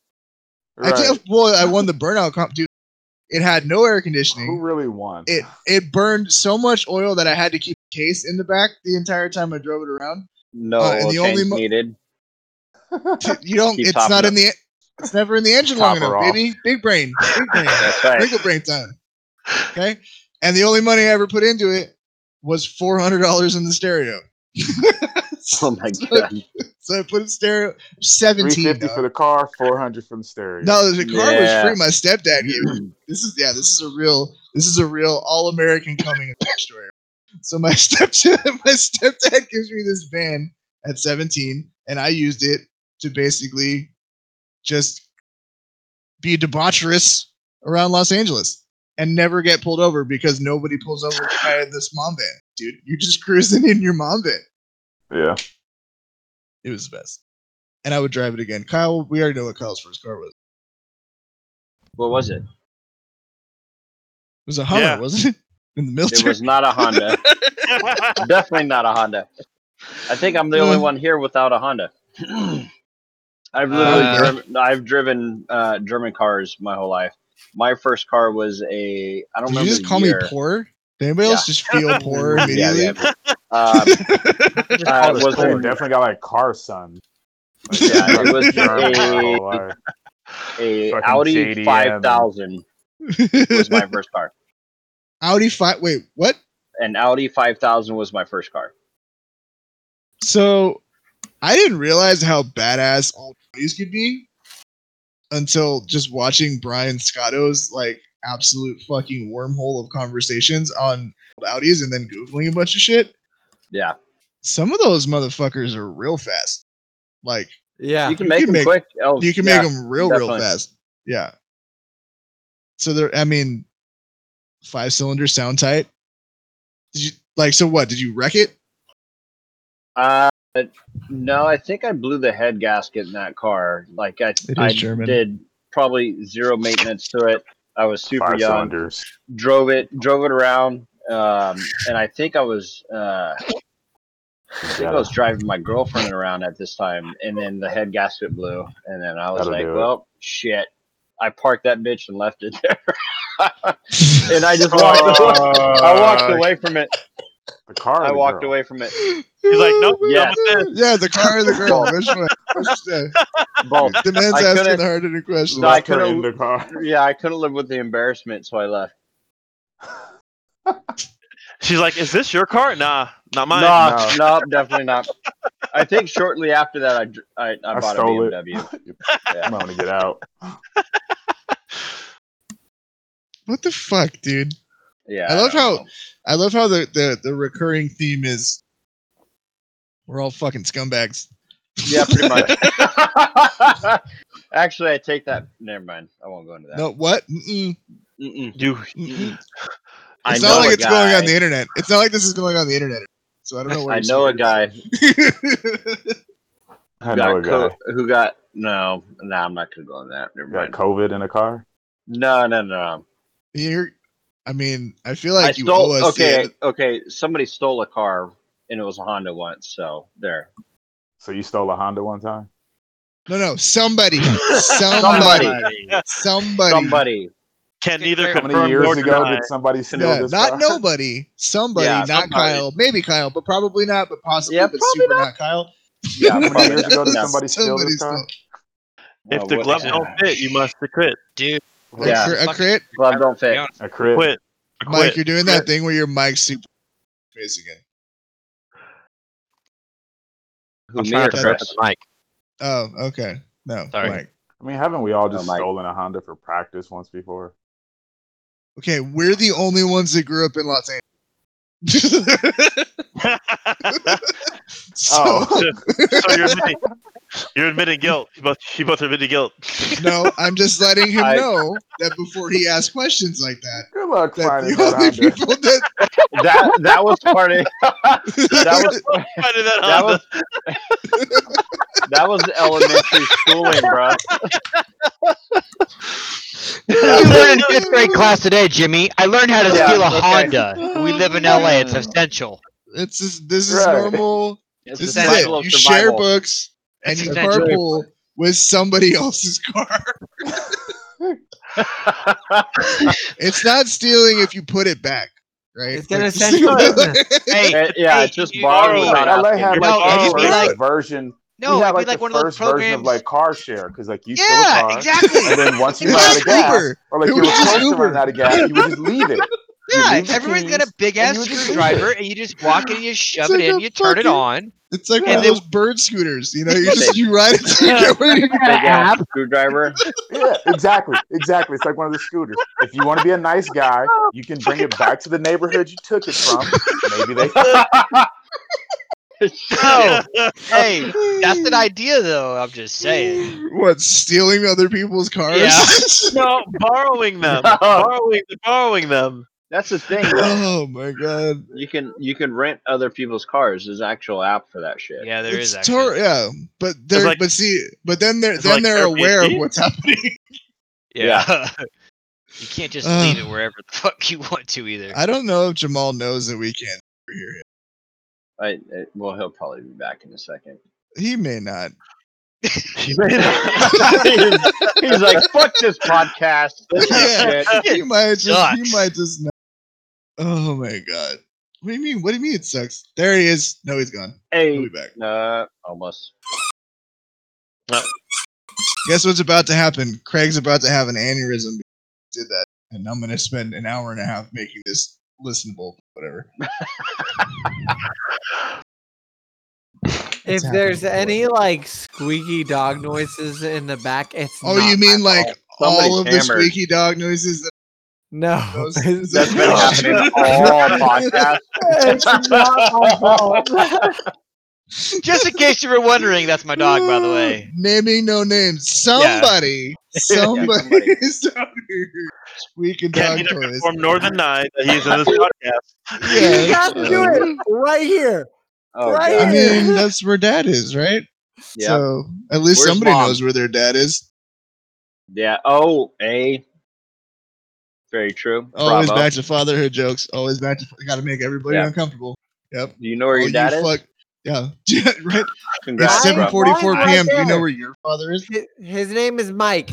Speaker 1: I
Speaker 3: Right.
Speaker 1: did, well, I won the burnout comp, dude. It had no air conditioning.
Speaker 3: Who really won?
Speaker 1: it it burned so much oil that I had to keep a case in the back the entire time I drove it around.
Speaker 6: No
Speaker 1: Uh, and
Speaker 6: oil
Speaker 1: the
Speaker 6: change
Speaker 1: only mo-
Speaker 6: needed.
Speaker 1: You don't.
Speaker 6: Keep
Speaker 1: it's not
Speaker 6: topping
Speaker 1: in the. It's never in the engine long
Speaker 3: Topper
Speaker 1: enough,
Speaker 3: off.
Speaker 1: baby. Big brain, big brain, [LAUGHS]
Speaker 6: That's right.
Speaker 1: wrinkle brain time. Okay, and the only money I ever put into it was four hundred dollars in the stereo. [LAUGHS]
Speaker 6: Oh my god.
Speaker 1: So I put a stereo seventeen.
Speaker 3: 350
Speaker 1: dog.
Speaker 3: for the car, 400 from stereo.
Speaker 1: No, the car
Speaker 6: Yeah.
Speaker 1: was free. My stepdad gave it. This is yeah. This is a real. This is a real all American coming of age story. So my [LAUGHS] stepdad, my stepdad gives me this van at 17, and I used it to basically just be debaucherous around Los Angeles and never get pulled over because nobody pulls over the guy in this mom van, dude. You're just cruising in your mom van.
Speaker 3: Yeah.
Speaker 1: It was the best, and I would drive it again. Kyle, we already know what Kyle's first car was.
Speaker 6: What was it?
Speaker 1: It was a Hummer,
Speaker 5: Yeah.
Speaker 1: wasn't it? In the
Speaker 6: It
Speaker 1: military.
Speaker 6: was not a Honda. Definitely not a Honda. I think I'm the only
Speaker 1: Mm.
Speaker 6: one here without
Speaker 1: [CLEARS THROAT]
Speaker 6: a Honda. I've literally
Speaker 2: Uh,
Speaker 6: driven, I've driven uh, German cars my whole life. My first car was a I don't
Speaker 1: Did
Speaker 6: remember.
Speaker 1: you just
Speaker 6: the
Speaker 1: call
Speaker 6: year.
Speaker 1: me poor? Did anybody else just
Speaker 6: [LAUGHS]
Speaker 1: feel poor
Speaker 6: Yeah,
Speaker 1: immediately?
Speaker 6: yeah.
Speaker 1: [LAUGHS]
Speaker 6: Uh, uh,
Speaker 5: us
Speaker 6: was
Speaker 5: poor.
Speaker 3: They
Speaker 6: it
Speaker 3: definitely got like car son. Like,
Speaker 6: Yeah, it was
Speaker 3: drunk my whole life.
Speaker 6: a
Speaker 3: Fucking
Speaker 6: Audi
Speaker 3: JDM.
Speaker 6: 5000 was my first car.
Speaker 1: [LAUGHS] Audi five. Wait, what?
Speaker 6: An Audi 5000 was my first car.
Speaker 1: So I didn't realize how badass all these could be until just watching Brian Scotto's like absolute fucking wormhole of conversations on Audis and then googling a bunch of shit.
Speaker 6: Yeah,
Speaker 1: Some of those motherfuckers are real fast. Like
Speaker 4: Yeah.
Speaker 6: you can make
Speaker 1: can
Speaker 6: them
Speaker 1: make-
Speaker 6: quick. Oh,
Speaker 1: you can
Speaker 6: yeah.
Speaker 1: make them real, real
Speaker 6: definitely.
Speaker 1: fast. Yeah. So there, I mean, five cylinder sound tight. Did you like? So what? Did you wreck it?
Speaker 6: Uh, no, I think I blew the head gasket in that car. Like I,
Speaker 1: is
Speaker 6: I
Speaker 1: German.
Speaker 6: did probably zero maintenance to it. I was super
Speaker 3: Five
Speaker 6: young.
Speaker 3: cylinders.
Speaker 6: Drove it, drove it around, um, and I think I was, uh, I think I was [LAUGHS] driving my girlfriend around at this time, and then the head gasket blew, and then I was
Speaker 3: That'll
Speaker 6: like,
Speaker 3: do it.
Speaker 6: well, shit. I parked that bitch and left it there, [LAUGHS] and I just walked. [LAUGHS] away.
Speaker 3: [LAUGHS]
Speaker 6: I walked away from it.
Speaker 3: Oh, The car. or
Speaker 6: I
Speaker 3: the
Speaker 6: walked
Speaker 3: uh, girl?
Speaker 6: away from it.
Speaker 5: He's like,
Speaker 1: [LAUGHS]
Speaker 5: nope,
Speaker 6: Yeah.
Speaker 5: done with this.
Speaker 1: Yeah, the car or the
Speaker 6: [LAUGHS]
Speaker 1: girl. Which one? Which, uh,
Speaker 3: [LAUGHS]
Speaker 6: Both.
Speaker 1: the man's
Speaker 6: Oh, I
Speaker 1: asking
Speaker 6: couldn't-
Speaker 1: the harder question.
Speaker 6: No, I
Speaker 3: Left her
Speaker 6: could've-
Speaker 3: in the
Speaker 6: [LAUGHS]
Speaker 3: car.
Speaker 6: Yeah, I couldn't live with the embarrassment, so I left.
Speaker 5: She's like, is this your car? Nah, not mine.
Speaker 6: No, no, definitely not. I think shortly after that, I dr- I, I,
Speaker 3: I
Speaker 6: bought a
Speaker 3: stole it.
Speaker 6: BMW.
Speaker 3: [LAUGHS] I'm going to get out.
Speaker 1: What the fuck, dude?
Speaker 6: Yeah,
Speaker 1: I love
Speaker 6: don't
Speaker 1: how-
Speaker 6: know.
Speaker 1: I love how the, the, the recurring theme is we're all fucking scumbags.
Speaker 6: Yeah,
Speaker 1: [LAUGHS]
Speaker 6: pretty much. [LAUGHS] Actually, I take that. Never mind. I won't go into that.
Speaker 1: No, what? Mm-mm,
Speaker 6: Mm-mm.
Speaker 5: You,
Speaker 1: mm-mm.
Speaker 6: I
Speaker 1: It's
Speaker 6: know
Speaker 1: not like
Speaker 6: a
Speaker 1: it's going on
Speaker 6: guy-
Speaker 1: the internet. It's not like this is going on the internet. So I don't know where
Speaker 6: I
Speaker 1: you're
Speaker 6: know a
Speaker 1: seeing
Speaker 6: guy
Speaker 1: [LAUGHS] it.
Speaker 3: I
Speaker 6: got
Speaker 3: know a guy.
Speaker 6: co- who got no. No, I'm not gonna go on that. Never
Speaker 3: Got
Speaker 6: mind.
Speaker 3: COVID in a car.
Speaker 6: No, no, no.
Speaker 1: You're, I mean, I feel
Speaker 6: I
Speaker 1: like you
Speaker 6: stole.
Speaker 1: owe us the
Speaker 6: Okay,
Speaker 1: end-
Speaker 6: okay. Somebody stole a car, and it was a Honda once. So there.
Speaker 3: So you stole a Honda one time?
Speaker 1: No, no,
Speaker 3: [LAUGHS]
Speaker 1: somebody, somebody, somebody, [LAUGHS]
Speaker 6: Somebody.
Speaker 5: Can neither
Speaker 2: How
Speaker 3: How
Speaker 5: confirm
Speaker 3: many
Speaker 5: nor
Speaker 3: years ago
Speaker 5: deny.
Speaker 3: did somebody steal
Speaker 1: Yeah,
Speaker 3: this?
Speaker 1: not
Speaker 3: car?
Speaker 1: nobody, somebody,
Speaker 6: Yeah,
Speaker 1: not
Speaker 6: somebody.
Speaker 1: Kyle, maybe Kyle, but probably not, but possibly,
Speaker 6: Yeah,
Speaker 1: but
Speaker 6: probably
Speaker 1: super not, Kyle.
Speaker 6: Yeah,
Speaker 1: [LAUGHS]
Speaker 3: How many years ago did
Speaker 6: Yeah.
Speaker 3: somebody steal this
Speaker 1: Somebody
Speaker 3: car?
Speaker 5: If
Speaker 6: Well,
Speaker 5: the
Speaker 6: what-
Speaker 5: gloves
Speaker 6: yeah.
Speaker 5: don't fit, you must quit.
Speaker 2: dude.
Speaker 1: A,
Speaker 6: Yeah.
Speaker 1: cri- a crit,
Speaker 6: Glove don't
Speaker 2: Yeah.
Speaker 6: fit.
Speaker 3: [LAUGHS] A crit.
Speaker 5: Quit. Or
Speaker 1: Mike,
Speaker 5: quit.
Speaker 1: you're doing that thing where your mic's super face again.
Speaker 6: Who
Speaker 5: I'm trying to
Speaker 1: mirror
Speaker 5: grab
Speaker 6: Chris?
Speaker 5: the mic.
Speaker 1: Oh, okay, no,
Speaker 2: Sorry.
Speaker 1: Mike.
Speaker 3: I mean, haven't we all just
Speaker 6: Oh, Mike.
Speaker 3: stolen a Honda for practice once before?
Speaker 1: Okay, we're the only ones that grew up in Los Angeles. [LAUGHS] so,
Speaker 3: Oh.
Speaker 5: [LAUGHS] so [LAUGHS] you're admitting, you're admitting guilt. You both, you both are admitting guilt. [LAUGHS]
Speaker 1: no, I'm just letting him
Speaker 6: I-
Speaker 1: know that before he asks questions like that,
Speaker 3: Good luck
Speaker 1: that
Speaker 3: finding
Speaker 1: the
Speaker 3: that
Speaker 1: only [LAUGHS]
Speaker 3: Honda.
Speaker 1: people that
Speaker 6: [LAUGHS] That that was part of that
Speaker 1: [LAUGHS]
Speaker 6: was
Speaker 5: Finding that
Speaker 6: that
Speaker 5: Honda.
Speaker 6: was that was elementary schooling, bro.
Speaker 2: [LAUGHS] You learned in fifth
Speaker 3: [LAUGHS]
Speaker 2: grade class today, Jimmy. I learned how to
Speaker 6: Yeah,
Speaker 2: steal a
Speaker 6: okay.
Speaker 2: Honda. We live in LA. It's essential.
Speaker 1: it's just, this is
Speaker 3: Right.
Speaker 1: normal.
Speaker 6: It's
Speaker 1: This is
Speaker 2: essential
Speaker 1: it.
Speaker 6: survival
Speaker 1: You
Speaker 6: of survival.
Speaker 1: share books and
Speaker 2: It's
Speaker 1: you
Speaker 2: essential.
Speaker 1: carpool with somebody else's
Speaker 6: [LAUGHS]
Speaker 1: car. It's not stealing if you put it back, right?
Speaker 4: It's an
Speaker 1: Like, [LAUGHS]
Speaker 4: essential business.
Speaker 2: Hey,
Speaker 6: Eh, yeah,
Speaker 2: hey,
Speaker 6: it's just
Speaker 2: you
Speaker 6: borrow
Speaker 2: borrow.
Speaker 6: without
Speaker 3: LA
Speaker 6: asking.
Speaker 3: had like
Speaker 2: No,
Speaker 3: the
Speaker 2: it'd
Speaker 3: first
Speaker 2: be like-
Speaker 3: version.
Speaker 2: no,
Speaker 3: we had
Speaker 2: it'd be
Speaker 3: like,
Speaker 2: like
Speaker 3: the
Speaker 2: one of those
Speaker 3: first version
Speaker 2: programs.
Speaker 3: of like car share because like you steal a
Speaker 2: yeah,
Speaker 3: car
Speaker 2: exactly.
Speaker 3: and
Speaker 1: [LAUGHS]
Speaker 3: then once you
Speaker 1: It
Speaker 3: run
Speaker 1: was
Speaker 3: out of gas
Speaker 1: Uber.
Speaker 3: or like
Speaker 1: It
Speaker 3: you were
Speaker 1: was just
Speaker 3: close to
Speaker 1: Uber.
Speaker 3: running out of gas, you would just
Speaker 1: [LAUGHS]
Speaker 3: leave it. You
Speaker 2: Yeah,
Speaker 3: leave
Speaker 2: if
Speaker 3: the
Speaker 2: everyone's got
Speaker 3: keys,
Speaker 2: a big
Speaker 3: and
Speaker 2: ass
Speaker 3: you would just leave [LAUGHS]
Speaker 2: screwdriver,
Speaker 3: it.
Speaker 2: and you just walk in, and you shove
Speaker 1: like
Speaker 2: it in,
Speaker 1: a
Speaker 2: you turn it
Speaker 1: fucking-
Speaker 3: [LAUGHS]
Speaker 2: on.
Speaker 1: It's like one
Speaker 2: And
Speaker 1: of
Speaker 2: then-
Speaker 1: those bird scooters, you know. You just you ride it to get where
Speaker 6: [LAUGHS]
Speaker 1: you
Speaker 6: Big ass screwdriver. [LAUGHS]
Speaker 3: Yeah, exactly, exactly. It's like one of the scooters. If you want to be a
Speaker 1: [LAUGHS]
Speaker 3: nice guy, you can bring it back to the neighborhood you took it from. Maybe
Speaker 1: [LAUGHS]
Speaker 3: they
Speaker 2: No,
Speaker 5: [LAUGHS]
Speaker 2: hey, that's an idea though. I'm just saying.
Speaker 1: What stealing other people's cars?
Speaker 2: Yeah.
Speaker 1: [LAUGHS]
Speaker 5: no, borrowing them.
Speaker 6: No.
Speaker 5: Borrowing, borrowing them.
Speaker 6: That's the thing. though.
Speaker 1: oh my god!
Speaker 6: You can you can rent other people's cars. There's an actual app for that shit.
Speaker 2: Yeah, there
Speaker 1: it's
Speaker 2: is
Speaker 1: tor-
Speaker 2: actually.
Speaker 1: yeah, but they're
Speaker 5: like-
Speaker 1: but see, but then they're
Speaker 5: it's
Speaker 1: then
Speaker 5: like
Speaker 1: they're aware of
Speaker 5: Airbnb.
Speaker 1: what's happening. [LAUGHS]
Speaker 2: Yeah. [LAUGHS] You can't just
Speaker 1: Uh.
Speaker 2: leave it wherever the fuck you want to either.
Speaker 1: I don't know if Jamal knows that we can't hear him.
Speaker 6: I, I, well, he'll probably be back in a second.
Speaker 1: He may not.
Speaker 6: he's, he's like, fuck this podcast. This is
Speaker 1: [LAUGHS] Yeah.
Speaker 6: shit.
Speaker 1: He might just.
Speaker 2: sucks.
Speaker 1: He might just. Not. Oh my god! What do you mean? What do you mean it sucks? There he is. No, he's gone. He'll
Speaker 6: Hey,
Speaker 1: be back.
Speaker 6: uh, almost.
Speaker 1: Guess what's about to happen? Craig's about to have an aneurysm. because he Did that, and I'm gonna spend an hour and a half making this listenable. Whatever.
Speaker 4: if
Speaker 1: happening
Speaker 4: there's
Speaker 1: to
Speaker 4: any like squeaky dog noises in the back, it's
Speaker 1: Oh,
Speaker 4: not
Speaker 1: you mean
Speaker 4: my
Speaker 1: like
Speaker 4: fault.
Speaker 6: Somebody's
Speaker 1: all of the
Speaker 6: hammered.
Speaker 1: squeaky dog noises? That
Speaker 4: no?
Speaker 1: those,
Speaker 4: It's,
Speaker 6: [LAUGHS] That's
Speaker 1: [LAUGHS]
Speaker 6: been happening all podcast.
Speaker 4: it's not my fault.
Speaker 2: Just in case you were wondering, that's my dog, by the way.
Speaker 1: Naming no names. Somebody,
Speaker 6: [LAUGHS]
Speaker 1: somebody
Speaker 6: somebody.
Speaker 1: is out [LAUGHS] here squeaking
Speaker 5: Can
Speaker 1: dog
Speaker 5: neither
Speaker 1: toys.
Speaker 5: confirm nor deny that he's in this
Speaker 4: [LAUGHS]
Speaker 5: podcast.
Speaker 1: [LAUGHS]
Speaker 4: you
Speaker 1: Yeah,
Speaker 4: got to
Speaker 1: [LAUGHS]
Speaker 4: do it right here.
Speaker 6: Um, Oh,
Speaker 4: Right.
Speaker 1: I
Speaker 6: God.
Speaker 1: mean that's where dad is, right?
Speaker 6: Yeah.
Speaker 1: So at least
Speaker 6: Where's
Speaker 1: somebody
Speaker 6: Mom?
Speaker 1: knows where their dad is.
Speaker 6: Yeah. Oh, a. Very true.
Speaker 1: Always
Speaker 6: Bravo.
Speaker 1: back to fatherhood jokes. Always back to got to make everybody
Speaker 6: Yeah.
Speaker 1: uncomfortable. Yep.
Speaker 6: Do you know where
Speaker 1: All
Speaker 6: your dad
Speaker 1: Oh, you
Speaker 6: is?
Speaker 1: fuck- Yeah. [LAUGHS] Yeah, right. It's
Speaker 6: Congrats,
Speaker 4: Right.
Speaker 1: seven
Speaker 6: bro.
Speaker 1: forty four
Speaker 4: Mine's right
Speaker 1: p.m. Do you know
Speaker 4: there.
Speaker 1: where your father is?
Speaker 4: Hi- His name is Mike.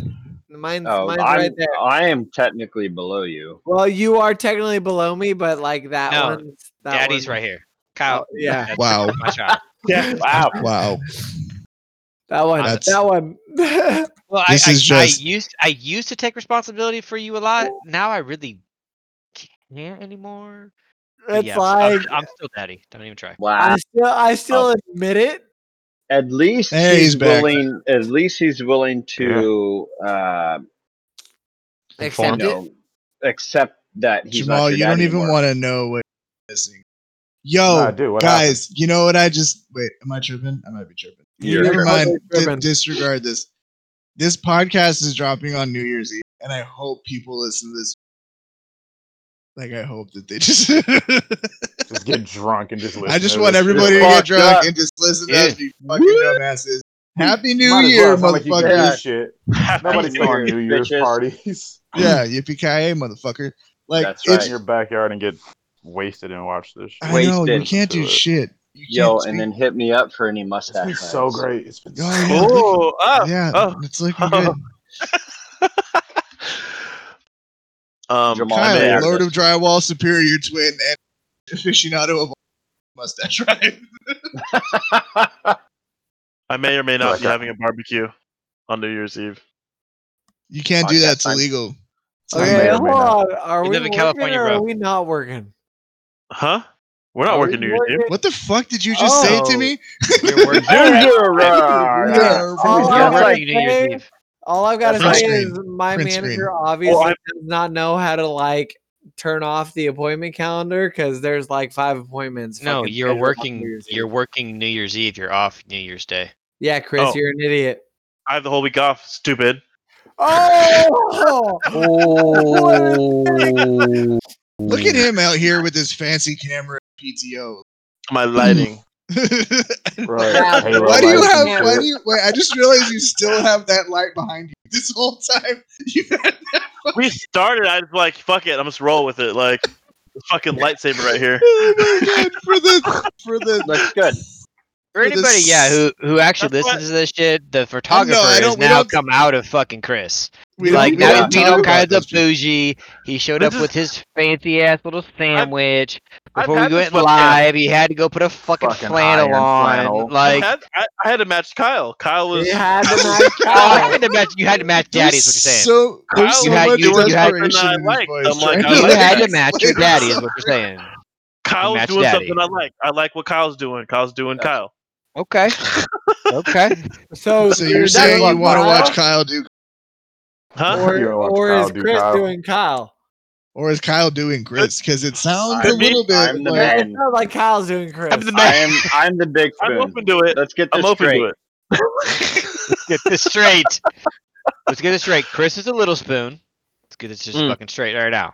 Speaker 4: Mine's,
Speaker 6: Oh,
Speaker 4: mine's
Speaker 6: I'm,
Speaker 4: right there.
Speaker 6: I am technically below you.
Speaker 4: Well, you are technically below me, but like that
Speaker 2: No.
Speaker 4: one's that
Speaker 2: Daddy's
Speaker 4: one-
Speaker 2: right here. Kyle.
Speaker 4: Oh, yeah,
Speaker 2: that's
Speaker 1: Wow.
Speaker 2: My
Speaker 4: [LAUGHS]
Speaker 2: child.
Speaker 5: Yeah.
Speaker 6: Wow.
Speaker 1: Wow.
Speaker 4: that one.
Speaker 1: That's-
Speaker 4: That one. [LAUGHS]
Speaker 2: Well,
Speaker 1: This
Speaker 2: I,
Speaker 1: is
Speaker 2: I,
Speaker 1: just-
Speaker 2: I used I used to take responsibility for you a lot. Now I really can't anymore. But
Speaker 4: it's
Speaker 2: yeah, I'm,
Speaker 4: like
Speaker 2: I'm still daddy. Don't even
Speaker 4: [LAUGHS]
Speaker 2: try.
Speaker 6: Wow.
Speaker 4: I still I still
Speaker 2: Oh.
Speaker 4: admit it.
Speaker 6: At least
Speaker 1: Hey,
Speaker 6: he's,
Speaker 1: he's back.
Speaker 6: willing. At least he's willing to, uh, you
Speaker 4: Accept it.
Speaker 6: know, accept that he's
Speaker 1: Jamal,
Speaker 6: not
Speaker 1: you
Speaker 6: your
Speaker 1: don't
Speaker 6: dad
Speaker 1: even
Speaker 6: anymore.
Speaker 1: want to know what you're missing. Yo,
Speaker 3: No, I do. What
Speaker 1: guys, you know what I just wait, am I tripping? I might be tripping.
Speaker 6: You're-
Speaker 1: Never mind.
Speaker 4: totally
Speaker 1: Di-
Speaker 4: tripping.
Speaker 1: disregard this. This podcast is dropping on New Year's Eve, and I hope people listen to this. Like I hope that they just [LAUGHS]
Speaker 3: just get drunk and just listen.
Speaker 1: I just
Speaker 3: to
Speaker 1: want
Speaker 3: this shit.
Speaker 1: everybody to get
Speaker 6: Fucked
Speaker 1: drunk
Speaker 6: up.
Speaker 1: and just listen to
Speaker 2: Yeah.
Speaker 1: us be fucking dumbasses. Happy New
Speaker 3: Might as well,
Speaker 1: Year,
Speaker 3: it's not like you can do
Speaker 1: motherfuckers. [LAUGHS]
Speaker 3: shit.
Speaker 5: Happy
Speaker 3: Nobody's
Speaker 6: New
Speaker 3: throwing
Speaker 6: Year,
Speaker 3: New Year's
Speaker 6: bitches.
Speaker 3: parties.
Speaker 1: yeah, yippee ki motherfucker. Like
Speaker 6: That's
Speaker 3: Sit
Speaker 1: it's
Speaker 6: right.
Speaker 3: in your backyard and get wasted and watch this shit.
Speaker 1: I know you
Speaker 6: Wasted.
Speaker 1: can't do
Speaker 3: Listen to it.
Speaker 1: shit. You
Speaker 6: yo,
Speaker 1: can't
Speaker 6: and
Speaker 1: speak-
Speaker 6: then hit me up for any
Speaker 3: It's
Speaker 6: mustache.
Speaker 3: been so
Speaker 6: plans.
Speaker 3: great. It's been
Speaker 1: Oh,
Speaker 3: so
Speaker 1: yeah.
Speaker 5: Oh,
Speaker 1: [LAUGHS] yeah,
Speaker 5: oh, oh.
Speaker 1: it's looking good.
Speaker 5: Um,
Speaker 6: Jamal
Speaker 5: I
Speaker 1: Kyle,
Speaker 5: may-
Speaker 6: Mayer.
Speaker 1: Lord of Drywall, Superior Twin, and aficionado of all mustache [LAUGHS] right?
Speaker 5: I may or may not
Speaker 3: Like
Speaker 5: be
Speaker 3: that.
Speaker 5: having a barbecue on New Year's Eve.
Speaker 1: You can't do that; it's
Speaker 6: Podcast time.
Speaker 1: illegal. It's
Speaker 3: Okay,
Speaker 1: illegal.
Speaker 3: may or may not.
Speaker 4: Are
Speaker 2: You
Speaker 4: we
Speaker 2: live in
Speaker 4: working
Speaker 2: California,
Speaker 4: or
Speaker 2: bro.
Speaker 4: are we not working?
Speaker 5: Huh? We're not
Speaker 4: Are
Speaker 5: working
Speaker 4: we
Speaker 5: New Year's Eve.
Speaker 4: working?
Speaker 1: What the fuck did you just say to
Speaker 4: Oh.
Speaker 1: me?
Speaker 2: You're working.
Speaker 1: Yeah.
Speaker 4: Oh,
Speaker 2: You're
Speaker 4: yeah.
Speaker 2: working New Year's Eve.
Speaker 4: All I've got to
Speaker 1: Print
Speaker 4: say
Speaker 1: screen.
Speaker 4: is my
Speaker 1: Print
Speaker 4: manager
Speaker 1: screen.
Speaker 4: obviously
Speaker 5: Well, I-
Speaker 4: does not know how to like turn off the appointment calendar because there's like five appointments.
Speaker 2: No,
Speaker 4: fucking
Speaker 2: you're
Speaker 4: scheduled on New
Speaker 2: working.
Speaker 4: Year's Eve.
Speaker 2: You're working New Year's Eve. You're off New Year's
Speaker 4: [LAUGHS]
Speaker 2: Day.
Speaker 4: yeah, Chris,
Speaker 5: Oh.
Speaker 4: you're an idiot.
Speaker 5: I have the whole week off. Stupid.
Speaker 4: [LAUGHS] Oh,
Speaker 1: Look at him out here with his fancy camera PTO. [LAUGHS]
Speaker 5: My lighting.
Speaker 3: great.
Speaker 4: Yeah.
Speaker 3: Right. Halo
Speaker 1: why do you
Speaker 3: lights
Speaker 1: have?
Speaker 3: and
Speaker 1: Why
Speaker 3: shit. [LAUGHS]
Speaker 1: do you? Wait, I just realized you still have that light behind you. This whole time [LAUGHS] you had
Speaker 5: we started. I was like, "Fuck it, I'm just roll with it." Like, fucking lightsaber
Speaker 1: [LAUGHS]
Speaker 5: right here.
Speaker 1: oh my god for the for the.
Speaker 4: [LAUGHS]
Speaker 6: Looks good.
Speaker 2: For
Speaker 1: For this-
Speaker 2: anybody, yeah, who who actually
Speaker 5: That's
Speaker 2: listens to this shit, the photographer
Speaker 1: I don't-
Speaker 2: has
Speaker 1: we
Speaker 2: now
Speaker 1: don't-
Speaker 2: come out of fucking Chris.
Speaker 1: We don't-
Speaker 2: like
Speaker 1: we
Speaker 2: now
Speaker 1: don't
Speaker 2: he's being
Speaker 1: talk
Speaker 2: all
Speaker 1: about
Speaker 2: kinds of
Speaker 1: those people.
Speaker 2: bougie. He showed
Speaker 5: This
Speaker 2: up with his fancy ass little sandwich.
Speaker 5: I've
Speaker 2: Before
Speaker 5: had
Speaker 2: we
Speaker 5: this
Speaker 2: went
Speaker 5: webcam.
Speaker 2: live, he had to go put a fucking,
Speaker 3: Fucking
Speaker 2: flannel
Speaker 3: iron
Speaker 2: on.
Speaker 3: flannel.
Speaker 5: I
Speaker 2: Like
Speaker 5: had, I, I had to match Kyle. Kyle was.
Speaker 4: you had the
Speaker 2: oh,
Speaker 4: nice
Speaker 2: I had to match. You had to match daddy. Is what you're saying.
Speaker 1: So there's
Speaker 5: Kyle,
Speaker 1: so
Speaker 2: you had-
Speaker 1: much
Speaker 2: you were- you had-
Speaker 1: desperation in his
Speaker 5: I liked.
Speaker 1: voice.
Speaker 5: I'm like,
Speaker 1: Trying
Speaker 5: I
Speaker 1: to
Speaker 2: [LAUGHS] You
Speaker 5: liked
Speaker 2: had to
Speaker 5: that.
Speaker 2: match your daddy. Is what you're saying.
Speaker 5: Kyle's
Speaker 2: match
Speaker 5: doing
Speaker 2: daddy.
Speaker 5: something I like. I like what Kyle's doing. Kyle's doing Kyle.
Speaker 2: Okay. Okay.
Speaker 4: So,
Speaker 1: [LAUGHS] [LAUGHS] So you're saying you want to watch Kyle do,
Speaker 5: Huh?
Speaker 4: or,
Speaker 3: You wanna watch
Speaker 4: or
Speaker 3: Kyle
Speaker 4: is
Speaker 3: do
Speaker 4: Chris
Speaker 3: Kyle.
Speaker 4: doing Kyle?
Speaker 1: or is Kyle doing Chris? Because it sounds a
Speaker 5: Could be.
Speaker 1: little bit
Speaker 6: I'm the
Speaker 1: like
Speaker 6: man.
Speaker 4: It sounds like Kyle's doing Chris.
Speaker 5: I'm the
Speaker 6: I
Speaker 5: man.
Speaker 6: am. I'm the big
Speaker 5: I'm
Speaker 6: spoon.
Speaker 5: open to it.
Speaker 6: Let's get this
Speaker 5: I'm open
Speaker 6: straight.
Speaker 5: to it.
Speaker 2: Get this straight. Let's get this straight. Chris is a little spoon. Let's get this just
Speaker 5: Mm.
Speaker 2: fucking straight right now.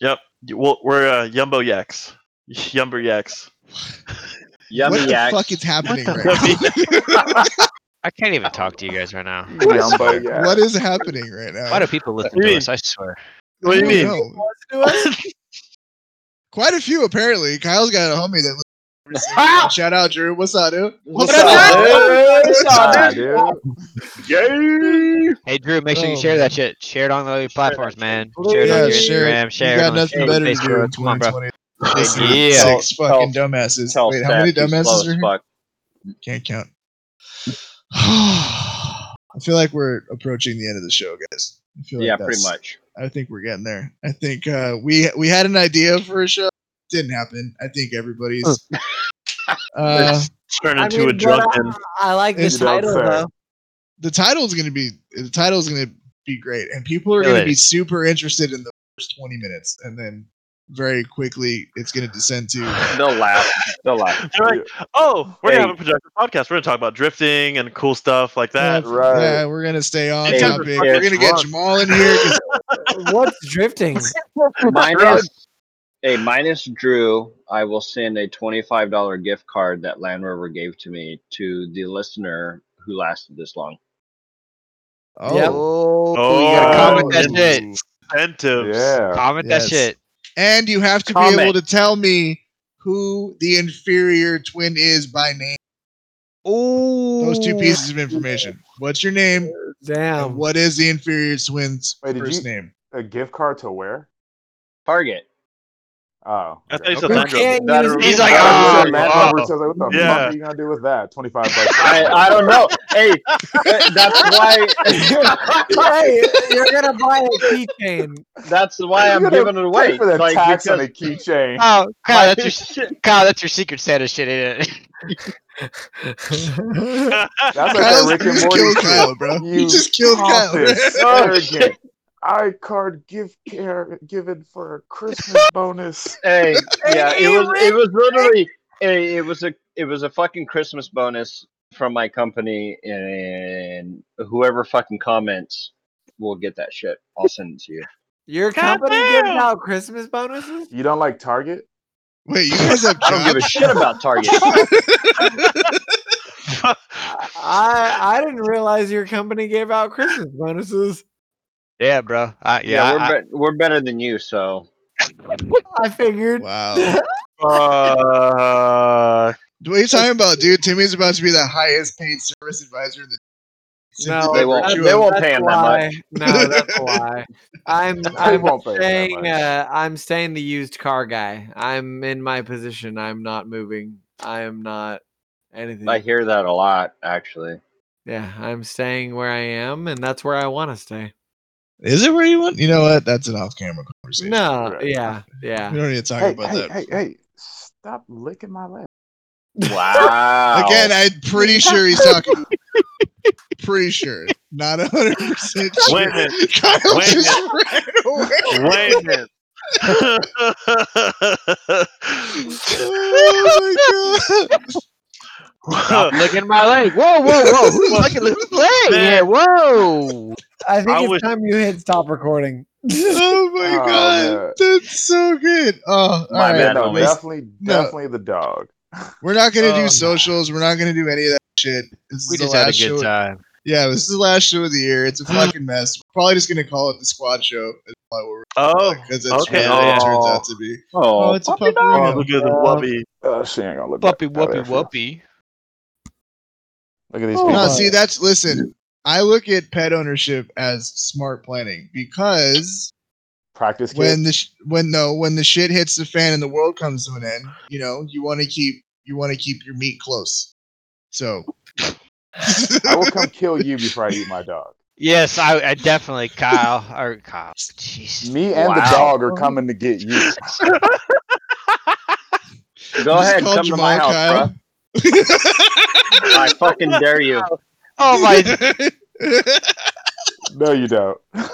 Speaker 5: Yep. You- Well, we're uh, Yumbo Yaks. Yumber Yaks.
Speaker 1: what
Speaker 6: Yummy
Speaker 1: the
Speaker 6: yak.
Speaker 1: fuck is happening right now?
Speaker 5: Yummy-
Speaker 2: I can't even talk to you guys right now.
Speaker 3: Yumbo
Speaker 1: [LAUGHS]
Speaker 3: yak.
Speaker 1: What is happening right now?
Speaker 2: Why do people listen
Speaker 5: What do
Speaker 2: to
Speaker 5: you
Speaker 2: us? I swear.
Speaker 5: what do you
Speaker 1: I
Speaker 5: mean?
Speaker 1: don't know. Quite a few apparently. Kyle's got a homie that.
Speaker 2: Ah!
Speaker 1: listens. Shout out Drew. What's up, dude?
Speaker 6: What's
Speaker 1: What's
Speaker 6: up,
Speaker 1: up,
Speaker 6: dude? What's up,
Speaker 3: Ah,
Speaker 6: dude?
Speaker 3: dude. Yay!
Speaker 2: Hey Drew, make sure you
Speaker 1: Oh,
Speaker 2: share
Speaker 1: man. Oh,
Speaker 2: that shit. Share it on all your platforms, man.
Speaker 4: Blue-
Speaker 2: Share it
Speaker 1: Yeah,
Speaker 2: on your
Speaker 1: share it.
Speaker 2: Instagram. Share
Speaker 1: you
Speaker 2: it
Speaker 1: got
Speaker 2: on
Speaker 1: nothing
Speaker 2: Facebook.
Speaker 1: better to do in
Speaker 2: Come on, bro.
Speaker 1: 2020. Listen to
Speaker 2: Yeah.
Speaker 1: Six fucking
Speaker 6: Tell-
Speaker 1: dumbasses.
Speaker 6: Tell
Speaker 1: Wait, how many
Speaker 6: Steph he's slow
Speaker 1: dumbasses are
Speaker 6: as
Speaker 1: here?
Speaker 6: fuck.
Speaker 1: Can't count. [SIGHS] I feel like we're approaching the end of the show, guys. I feel like
Speaker 6: Yeah, pretty
Speaker 1: that's-
Speaker 6: much.
Speaker 1: I think we're getting there. I think uh, we we had an idea for a show, didn't happen. I think everybody's. [LAUGHS] uh,
Speaker 5: Turn
Speaker 4: I
Speaker 5: into
Speaker 4: mean,
Speaker 5: a
Speaker 4: but
Speaker 5: drunken.
Speaker 4: I, I like the
Speaker 1: It's-
Speaker 4: title though.
Speaker 1: the title's gonna be the title's gonna be great, and people are gonna
Speaker 2: Really?
Speaker 1: be super interested in the first twenty minutes, and then very quickly it's gonna descend
Speaker 5: [LAUGHS]
Speaker 1: to.
Speaker 6: They'll laugh. They'll laugh.
Speaker 5: They're like, oh, we're
Speaker 6: uh, Hey.
Speaker 5: gonna have a productive podcast. We're gonna talk about drifting and cool stuff like that.
Speaker 1: Uh,
Speaker 3: right.
Speaker 1: Yeah, we're gonna stay on
Speaker 6: Hey,
Speaker 1: topic.
Speaker 5: it's
Speaker 1: We're gonna get
Speaker 5: wrong.
Speaker 1: Jamal in here. 'cause
Speaker 4: What's drifting?
Speaker 6: Minus, hey, minus Drew, I will send a twenty-five dollar gift card that Land Rover gave to me to the listener who lasted this long.
Speaker 1: [LAUGHS] Oh,
Speaker 4: Yep.
Speaker 2: Oh, you
Speaker 5: Oh.
Speaker 2: gotta comment that shit.
Speaker 5: Incentives. [LAUGHS]
Speaker 3: Yeah.
Speaker 2: Comment
Speaker 1: Yes.
Speaker 2: that shit.
Speaker 1: and you have to be
Speaker 6: Comment.
Speaker 1: able to tell me who the inferior twin is by name.
Speaker 2: Ooh.
Speaker 1: Those two pieces of information. What's your name? And
Speaker 4: Damn.
Speaker 1: what is the inferior twin's
Speaker 3: Wait, did
Speaker 1: first
Speaker 3: you-
Speaker 1: name?
Speaker 3: A gift card to where?
Speaker 6: Target.
Speaker 3: Oh.
Speaker 5: I thought you
Speaker 2: Okay.
Speaker 5: said
Speaker 4: Who
Speaker 5: Land Rover.
Speaker 4: can't
Speaker 6: That-
Speaker 4: use
Speaker 2: He's
Speaker 4: the-
Speaker 2: like,
Speaker 3: I
Speaker 2: oh,
Speaker 3: was gonna say Land
Speaker 2: oh.
Speaker 3: Rover, so I was like, what the
Speaker 5: Yeah.
Speaker 3: fuck are you gonna do with that? Twenty
Speaker 6: [LAUGHS]
Speaker 3: five bucks.
Speaker 6: I, I don't know. Hey, that's
Speaker 1: [LAUGHS]
Speaker 6: why. [LAUGHS]
Speaker 4: hey, [LAUGHS] you're gonna buy a keychain. [LAUGHS]
Speaker 3: [LAUGHS]
Speaker 6: that's why I'm
Speaker 3: You're gonna
Speaker 6: giving
Speaker 3: Pay
Speaker 6: it away.
Speaker 3: for the
Speaker 6: Like,
Speaker 3: tax on
Speaker 6: because-
Speaker 3: a keychain.
Speaker 6: [LAUGHS]
Speaker 2: Oh, Kyle, that's your Kyle, that's your secret Santa shit, ain't it? [LAUGHS]
Speaker 3: That's like
Speaker 1: Kyle's,
Speaker 3: that Rick
Speaker 1: you
Speaker 3: and
Speaker 1: just
Speaker 3: Morty
Speaker 1: killed
Speaker 3: shit.
Speaker 1: Kyle, bro. You,
Speaker 3: You
Speaker 1: just killed Kyle.
Speaker 3: Office
Speaker 6: [LAUGHS] Oh,
Speaker 3: arrogant. iCard gift care given for a
Speaker 6: [LAUGHS]
Speaker 3: Christmas bonus. [LAUGHS]
Speaker 6: Hey, yeah, it was it was literally a, it was a it was a fucking Christmas bonus from my company, and whoever fucking comments will get that shit. I'll send it to you.
Speaker 4: Your
Speaker 5: God
Speaker 4: company
Speaker 5: damn.
Speaker 4: gives out Christmas bonuses?
Speaker 3: You don't like Target?
Speaker 1: [LAUGHS] Wait, you guys have
Speaker 6: I don't give a
Speaker 1: jobs?
Speaker 6: shit about Target. [LAUGHS]
Speaker 4: I I didn't realize your company gave out Christmas bonuses.
Speaker 2: Yeah, bro. I,
Speaker 6: yeah,
Speaker 2: yeah,
Speaker 6: we're
Speaker 2: I-
Speaker 6: bet we're better than you, so
Speaker 4: I figured.
Speaker 1: Wow.
Speaker 5: Fuck.
Speaker 1: What are you talking about, dude? Timmy's about to be the highest paid service advisor in the.
Speaker 4: No, Uh,
Speaker 1: Simply by
Speaker 6: They won't-
Speaker 1: virtue
Speaker 6: they
Speaker 1: of-
Speaker 6: won't
Speaker 4: That's
Speaker 6: pay him that
Speaker 4: why.
Speaker 6: much. [LAUGHS]
Speaker 4: No, that's why. I'm
Speaker 3: I
Speaker 4: I'm
Speaker 3: won't pay him
Speaker 4: staying.
Speaker 3: that much.
Speaker 4: Uh, I'm staying the used car guy. I'm in my position. I'm not moving. I am not anything.
Speaker 6: I hear that a lot, actually.
Speaker 4: yeah, I'm staying where I am, and that's where I want to stay.
Speaker 1: Is it where you want? You know what? That's an off-camera conversation.
Speaker 4: No,
Speaker 3: Right.
Speaker 4: yeah, yeah.
Speaker 1: we don't need to talk
Speaker 3: Hey,
Speaker 1: about
Speaker 3: hey,
Speaker 1: that.
Speaker 3: hey, hey, stop licking my leg. [LAUGHS]
Speaker 6: Wow.
Speaker 1: Again, I'm [LAUGHS] pretty sure he's talking. pretty sure, not hundred percent sure.
Speaker 5: Wait a minute.
Speaker 1: Kyle
Speaker 5: Wait a
Speaker 1: just ran away.
Speaker 5: Wait a minute. [LAUGHS]
Speaker 1: [LAUGHS] Oh my god!
Speaker 2: [LAUGHS]
Speaker 5: I
Speaker 2: Look at my leg. Whoa,
Speaker 1: [LAUGHS]
Speaker 2: whoa, whoa. Who's looking at his leg? Yeah,
Speaker 5: Man.
Speaker 2: whoa.
Speaker 4: I think
Speaker 5: I
Speaker 4: it's
Speaker 5: wish-
Speaker 4: time you hit stop recording.
Speaker 1: Oh my
Speaker 3: Oh,
Speaker 1: god!
Speaker 3: man.
Speaker 1: That's so good. Oh, all
Speaker 6: My
Speaker 1: right.
Speaker 3: Yeah,
Speaker 6: bad,
Speaker 3: no,
Speaker 6: homie.
Speaker 3: definitely,
Speaker 1: No.
Speaker 3: definitely the dog.
Speaker 1: We're not gonna
Speaker 5: Oh,
Speaker 1: do
Speaker 5: no.
Speaker 1: socials. We're not gonna do any of that shit. This
Speaker 2: We
Speaker 1: is the
Speaker 2: just had a
Speaker 1: last
Speaker 2: good
Speaker 1: show.
Speaker 2: time.
Speaker 1: Yeah, this is the last show of the year. It's a fucking mess. We're probably just gonna call it the squad show. Is probably what
Speaker 5: Oh,
Speaker 1: [LAUGHS] we're because that's
Speaker 5: okay.
Speaker 1: really what it turns
Speaker 6: Oh.
Speaker 1: out to be.
Speaker 6: Oh,
Speaker 1: it's a
Speaker 6: puppy dog.
Speaker 1: pupperino.
Speaker 5: look at the
Speaker 4: Uh,
Speaker 5: wubby.
Speaker 3: Uh, she ain't gonna look
Speaker 2: Whoopee,
Speaker 3: back
Speaker 2: whoopee,
Speaker 3: at that.
Speaker 2: whoopee.
Speaker 3: Look at these
Speaker 4: Oh,
Speaker 3: people.
Speaker 1: No,
Speaker 4: But-
Speaker 1: see, that's listen. I look at pet ownership as smart planning because
Speaker 3: Practice kids.
Speaker 1: when the sh- when no when the shit hits the fan and the world comes to an end, you know you want to keep you want to keep your meat close. So [LAUGHS]
Speaker 3: I will come kill you before I eat my dog.
Speaker 2: Yes, I, I definitely, Kyle. Or Kyle. Jesus.
Speaker 3: Me and the
Speaker 2: Wow.
Speaker 3: dog are coming to get you.
Speaker 6: Go
Speaker 1: Just
Speaker 6: ahead,
Speaker 1: call
Speaker 6: come to my
Speaker 1: Jamal,
Speaker 6: house,
Speaker 1: Kyle.
Speaker 6: bruh. I fucking dare you.
Speaker 2: Oh, my.
Speaker 3: No, you don't.
Speaker 1: Uh,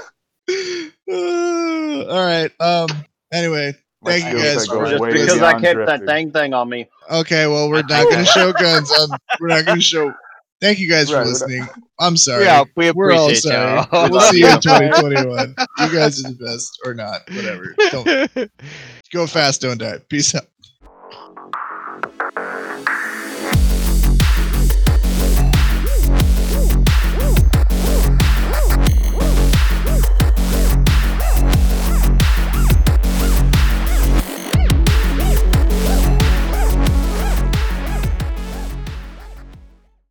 Speaker 1: all right. Um. Anyway,
Speaker 3: My
Speaker 1: Thank you
Speaker 3: skill
Speaker 1: guys
Speaker 3: set
Speaker 1: for-
Speaker 3: goes
Speaker 6: Just
Speaker 3: way
Speaker 6: because I
Speaker 3: beyond
Speaker 6: kept that
Speaker 3: drifting.
Speaker 6: dang thing on me.
Speaker 1: okay. Well, we're not
Speaker 6: [LAUGHS]
Speaker 1: gonna show guns. Um, we're not gonna show. Thank you guys
Speaker 3: Right,
Speaker 1: for
Speaker 3: we're not-
Speaker 1: listening. I'm [LAUGHS] sorry.
Speaker 2: Yeah, we
Speaker 1: We're all
Speaker 2: appreciate
Speaker 1: sorry.
Speaker 2: y'all.
Speaker 1: We'll
Speaker 6: Love
Speaker 2: [LAUGHS]
Speaker 1: see you in
Speaker 6: you.
Speaker 1: 2021. You guys are the best, or not, whatever. Don't go fast, don't die. Peace out.